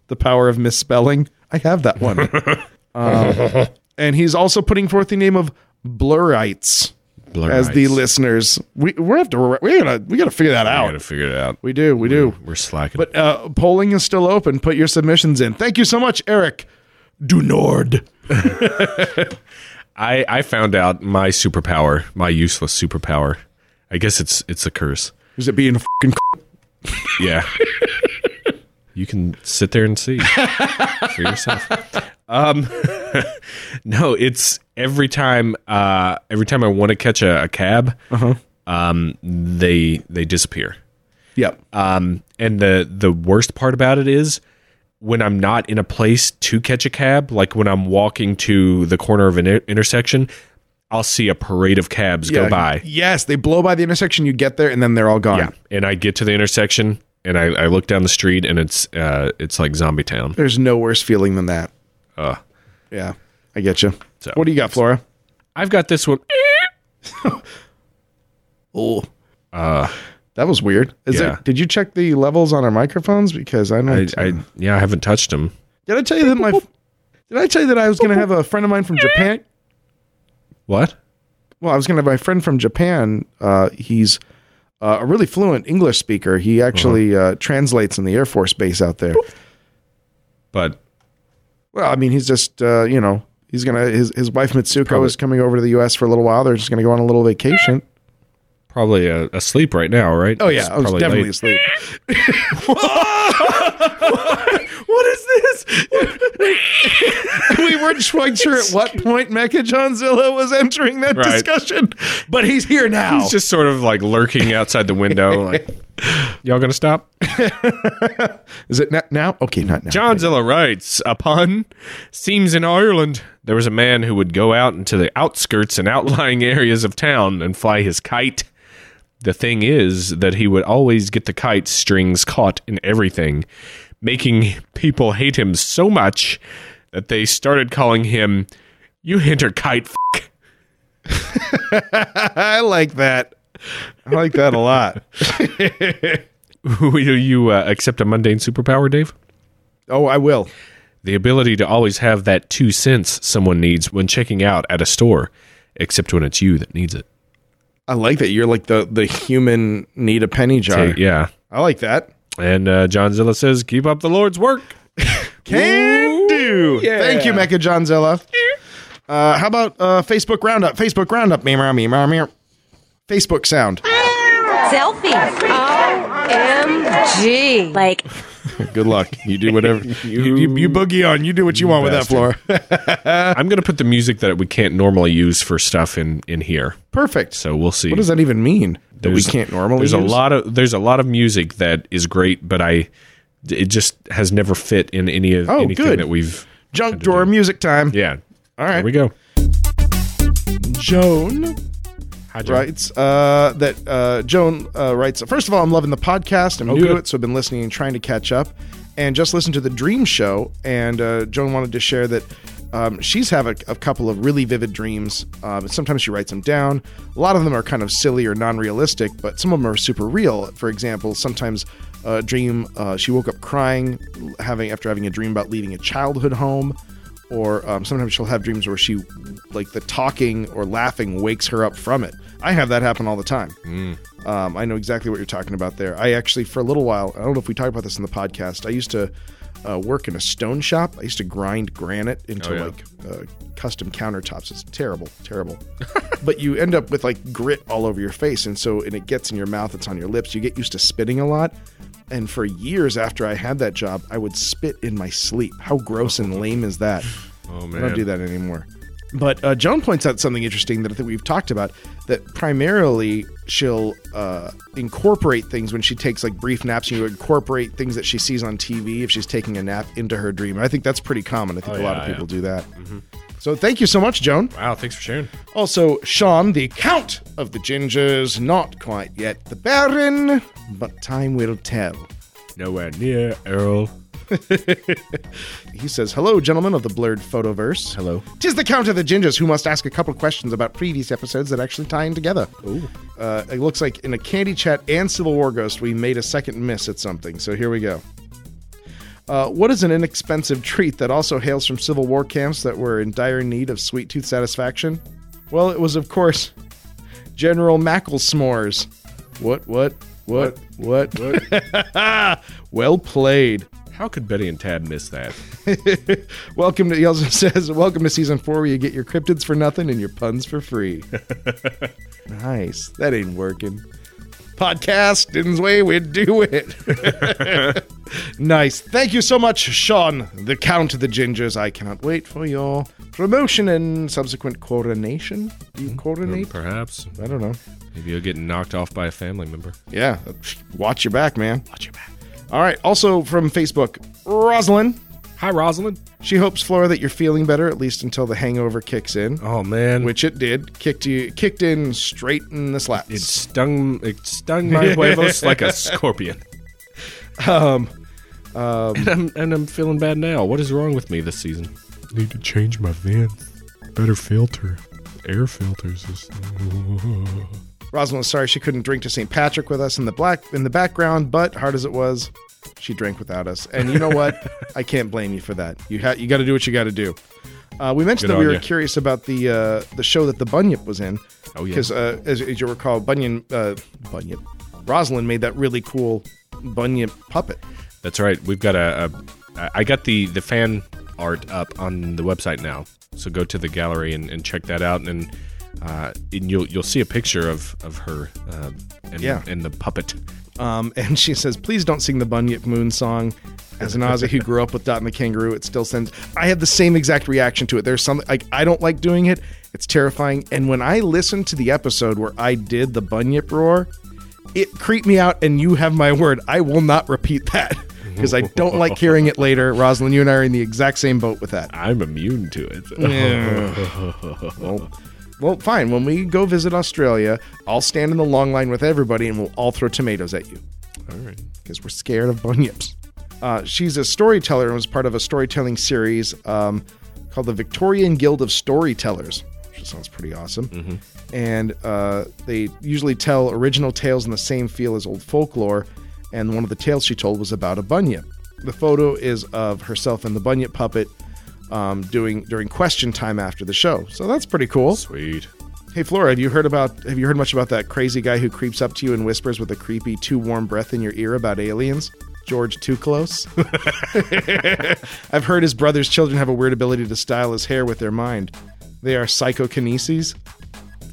[SPEAKER 1] the power of misspelling. I have that one. um, and he's also putting forth the name of Blurites
[SPEAKER 2] Blur
[SPEAKER 1] as the
[SPEAKER 2] eyes.
[SPEAKER 1] listeners. We we have to we gotta we gotta figure that
[SPEAKER 2] I
[SPEAKER 1] out.
[SPEAKER 2] gotta figure it out.
[SPEAKER 1] we do we do.
[SPEAKER 2] We're slacking.
[SPEAKER 1] But uh, polling is still open. Put your submissions in. Thank you so much, Eric. Du Nord.
[SPEAKER 2] I I found out my superpower, my useless superpower. I guess it's it's a curse.
[SPEAKER 1] Is it being a fucking
[SPEAKER 2] Yeah. you can sit there and see for yourself. Um, no, it's every time. Uh, Uh-huh. every time I want to catch a, a cab, um, they they disappear.
[SPEAKER 1] Yep.
[SPEAKER 2] Um, and the the worst part about it is when I'm not in a place to catch a cab, like when I'm walking to the corner of an inter- intersection, I'll see a parade of cabs
[SPEAKER 1] Yeah.
[SPEAKER 2] go by.
[SPEAKER 1] Yes, they blow by the intersection. You get there, and then they're all gone.
[SPEAKER 2] Yeah, and I get to the intersection and I, I look down the street and it's uh, it's like Zombie Town.
[SPEAKER 1] There's no worse feeling than that. Uh, yeah, I get you.
[SPEAKER 2] So-
[SPEAKER 1] what do you got, Flora?
[SPEAKER 2] I've got this one.
[SPEAKER 1] Oh, uh, that was weird. Is
[SPEAKER 2] yeah.
[SPEAKER 1] there, did you check the levels on our microphones? Because I
[SPEAKER 2] I,
[SPEAKER 1] don't.
[SPEAKER 2] I yeah, I haven't touched them.
[SPEAKER 1] did I tell you that my? Did I tell you that I was going to have a friend of mine from Japan?
[SPEAKER 2] What?
[SPEAKER 1] Well, I was going to have my friend from Japan. Uh, he's uh, a really fluent English speaker. He actually
[SPEAKER 2] Uh-huh.
[SPEAKER 1] uh translates in the Air Force base out there.
[SPEAKER 2] But
[SPEAKER 1] Well, I mean, he's just uh, you know he's gonna his his wife Mitsuko is coming over to the U.S. for a little while. They're just gonna go on a little vacation.
[SPEAKER 2] probably uh, asleep right now, right?
[SPEAKER 1] Oh yeah,
[SPEAKER 2] It's
[SPEAKER 1] I was
[SPEAKER 2] probably
[SPEAKER 1] definitely
[SPEAKER 2] late.
[SPEAKER 1] asleep. what is this? we weren't quite sure at what point Mecha Johnzilla was entering that
[SPEAKER 2] Right.
[SPEAKER 1] discussion, but he's here now.
[SPEAKER 2] He's just sort of like lurking outside the window. Like, y'all gonna stop?
[SPEAKER 1] is it na- now? Okay, not now.
[SPEAKER 2] Johnzilla writes upon seems in Ireland there was a man who would go out into the outskirts and outlying areas of town and fly his kite. The thing is that he would always get the kite strings caught in everything, making people hate him so much that they started calling him "You hinter kite." F-.
[SPEAKER 1] I like that. I like that a lot.
[SPEAKER 2] Will you uh, accept a mundane superpower, Dave?
[SPEAKER 1] Oh, I will.
[SPEAKER 2] The ability to always have that two cents someone needs when checking out at a store, except when it's you that needs it.
[SPEAKER 1] I like that. You're like the the human need a penny jar.
[SPEAKER 2] yeah.
[SPEAKER 1] I like that.
[SPEAKER 2] And uh, John Zilla says, "Keep up the Lord's work."
[SPEAKER 1] Can do. Thank you, Mecha Johnzilla. Uh, how about uh, Facebook Roundup? Facebook Roundup. Meow, meow, meow, meow, meow. Facebook sound.
[SPEAKER 8] Selfie. OMG. Like,
[SPEAKER 1] Good luck. You do whatever. you, you, you boogie on. You do what you want with that, Flora. Uh,
[SPEAKER 2] I'm going to put the music that we can't normally use for stuff in in here,
[SPEAKER 1] Perfect. So,
[SPEAKER 2] so we'll see.
[SPEAKER 1] what does that even mean? That we
[SPEAKER 2] There's-
[SPEAKER 1] can't normally
[SPEAKER 2] There's
[SPEAKER 1] use?
[SPEAKER 2] a lot of there's a lot of music that is great, but I it just has never fit in any of
[SPEAKER 1] Oh,
[SPEAKER 2] anything
[SPEAKER 1] good.
[SPEAKER 2] that we've.
[SPEAKER 1] Junk drawer music time.
[SPEAKER 2] Yeah.
[SPEAKER 1] All right.
[SPEAKER 2] There we go.
[SPEAKER 1] Joan
[SPEAKER 2] Hi, John.
[SPEAKER 1] writes uh, that uh, Joan uh, writes. First of all, I'm loving the podcast. I'm new to
[SPEAKER 2] good.
[SPEAKER 1] it, so I've been listening and trying to catch up. And just listened to the Dream Show, and uh, Joan wanted to share that um, she's have a, a couple of really vivid dreams. Um, sometimes she writes them down. A lot of them are kind of silly or non-realistic, but some of them are super real. For example, sometimes a dream uh, she woke up crying, having after having a dream about leaving a childhood home or um, sometimes she'll have dreams where she like the talking or laughing wakes her up from it i have that happen all the time um, i know exactly what you're talking about there i actually for a little while i don't know if we talked about this in the podcast i used to uh, work in a stone shop i used to grind granite into
[SPEAKER 2] Oh, yeah.
[SPEAKER 1] like uh, custom countertops it's terrible terrible but you end up with like grit all over your face and so and it gets in your mouth it's on your lips you get used to spitting a lot and for years after i had that job i would spit in my sleep how gross and lame is that
[SPEAKER 2] Oh
[SPEAKER 1] I don't do
[SPEAKER 2] man.
[SPEAKER 1] that anymore. But uh, Joan points out something interesting that I think we've talked about that primarily she'll uh, incorporate things when she takes like brief naps. You incorporate things that she sees on TV if she's taking a nap into her dream. And I think that's pretty common. I think a lot of
[SPEAKER 2] yeah, Oh, yeah. Mm-hmm.
[SPEAKER 1] people do that. So thank you so much, Joan.
[SPEAKER 2] Wow. Thanks for sharing.
[SPEAKER 1] Also, Sean, the Count of the Gingers, not quite yet the Baron, but time will tell.
[SPEAKER 2] Nowhere near Earl.
[SPEAKER 1] He says, Hello, gentlemen of the blurred photoverse. Hello. Tis the Count of the Gingers who must ask a couple questions about previous episodes that actually tie in together. Ooh. Uh, it looks like in a Candy Chat and Civil War Ghost, we made a second miss at something. So here we go. Uh, what is an inexpensive treat that also hails from Civil War camps that were in dire need of sweet tooth satisfaction? Well, it was, of course, General Mackle S'mores. What, what, what, what? what? well played.
[SPEAKER 2] How could Betty and Tad miss that?
[SPEAKER 1] Welcome to, he also says, welcome to season four where you get your cryptids for nothing and your puns for free. nice. That ain't working. Podcasting's way we do it. nice. Thank you so much, Sean, the Count of the Gingers. I cannot wait for your Mm-hmm. promotion and subsequent coronation. Do you coronate?
[SPEAKER 2] Perhaps
[SPEAKER 1] I don't know.
[SPEAKER 2] Maybe you're getting knocked off by a family member.
[SPEAKER 1] Yeah, watch your back, man. Watch your back. All right. Also from Facebook, Rosalind.
[SPEAKER 2] Hi, Rosalind.
[SPEAKER 1] She hopes, Flora, that you're feeling better at least until the hangover kicks in,
[SPEAKER 2] Oh man,
[SPEAKER 1] which it did. Kicked you, kicked in straight in the slaps.
[SPEAKER 2] it stung it stung my huevos like a scorpion. Um, and I'm and I'm feeling bad now. What is wrong with me this season?
[SPEAKER 9] Need to change my vents. Better filter. Air filters is.
[SPEAKER 1] Rosalind was sorry she couldn't drink to St. Patrick with us in the black in the background, but hard as it was, she drank without us. And you know what? I can't blame you for that. You ha- you got to do what you got to do. Uh, we mentioned
[SPEAKER 2] Good
[SPEAKER 1] that we
[SPEAKER 2] on
[SPEAKER 1] were
[SPEAKER 2] ya.
[SPEAKER 1] curious about the uh, the show that the Bunyip was in.
[SPEAKER 2] Oh, yeah.
[SPEAKER 1] because uh, as, as you recall, Bunyan uh, Bunyip Rosalind made that really cool Bunyip puppet.
[SPEAKER 2] That's right. We've got a, a I got the the fan art up on the website now. So go to the gallery and, and check that out, and uh, and you'll you'll see a picture of of her uh, and
[SPEAKER 1] Yeah.
[SPEAKER 2] and the puppet.
[SPEAKER 1] Um, and she says, please don't sing the Bunyip Moon song. As an Aussie who grew up with Dot and the Kangaroo, it still sends. I have the same exact reaction to it. There's some like I don't like doing it. It's terrifying. And when I listened to the episode where I did the Bunyip roar, it creeped me out. And you have my word, I will not repeat that because I don't like hearing it later. Rosalind, you and I are in the exact same boat with that.
[SPEAKER 2] I'm immune to it. Oh,
[SPEAKER 1] well, well, fine. When we go visit Australia, I'll stand in the long line with everybody, and we'll all throw tomatoes at you.
[SPEAKER 2] All right.
[SPEAKER 1] because we're scared of bunyips. Uh, she's a storyteller and was part of a storytelling series um, called the Victorian Guild of Storytellers, which sounds pretty awesome.
[SPEAKER 2] Mm-hmm.
[SPEAKER 1] And uh, they usually tell original tales in the same feel as old folklore. And one of the tales she told was about a bunyip. The photo is of herself and the bunyip puppet um, doing during question time after the show. So that's pretty cool.
[SPEAKER 2] Sweet.
[SPEAKER 1] Hey Flora, have you heard about have you heard much about that crazy guy who creeps up to you and whispers with a creepy too warm breath in your ear about aliens? George Too Close? I've heard his brother's children have a weird ability to style his hair with their mind. They are psychokineses.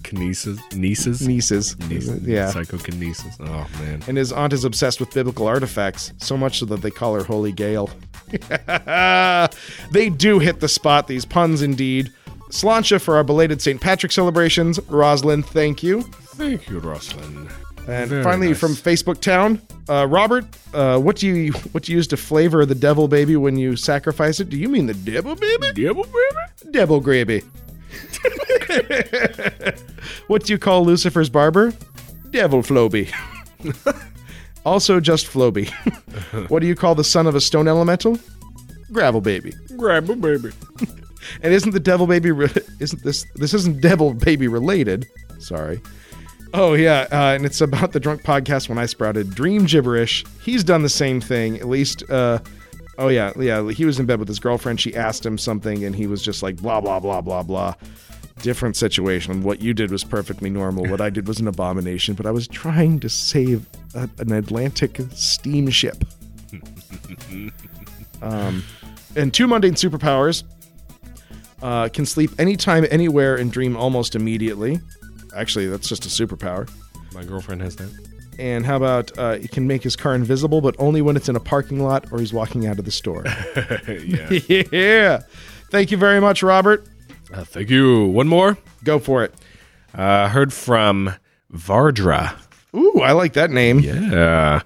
[SPEAKER 2] Kinesis, nieces,
[SPEAKER 1] Nieces.
[SPEAKER 2] Nieces.
[SPEAKER 1] Yeah.
[SPEAKER 2] Psychokinesis. Oh man.
[SPEAKER 1] and his aunt is obsessed with biblical artifacts, so much so that they call her Holy Gale. they do hit the spot, these puns indeed. Slancha for our belated St. Patrick celebrations. Rosalind, thank you.
[SPEAKER 2] Thank you, Rosalind.
[SPEAKER 1] And
[SPEAKER 2] Very
[SPEAKER 1] finally,
[SPEAKER 2] nice.
[SPEAKER 1] from Facebook Town, uh, Robert, uh, what do you what do you use to flavor the devil baby when you sacrifice it? Do you mean the devil baby?
[SPEAKER 2] Devil baby.
[SPEAKER 1] Devil gravy. what do you call Lucifer's barber? Devil Floby. also, just Floby. what do you call the son of a stone elemental? Gravel baby.
[SPEAKER 2] Grab a baby.
[SPEAKER 1] And isn't the devil baby re- isn't this this isn't devil baby related? Sorry. Oh yeah, uh, and it's about the drunk podcast when I sprouted dream gibberish. He's done the same thing. At least, uh, oh yeah, yeah. He was in bed with his girlfriend. She asked him something, and he was just like blah blah blah blah blah. Different situation. What you did was perfectly normal. What I did was an abomination. But I was trying to save a, an Atlantic steamship. um, and two mundane superpowers uh, can sleep anytime, anywhere, and dream almost immediately. Actually, that's just a superpower.
[SPEAKER 2] My girlfriend has that.
[SPEAKER 1] And how about uh, he can make his car invisible, but only when it's in a parking lot or he's walking out of the store?
[SPEAKER 2] yeah.
[SPEAKER 1] yeah. Thank you very much, Robert.
[SPEAKER 2] Uh, thank you. One more.
[SPEAKER 1] Go for it.
[SPEAKER 2] Uh, heard from Vardra.
[SPEAKER 1] Ooh, I like that name.
[SPEAKER 2] Yeah.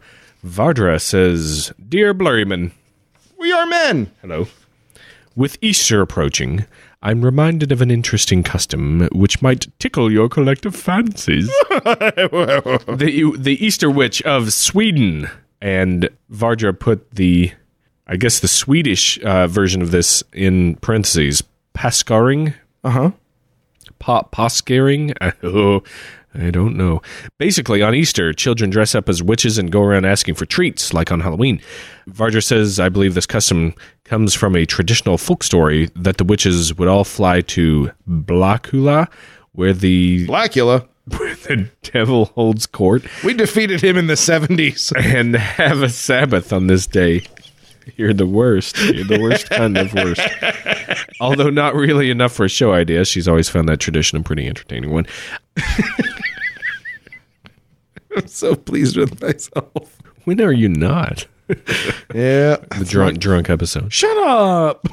[SPEAKER 2] Vardra says, Dear Blurryman,
[SPEAKER 1] We are men.
[SPEAKER 2] hello. With Easter approaching, I'm reminded of an interesting custom which might tickle your collective fancies. the, the Easter Witch of Sweden. And Vardra put the, I guess, the Swedish uh, version of this in parentheses. Pascaring,
[SPEAKER 1] Uh huh.
[SPEAKER 2] pop poscaring. Oh, I don't know. Basically, on Easter, children dress up as witches and go around asking for treats, like on Halloween. Varger says, I believe this custom comes from a traditional folk story that the witches would all fly to Blacula, where the,
[SPEAKER 1] Blackula.
[SPEAKER 2] where the devil holds court,
[SPEAKER 1] We defeated him in the 70s.
[SPEAKER 2] and have a Sabbath on this day. You're the worst. You're the worst kind of worst. Although not really enough for a show idea. She's always found that tradition a pretty entertaining one.
[SPEAKER 1] I'm so pleased with myself.
[SPEAKER 2] When are you not?
[SPEAKER 1] Yeah.
[SPEAKER 2] The drunk drunk episode. Uh,
[SPEAKER 1] Shut up.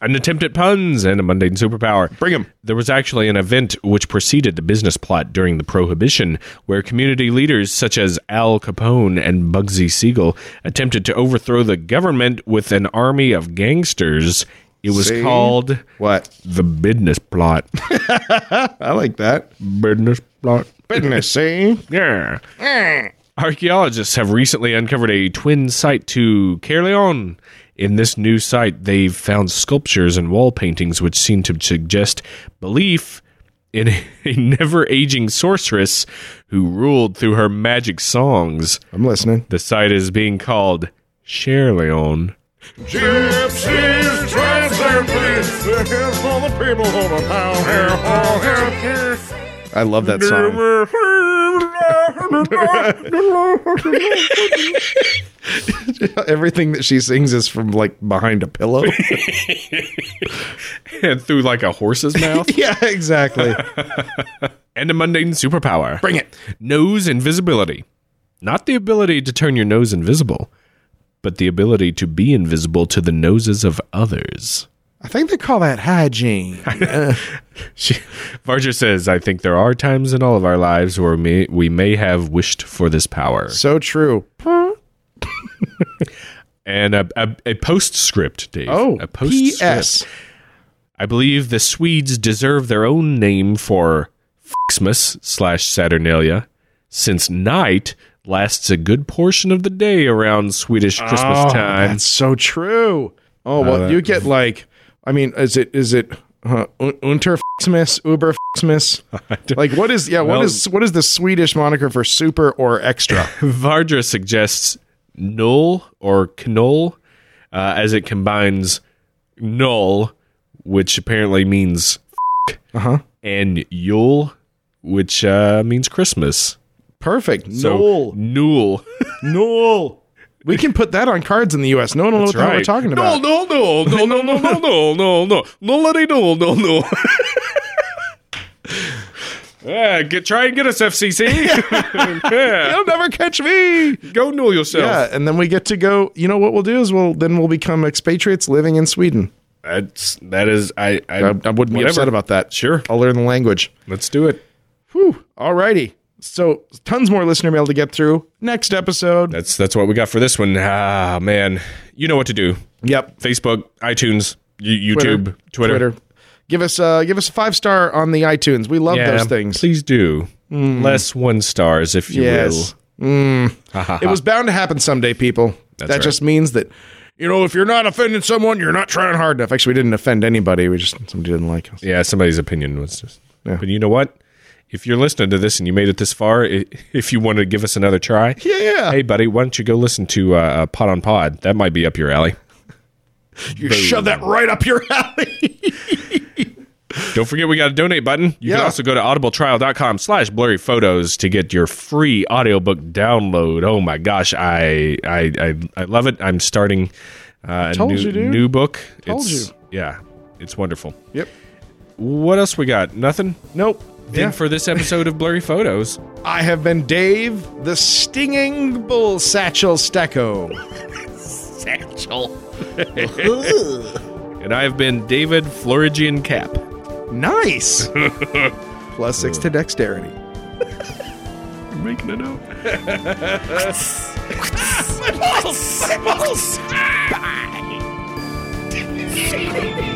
[SPEAKER 2] an attempt at puns and a mundane superpower.
[SPEAKER 1] Bring 'em.
[SPEAKER 2] There was actually an event which preceded the business plot during the Prohibition, where community leaders such as Al Capone and Bugsy Siegel attempted to overthrow the government with an army of gangsters. It was
[SPEAKER 1] See?
[SPEAKER 2] called
[SPEAKER 1] What?
[SPEAKER 2] the business plot.
[SPEAKER 1] I like that.
[SPEAKER 2] business plot.
[SPEAKER 1] Business, see?
[SPEAKER 2] Yeah. Archaeologists have recently uncovered a twin site to Caerleon. In this new site, they've found sculptures and wall paintings which seem to suggest belief in a never aging sorceress who ruled through her magic songs.
[SPEAKER 1] I'm listening.
[SPEAKER 2] The site is being called Cherleon.
[SPEAKER 1] Gypsies, I love that song. Everything that she sings is from like behind a pillow.
[SPEAKER 2] and through like a horse's mouth.
[SPEAKER 1] yeah, exactly.
[SPEAKER 2] and a mundane superpower.
[SPEAKER 1] Bring it.
[SPEAKER 2] Nose invisibility. Not the ability to turn your nose invisible, but the ability to be invisible to the noses of others.
[SPEAKER 1] I think they call that hygiene.
[SPEAKER 2] She, Varger says, I think there are times in all of our lives where me, we may have wished for this power.
[SPEAKER 1] so true.
[SPEAKER 2] And a, a, a postscript, Dave.
[SPEAKER 1] Oh,
[SPEAKER 2] a postscript.
[SPEAKER 1] P.S.
[SPEAKER 2] I believe the Swedes deserve their own name for Xmas slash Saturnalia, since night lasts a good portion of the day around Swedish Christmas time.
[SPEAKER 1] Oh,
[SPEAKER 2] Uh,
[SPEAKER 1] That's so true. Oh well, you get like, I mean, is it is it uh, un- Unter Xmas, Uber Xmas? Like, what is yeah?
[SPEAKER 2] Well-
[SPEAKER 1] what is what is the Swedish moniker for super or extra?
[SPEAKER 2] Vardra suggests null or knoll, uh, as it combines null, which apparently means
[SPEAKER 1] Uh-huh.
[SPEAKER 2] and Yule, which uh, means Christmas.
[SPEAKER 1] Perfect.
[SPEAKER 2] So,
[SPEAKER 1] Noel.
[SPEAKER 2] Newell.
[SPEAKER 1] Noel. We can put that on cards in the U.S. No one will know what the hell we're talking about.
[SPEAKER 2] No, no, no, no, no, no, no, no, no, no, no, no, no. Yeah, get try and get us FCC. yeah,
[SPEAKER 1] You'll never catch me.
[SPEAKER 2] go null yourself.
[SPEAKER 1] Yeah, and then we get to go. You know what we'll do is we'll then we'll become expatriates living in Sweden.
[SPEAKER 2] That's that is I I,
[SPEAKER 1] I, I wouldn't be upset about that.
[SPEAKER 2] Sure.
[SPEAKER 1] I'll learn the language.
[SPEAKER 2] Let's do it.
[SPEAKER 1] Whew. Alrighty. So tons more listener mail to get through. Next episode.
[SPEAKER 2] That's that's what we got for this one. Ah man, you know what to do.
[SPEAKER 1] Yep.
[SPEAKER 2] Facebook, iTunes, y- YouTube, Twitter.
[SPEAKER 1] Give us uh give us a five star on the iTunes. We love those things. Hmm.
[SPEAKER 2] Please do less one stars if you
[SPEAKER 1] Yes. Mm.
[SPEAKER 2] will.
[SPEAKER 1] It was bound to happen someday, people.
[SPEAKER 2] That's
[SPEAKER 1] that
[SPEAKER 2] right.
[SPEAKER 1] just means that you know, if you're not offending someone, you're not trying hard enough. Actually, we didn't offend anybody. We just somebody didn't like us.
[SPEAKER 2] Yeah, somebody's opinion was just.
[SPEAKER 1] Yeah.
[SPEAKER 2] But you know what? If you're listening to this and you made it this far, i- if you want to give us another try,
[SPEAKER 1] Yeah, yeah.
[SPEAKER 2] Hey, buddy, why don't you go listen to uh, uh, Pod on Pod? That might be up your alley.
[SPEAKER 1] you shove that right up your alley.
[SPEAKER 2] Don't forget we got a donate button. You
[SPEAKER 1] Yeah.
[SPEAKER 2] can also go to audibletrial.com slash blurry photos to get your free audiobook download. Oh my gosh, I I I, I love it. I'm starting uh, a
[SPEAKER 1] Told
[SPEAKER 2] new,
[SPEAKER 1] you, dude.
[SPEAKER 2] new book.
[SPEAKER 1] Told
[SPEAKER 2] it's yeah. It's wonderful.
[SPEAKER 1] yep.
[SPEAKER 2] What else we got? Nothing?
[SPEAKER 1] Nope.
[SPEAKER 2] Then for this episode of Blurry Photos.
[SPEAKER 1] I have been Dave, the stinging bull satchel stecco.
[SPEAKER 2] And I've been David Florigian Cap.
[SPEAKER 1] Nice. Plus six to dexterity.
[SPEAKER 2] Making it up.
[SPEAKER 4] Bye.